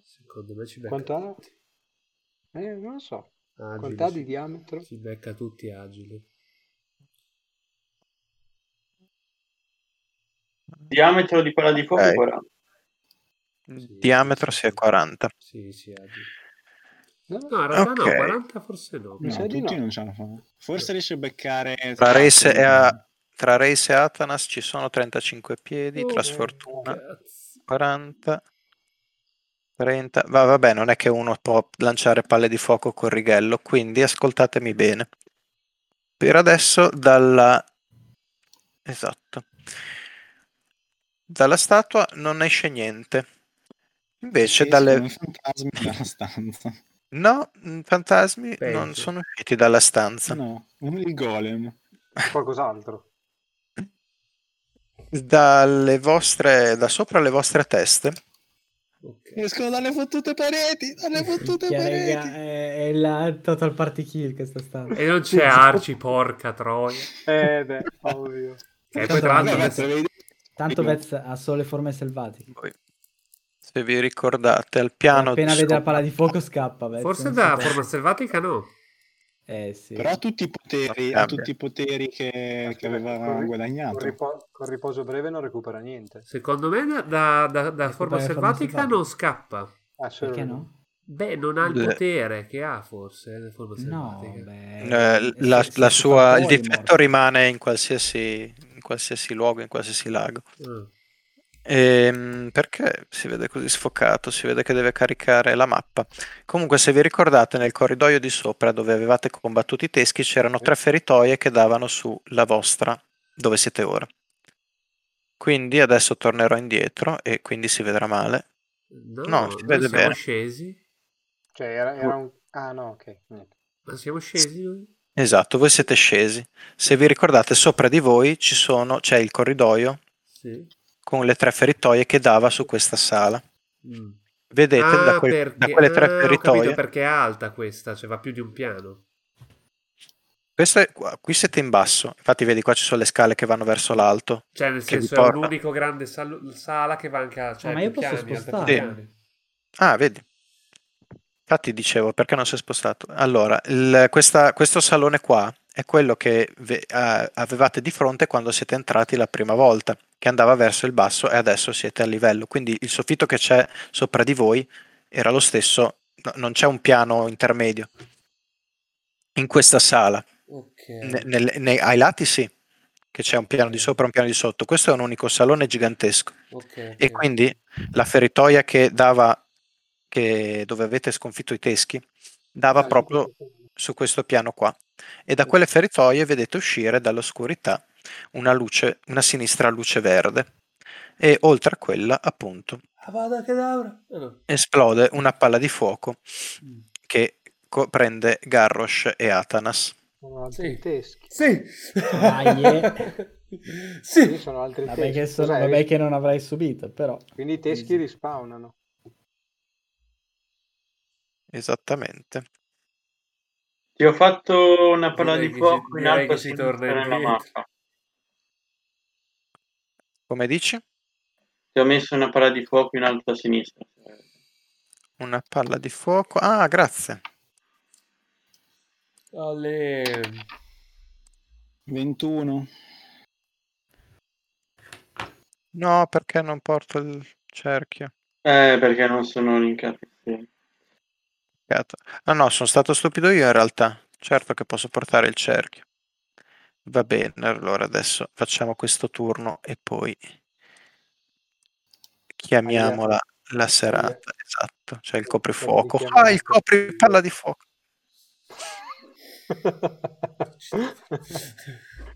B: Secondo me ci becca
E: Quant'ha?
B: tutti.
E: Eh, non lo so.
B: Agile,
E: Quant'ha di
B: sì.
E: diametro?
B: Ci becca tutti agili.
J: Diametro di quella di fuoco
A: Ok.
J: è 40.
B: Sì,
A: Diametro
B: sì,
A: si è
B: sì.
A: 40.
B: Sì, sì, agili.
E: No,
B: No, in
E: no,
B: realtà no,
A: Ok.
B: 40 forse no.
E: Mi
F: No,
E: sa di
F: tutti
E: no.
F: non ce la fanno. Forse riesce a beccare.
A: Tra Reis
F: Sasha,
A: e,
F: ma-
A: a- tra Reis e Atanas ci sono 35 piedi,
B: Oh,
A: tra sfortuna
B: Cazzo.
A: 40. 30. Va, vabbè, non è che uno può lanciare palle di fuoco col righello, quindi ascoltatemi bene. Per adesso dalla... Esatto. Dalla statua non esce niente. Invece
F: Sì,
A: dalle...
F: sono i (laughs) fantasmi dalla stanza.
A: No, mm, fantasmi non
B: Peggio.
A: sono usciti dalla stanza.
F: No, il golem.
B: Eh,
E: Qualcos'altro.
A: Dalle vostre... Da sopra le vostre teste.
B: Ok.
F: Escono dalle fottute pareti, dalle fottute
D: Minchia, raga,
F: pareti.
D: è, è la total party kill questa stanza.
A: Eh.
B: E non c'è Arci, porca troia.
E: Eh,
D: (laughs)
E: beh, ovvio.
B: Che poi
D: Tanto
B: tra l'altro
F: Vabbè,
D: Vez-
F: cazzo, avevi detto-
D: Tanto Vez ha solo le forme selvatiche.
A: Voi, se vi ricordate, al
D: E
A: piano...
D: appena vede la palla di
A: sopra-
D: fuoco scappa, Vez.
B: forse
D: non
B: da
D: si può.
B: forma selvatica no.
D: Eh sì.
F: Però ha tutti i poteri,
A: Cambia.
F: ha tutti i poteri che, che aveva
E: Con ri- Con,
F: guadagnato.
E: ripo- con riposo breve non recupera niente.
B: Secondo me da, da- da- da forma
D: Recupera la forma
B: selvatica
D: selvatica.
B: non scappa.
E: Ah, solo
D: Perché
E: lui.
D: no?
B: Beh, non ha il
A: Le-
B: potere che ha forse eh, la forma
D: No,
B: selvatica.
D: beh.
A: Eh,
D: eh,
A: la,
D: se-
A: la
D: se si fa
A: sua, il
D: fuori, è
A: difetto
D: morto.
A: rimane in qualsiasi, in qualsiasi luogo, in qualsiasi lago.
B: Ah,
A: Ehm, perché si vede così sfocato? Si vede che deve caricare la mappa. Comunque, se vi ricordate, nel corridoio di sopra dove avevate combattuto i teschi c'erano tre feritoie che davano sulla vostra, dove siete ora. Quindi adesso tornerò indietro e quindi si vedrà male.
B: No,
A: No, si
B: noi
A: vede
B: siamo
A: bene.
B: scesi.
E: Cioè, era, era un... Ah, no, ok. niente.
B: Ma siamo scesi noi?
A: Esatto, voi siete scesi. Se vi ricordate, sopra di voi ci sono, c'è il corridoio
B: Sì.
A: con le tre feritoie che dava su questa sala.
B: Mm.
A: Vedete da,
B: Ah,
A: quel- da
B: perché...
A: quelle tre
B: ah, ho capito
A: feritoie,
B: perché è alta questa, cioè va più di un piano.
A: questa è qua- qui siete in basso, infatti vedi qua ci sono le scale che vanno verso l'alto,
B: Cioè, nel
A: che vi
B: senso è un
A: portano.
B: unico grande sal- sala che va anche a... Cioè,
D: Ah, ma
B: più
D: io posso
B: piani, alta più
D: spostarmi.
B: piani.
A: Ah, vedi. Infatti dicevo, perché non si è spostato? Allora, il- questa- questo salone qua è quello che ve- eh, avevate di fronte quando siete entrati la prima volta, che andava verso il basso e adesso siete a livello. Quindi il soffitto che c'è sopra di voi era lo stesso, no- non c'è un piano intermedio in questa sala.
B: Ok.
A: Ne- nel- nei- ai lati sì, che c'è un piano di
B: Ok.
A: sopra e un piano di sotto. Questo è un unico salone gigantesco.
B: Ok,
A: E
B: ok.
A: quindi la feritoia che dava, che, dove avete sconfitto i teschi, dava
E: Ah, lì
A: proprio
E: che-
A: su questo piano qua. E da quelle feritoie vedete uscire dall'oscurità una luce, una sinistra luce verde. E oltre a quella, appunto,
B: Avada Kedavra. Eh, no.
A: esplode una palla di fuoco
B: Mm.
A: che co- prende Garrosh e Atanas.
E: Sono altri
B: Sì.
D: (laughs)
E: teschi.
B: Sì.
D: Dai, eh.
E: Lì
B: (laughs) sì.
E: sono altri
D: Vabbè che,
E: teschi.
D: sono-
E: Cos'è?
D: vabbè che non avrai subito, però.
E: Quindi i teschi rispawnano. (laughs)
A: Esattamente.
J: Ti ho fatto una parola
B: Direi
J: di
B: che
J: fuoco in
B: ci- direi
J: alto
B: che ci
J: a
B: torna
J: sinistra nella
B: indietro.
J: mappa.
A: Come dici?
J: Ti ho messo una parola di fuoco in alto a sinistra.
A: Una palla di fuoco. Ah, grazie.
B: Alle...
F: 21.
A: No, perché non porto il cerchio?
J: Eh, perché non sono linkato insieme.
A: Peccato. Ah no, sono stato stupido io in realtà. Certo che posso portare il cerchio. Va bene, allora adesso facciamo questo turno e poi chiamiamola la serata. Esatto, c'è il coprifuoco. Ah, il copri palla di fuoco.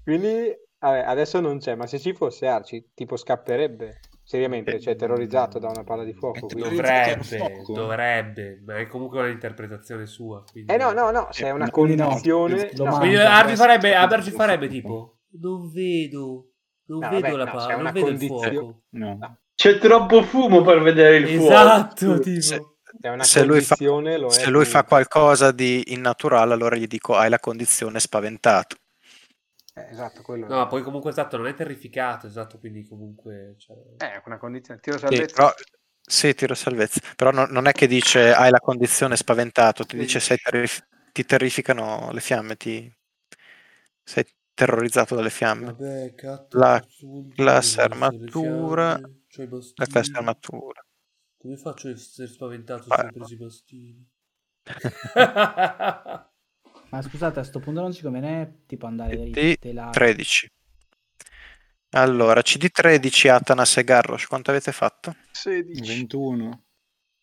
E: Quindi vabbè, adesso non c'è, ma se ci fosse Arci, tipo scapperebbe. Seriamente, cioè terrorizzato da una palla di
D: Eh,
E: fuoco. quindi-
B: Dovrebbe, dovrebbe, ma è comunque un'interpretazione sua. Quindi...
E: Eh no, no, no, se è una
D: Quindi no,
E: condizione...
D: lo
E: no.
D: mangia.
B: Quindi
D: Manca,
B: Arci
D: questo-
B: farebbe, Arci farebbe tipo, non vedo, non
E: No,
B: vedo
E: vabbè,
B: la
E: no,
B: palla,
E: c'è
B: non
E: una
B: vedo
E: condizione.
B: il fuoco.
F: No.
J: C'è troppo fumo per vedere il fuoco.
B: Esatto, tipo.
E: Se è una
A: Se lui fa-
E: condizione lo è
A: Se lui
E: tu.
A: fa qualcosa di innaturale, allora gli dico hai la condizione spaventato.
E: Eh, esatto, quello
B: No, poi comunque esatto, non è terrificato, esatto, quindi comunque... cioè,
E: è Eh, una condizione. Tiro
A: Sì,
E: salvezza.
A: però- sì, tiro salvezza. Però no- non è che dice hai la condizione spaventato, ti
E: Quindi-
A: dice sei terri- ti terrificano le fiamme, ti... sei terrorizzato dalle fiamme.
B: Vabbè, cazzo,
A: La
B: cazzo vuol dire?
A: classe
B: Non so le
A: armatura,
B: fiamme, c'ho i
A: la classe
B: bastini.
A: armatura.
B: Come faccio a essere spaventato
A: Ah,
B: se ho preso i bastini?
D: Ma scusate, a sto punto non ci conviene tipo andare dritti là.
A: CD13. Allora, CD13 Atanas e Garrosh, quanto avete fatto?
E: 16.
F: 21.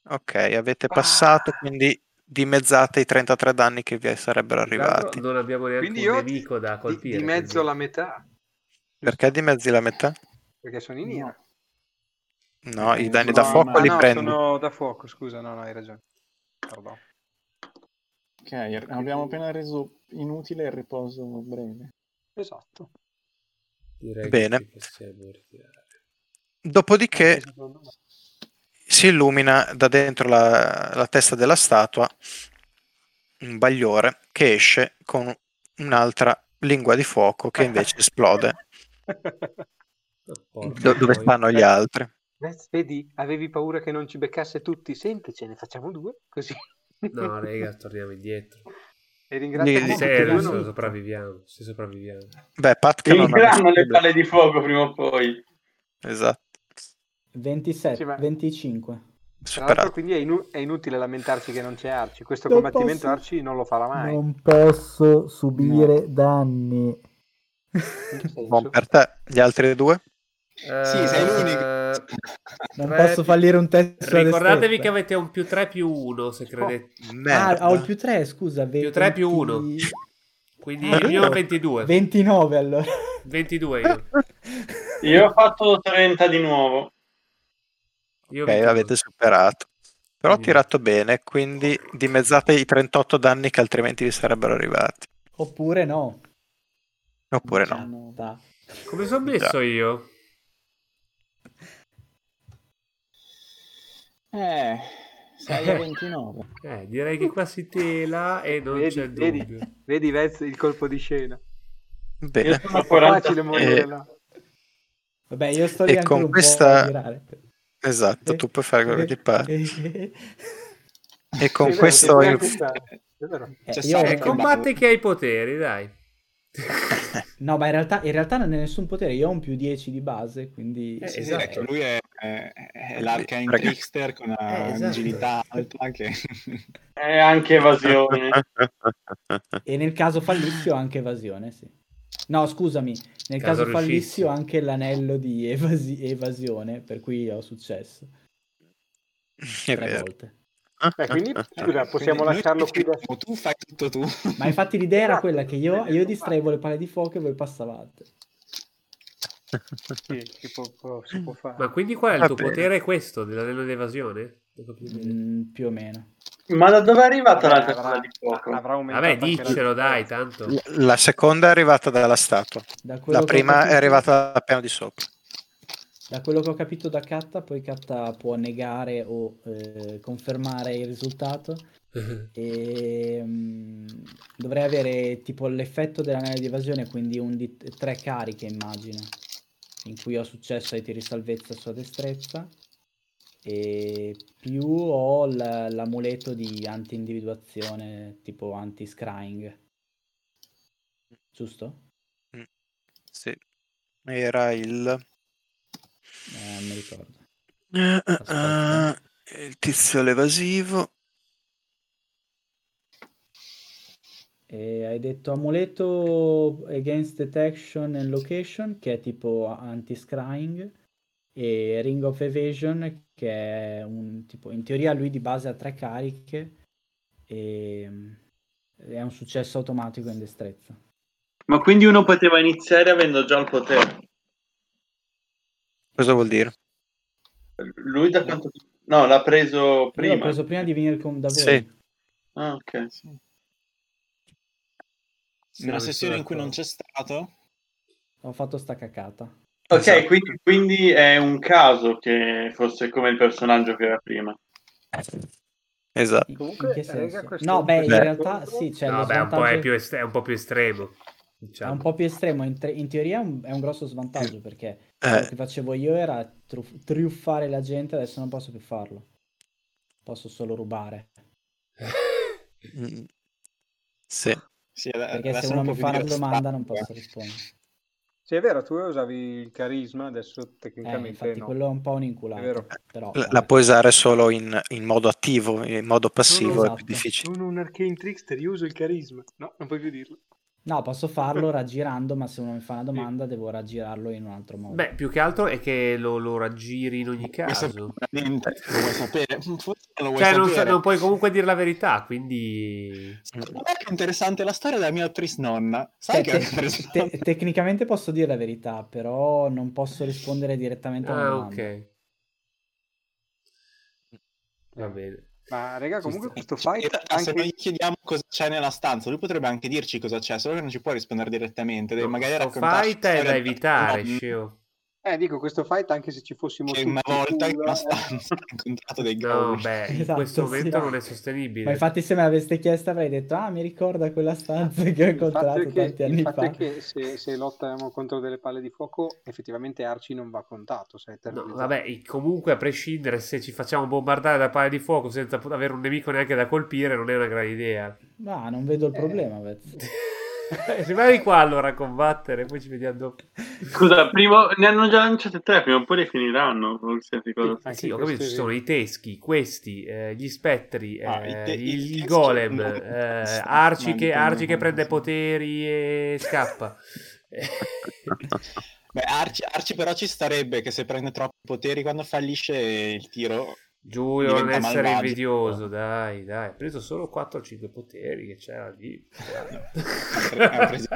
A: Ok, avete passato, quindi dimezzate i 33 danni che vi sarebbero
B: Intanto
A: arrivati.
B: non abbiamo neanche
E: Quindi
B: un
E: io
B: nemico da
E: Di,
B: colpire.
E: di mezzo
B: quindi.
E: la metà,
A: Perché dimezzi la metà?
E: perché sono in nera.
A: No, i
F: Eh,
A: danni
F: no,
A: da fuoco
F: ma-
E: Ah
A: li
E: no,
A: prendi.
E: sono da fuoco, scusa, no, no, hai ragione. Pardon.
F: Ok, abbiamo appena reso inutile il riposo breve.
E: Esatto.
B: Direi
A: Bene.
B: che ci possiamo ritirare.
A: Dopodiché si illumina da dentro la, la testa della statua un bagliore che esce con un'altra lingua di fuoco che invece esplode
B: Oh, porca
A: do- dove
B: troia.
A: stanno gli altri.
E: Eh, (laughs) Vedi, avevi paura che non ci beccasse tutti, semplice, ne facciamo due, così.
B: No, raga, torniamo indietro.
E: (laughs) E ringrazio
A: Lì-
E: tutti
B: Se
A: lì-
E: e due,
B: se
E: non-
B: sopravviviamo, se sopravviviamo.
A: Beh, Pat che non ha
J: Finiranno le
A: nessuno-
J: palle di fuoco prima o poi.
A: Esatto,
D: 27,
E: Sì, ma-
D: 25.
E: Tra l'altro
A: superato.
E: quindi è, inu- è inutile lamentarci che non c'è Arci, questo
D: Non
E: combattimento
D: posso-
E: Arci non lo farà mai.
K: Non posso subire danni.
E: In che
A: Buon
E: senso?
A: per te. Gli altri due?
F: Sì,
B: Eh,
F: sei l'unico.
K: Non
B: tre
K: posso
B: più-
K: fallire un test. sulla
B: Ricordatevi
K: destrezza.
B: che avete un più 3 più 1 se credete.
A: Merda.
D: Ah, ho il più 3, scusa.
B: Più tre, più
D: 20
B: uno. Quindi
D: Ah,
B: io ho
D: vero?
B: 22.
D: 29 allora. (laughs)
B: 22 io.
J: Io ho fatto 30 di nuovo.
B: Io
A: Ok,
B: 22.
A: l'avete superato. Però ho
B: Quindi-
A: tirato bene, quindi dimezzate i 38 danni che altrimenti vi sarebbero arrivati.
D: Oppure no.
A: Oppure no.
D: Dai.
B: Come sono messo
A: Già.
B: io?
F: Eh, 6
B: (laughs)
F: a 29.
B: Eh, direi che qua si tela e non
E: Vedi,
B: c'è
E: vedi.
B: dubbio.
E: Vedi Vez il colpo di scena.
J: Io
A: Bene.
J: sono a
E: È facile
J: 40.
E: morire
A: Eh,
E: là.
D: Vabbè, io sto
A: E
D: lì anche
A: con
D: un po' a
A: questa...
D: girare. Eh,
A: Esatto, tu puoi fare quello che ti
D: (laughs)
A: pare.
B: Cioè,
A: E
E: È
A: con
E: vero,
A: questo...
E: devi
A: il- (laughs)
E: (laughs) anche stare. È vero.
D: Eh,
F: C'è
D: io ho-
F: Sara
B: E
F: che
B: combatti
F: batte.
B: che hai i poteri, dai.
D: No, ma in realtà, in realtà non è nessun potere. Io ho un più 10 di base, quindi...
B: Eh,
F: Sì, sì,
B: esatto.
F: è che lui è, è, è l'arcane
A: Perché-
F: trickster con una
D: Eh, esatto.
F: agilità alta che...
J: E anche evasione.
A: (laughs)
D: E nel caso fallissi ho anche evasione, sì. No, scusami, nel
B: Caso
D: caso, fallissi
B: riuscissi.
D: ho anche l'anello di evasi- evasione, per cui ho successo
A: (laughs) È
D: tre
A: vero.
D: volte.
E: Beh, quindi
F: Eh,
E: scusa, possiamo
F: quindi noi
E: lasciarlo
F: ci
E: qui da
F: diciamo, Tu fai tutto tu.
D: Ma infatti l'idea era
E: Esatto,
D: quella che io,
E: l'idea
D: io
E: è
D: distraevo le palle di fuoco e voi passavate.
E: Sì, si può, può- si può fare.
B: Ma quindi qual è il
A: Va
F: Ah,
B: tuo
A: bene.
B: potere? È questo, dell'anello di evasione? Non ho capito bene.
D: Mm, più o meno.
J: Ma da dove è arrivata
E: Vabbè,
J: l'altra palla
E: avrà,
J: di fuoco?
E: avrà aumentato
B: Vabbè,
E: anche la
B: diccelo, dai,
E: distanza.
B: tanto.
D: cioè,
A: La seconda è arrivata dalla statua.
D: Da quello,
A: La
D: che ho
A: prima è
D: capito-
A: arrivata dal piano di sopra.
D: da quello che ho capito da Katta, poi Katta può negare o eh, confermare il risultato. e, mm, dovrei avere tipo l'effetto della nave di evasione, quindi un di- tre cariche immagino, in cui ho successo ai tiri salvezza sulla destrezza e più ho l- l'amuleto di anti-individuazione, tipo anti-scrying. Giusto?
A: Sì. Era il...
D: Eh, non mi ricordo.
A: Eh, eh, eh, il tizio l'evasivo.
D: E hai detto amuleto against detection and location, che è tipo anti-scrying, e Ring of Evasion, che è un tipo, in teoria lui di base ha tre cariche, e mm, è un successo automatico in destrezza.
J: Ma quindi uno poteva iniziare avendo già il potere.
A: Cosa vuol dire?
J: Lui da quanto... No, l'ha preso
D: Lui l'ho
J: prima.
D: preso prima di venire con, da voi.
A: Sì.
J: Ah, ok.
F: Nella
D: Sì, esatto.
F: sessione
D: sì,
F: in cui non c'è stato,
D: Ho fatto sta cacata.
J: Ok, quindi, quindi è un caso che fosse come il personaggio che era prima.
A: Esatto.
D: In che senso? No, beh, in
A: Beh.
D: realtà sì, c'è
B: no,
D: lo
B: beh, un po' è,
D: svantaggio-
B: più est- è un po' più estremo.
D: È
B: Diciamo.
D: un po' più estremo, in, te- in teoria è un, è un grosso svantaggio perché
A: eh,
D: quello che facevo io era tru- truffare la gente, adesso non posso più farlo. Posso solo rubare.
E: Eh,
A: Sì.
D: Perché se uno mi fa una domanda non
E: Eh,
D: posso rispondere.
E: Sì, è vero, tu usavi il carisma, adesso
D: Eh,
E: tecnicamente
D: infatti
E: no.
D: quello è un po' un
E: È
D: inculato.
E: vero.
D: Però,
A: La, la puoi usare solo in, in modo attivo, in modo passivo è più difficile.
E: Sono un arcane trickster, io uso il carisma. No, non puoi più dirlo.
D: No,
A: (laughs)
D: posso farlo raggirando, ma se uno mi fa una domanda devo raggirarlo in un altro modo.
B: Beh, più che altro è che lo, lo raggiri in ogni caso.
F: lo vuoi sapere? Forse lo vuoi
B: Cioè, non,
F: sapere.
B: so- non puoi comunque dire la verità, quindi...
F: Guarda che interessante la storia della mia trisnonna. Sai
D: Cioè,
F: che è
D: te-
F: interessante?
D: te- tecnicamente posso dire la verità, però non posso rispondere direttamente alla
B: Ah,
D: domanda.
B: ok. Va bene.
E: Ma raga, comunque
F: Ci
E: questo
F: sta. In
E: fight
F: realtà, Se
E: anche...
F: noi gli chiediamo cosa c'è nella stanza, lui potrebbe anche dirci cosa c'è, solo che non ci può rispondere direttamente. Deve magari
B: Questo
F: raccontarci
B: fight è
F: la
B: da
F: storia
B: evitare,
F: della donna
B: Sceo.
E: Eh, dico, questo fight anche se ci fossimo
F: Che
E: tutti
F: Cioè, una volta in
E: sulla-
F: una stanza ha incontrato dei
B: (laughs) No,
F: gaul.
B: beh, in
D: Esatto,
B: questo
D: sì.
B: momento non è sostenibile.
D: Ma infatti se me l'aveste chiesta avrei detto, ah, mi ricorda
E: (laughs)
D: quella stanza che ho
E: Il fatto è
D: incontrato
E: che,
D: tanti anni
E: il fatto
D: fa.
E: è che se, se lottiamo contro delle palle di fuoco, effettivamente Arci non va contato. Se è
B: No,
E: terrorizzato.
B: vabbè, e comunque a prescindere se ci facciamo bombardare da palle di fuoco senza pot- avere un nemico neanche da colpire, non è una gran
D: (laughs)
B: idea. (laughs)
D: Ma non vedo il
E: Eh.
D: problema, Vez.
B: Se vai qua allora a combattere, poi ci vediamo dopo.
J: Scusa, prima... ne hanno già lanciate tre, prima o poi le finiranno. Qualsiasi cosa.
B: Ah, sì, ho capito, ci sono i teschi, questi, eh, gli spettri,
J: Ah,
B: eh,
J: i te-
B: il,
J: i teschi
B: il golem,
J: (laughs)
F: sono-
B: eh,
F: sì,
B: Arci
F: ma
B: che,
F: dipendono
B: Arci che
F: da-
B: prende
F: sì.
B: poteri e
J: (laughs)
B: scappa.
F: Beh, Arci, Arci però ci starebbe che se prende troppi poteri quando fallisce il tiro...
B: Giulio, non
F: diventa
B: essere
F: malvagio.
B: invidioso, dai, dai. Ha preso solo 4-5 poteri che c'era
F: (laughs)
B: lì.
F: Ha preso-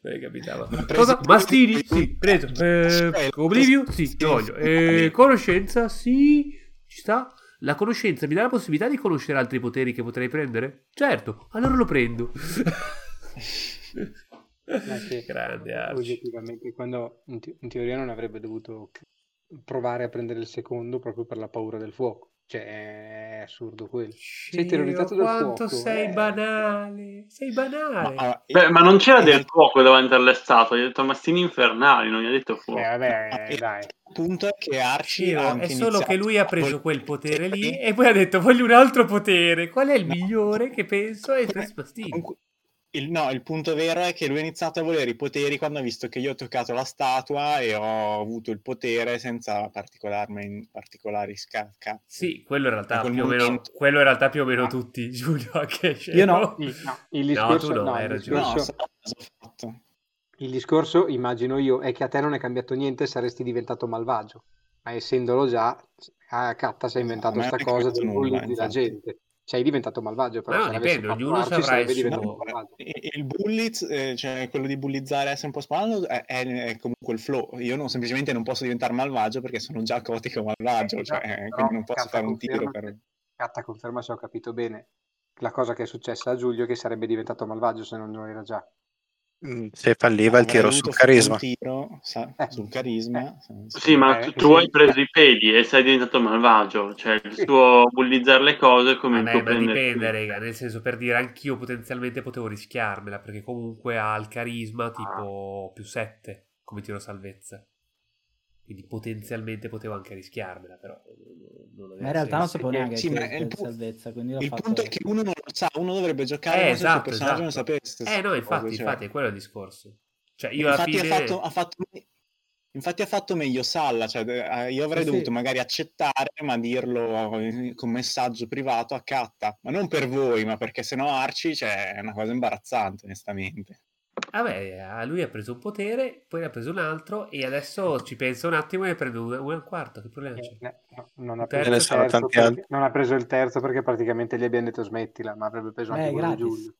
B: Dai, capitava.
F: Ha preso-
B: Cosa? Mastini? Sì, preso. Eh, Oblivio? Sì, lo voglio. Eh, conoscenza? Sì, ci sta. La conoscenza mi dà la possibilità di conoscere altri poteri che potrei prendere? Certo, allora lo prendo.
E: Non è che
B: Grande Arci.
E: oggettivamente, quando in, te- in teoria non avrebbe dovuto c- provare a prendere il secondo proprio per la paura del fuoco. Cioè, è assurdo quello. Sei terrorizzato dal fuoco.
B: quanto sei
E: eh.
B: banale. Sei banale.
F: Ah,
J: Beh, ma non c'era del fuoco davanti alle statue, gli ha detto mastini infernali, non gli ha detto fuoco.
E: Eh,
B: (laughs)
E: vabbè, dai.
F: Il punto è che Arci
B: Ciro,
F: ha
B: è
F: anche
B: solo che
F: iniziato
B: lui ha
F: a
B: preso
F: vol-
B: quel potere lì e poi ha detto voglio un altro potere. Qual è il migliore che penso è
F: Come-
B: Trespastini?
F: comunque- il, no, il punto vero è che lui ha iniziato a volere i poteri quando ha visto che io ho toccato la statua e ho avuto il potere senza particolarmi in particolari scacca.
B: Sì, quello in realtà
F: In quel
B: più o meno,
F: momento-
B: quello in realtà più o meno tutti, (laughs) Giulio, anche Ciro.
D: Ah. Io no.
E: Sì, no, il
B: No, tu
E: discorso,
B: no,
E: no,
B: hai
E: il
B: ragione.
F: No,
E: discorso-
F: so cosa ho fatto.
E: il discorso, immagino io, è che a te non è cambiato niente, saresti diventato malvagio. Ma essendolo già, a Catta si è
F: a
E: inventato
F: me non
E: questa
F: è
E: cosa
F: cambiato
E: del
F: nulla,
E: bullying della
F: infatti.
E: gente. Sei diventato malvagio, però
B: No,
E: se l'avessi
B: dipende, ognuno
E: fatto Arci
B: saprà
E: sarebbe
B: il suo-
F: No,
B: (laughs)
E: diventato
B: Oh.
F: guarda,
E: malvagio.
F: il il bulliz, eh, cioè quello di bullizzare essere un po' spaventato, è, è- è comunque il flow. Io non- semplicemente non posso diventare malvagio perché sono già gotico malvagio, cioè,
E: Esatto,
F: eh,
E: però
F: quindi non posso
E: Catta
F: fare un tiro
E: conferma,
F: per...
E: Catta conferma se ho capito bene la cosa che è successa a Giulio, che sarebbe diventato malvagio se non lo era già.
A: Mm, Se falliva il tiro
F: Avrei
A: su
F: dovuto
A: carisma.
F: fare un tiro sa-
E: Eh,
F: sul carisma.
J: Sì, ma tu, tu hai preso i peli e sei diventato malvagio. Cioè, il suo bullizzare le cose è come il
B: Vabbè,
J: tuo
B: ma
J: prendere-
B: dipende, raga. Nel senso, per dire, anch'io potenzialmente potevo rischiarmela, perché comunque ha il carisma tipo più 7 come tiro salvezza. Quindi potenzialmente potevo anche rischiarmela, però eh, non aveva
D: Ma in realtà non
B: senso.
D: sapevo
E: Eh,
D: neanche
F: sì, ma
D: che
F: è il
D: il
F: pu-
D: salvezza, quindi l'ho
F: Il
D: fatto...
F: punto è che uno non lo sa, uno dovrebbe giocare
B: Eh,
F: come se il suo
B: esatto,
F: personaggio non
B: esatto.
F: sapesse.
B: Eh no,
F: queste
B: infatti,
F: cose, cioè.
B: infatti, è quello il discorso. Cioè, io alla
F: infatti,
B: fine...
F: ha fatto, ha fatto- infatti ha fatto meglio Salla, cioè, eh, io avrei
D: Sì, sì.
F: dovuto magari accettare, ma dirlo eh, con messaggio privato a Catta, ma non per voi, ma perché sennò Arci cioè, è una cosa imbarazzante, onestamente.
B: Vabbè, a Ah, eh, lui ha preso un potere, poi ne ha preso un altro e adesso ci pensa un attimo e ne prende un, un quarto. Che problema c'è?
E: Eh, Non ha,
B: Un
E: preso
B: Eh, terzo,
E: il
A: ne sono
E: terzo
A: tanti
E: perché-
A: altri.
E: non ha preso il terzo perché praticamente gli abbiamo detto smettila, ma avrebbe preso anche
D: Eh,
E: quello di
D: gratis.
E: Giulio.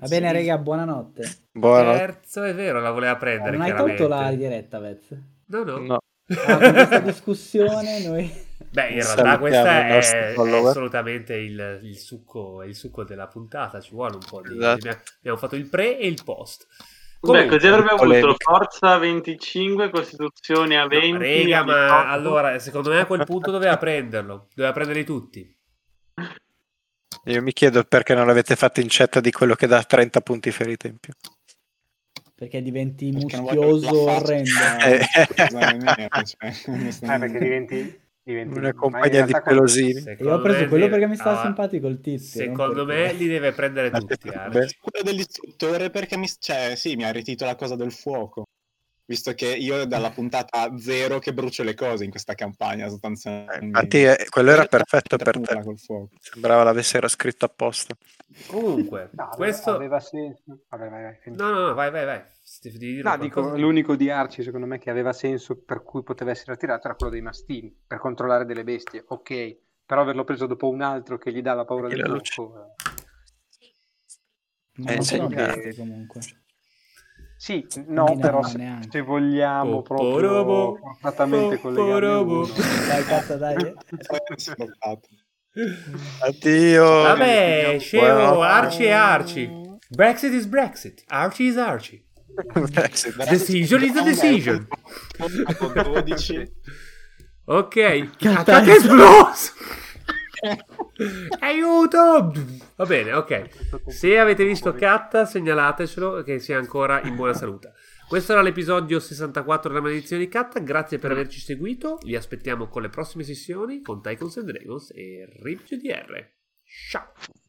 D: Va bene,
B: Sì.
D: raga, buonanotte.
A: Buono.
B: terzo, è vero, la voleva prendere,
D: Non hai
B: chiaramente.
D: tolto la diretta, Vez?
B: No, no.
A: No.
D: Ah, con
B: (laughs)
D: questa discussione noi...
B: Beh, in realtà
A: Salutiamo
B: questa
A: i nostri
B: è, è
A: follower.
B: assolutamente il, il succo, è il succo della puntata, ci vuole un po' di...
A: Esatto.
B: Abbiamo, abbiamo fatto il pre e il post.
J: Beh,
B: Comunque-
J: così avrebbe avuto
A: Polemica.
J: forza 25, Costituzione a
B: No,
J: 20.
B: rega, ma
J: Omnipotente.
B: allora, secondo me a quel punto doveva prenderlo, doveva prenderli tutti.
A: Io mi chiedo perché non l'avete fatto in chat di quello che dà 30 punti ferita in più.
D: Perché diventi
F: Perché non voglio
D: muschioso
F: la faccia,
D: orrendo.
F: cioè,
A: Eh. Ah,
F: cosa di
A: (laughs)
F: merda, cioè,
E: Eh, perché
F: onestamente.
E: diventi, diventi
A: Una
E: ma in
A: compagnia di
E: realtà quel-
A: pelosini.
D: E io ho
B: Secondo
D: preso
B: me
D: quello
B: deve-
D: perché mi stava
B: ah,
D: simpatico il tizio. non
B: Secondo me
D: perché- Eh,
B: li deve prendere
A: Ma ti
B: tutti,
A: fa
B: Arci.
A: bene.
F: Quello dell'istruttore perché mi, cioè, sì, mi ha ritito la cosa del fuoco. Visto che io dalla puntata zero che brucio le cose in questa campagna
A: Eh,
F: sostanzialmente.
A: Infatti, eh, quello era perfetto per
F: Nulla
A: te.
F: col fuoco.
A: Sembrava l'avessero scritto apposta.
B: Comunque,
E: No, aveva,
B: questo...
E: aveva senso. Vabbè, vai, vai, finisci.
B: No, no, no, vai, vai, vai. Se devi dire
E: No,
B: qualcosa-
E: dico, l'unico di Arci secondo me che aveva senso per cui poteva essere attirato era quello dei mastini, per controllare delle bestie, ok, però averlo preso dopo un altro che gli dava paura
A: E
E: del
A: la luce.
E: fuoco. eh.
D: Ma
A: Eh,
D: non
A: sì,
D: sono
A: ma-
D: bestie comunque.
E: Sì, no,
D: Quindi no,
E: però se,
D: neanche.
E: se vogliamo proprio
B: Popporobo,
E: fortatamente collegare
B: popporobo.
D: Dai, cazzo, dai.
F: Poi
B: (laughs)
F: mi sono bloccato.
A: Addio.
B: Vabbè, scemo,
A: Buonanotte. (laughs)
B: Arci è Arci. Brexit is Brexit, Arci is Arci. Decision is a decision.
F: Dopo 12.
B: Ok, attack is blows. (laughs) Aiuto! Va bene, ok. Se avete visto Kat, segnalatecelo che sia ancora in buona salute. Questo era l'episodio 64 della maledizione di Kat. Grazie per averci seguito. Vi aspettiamo con le prossime sessioni con Tycoons and Dragons e RipGDR. Ciao!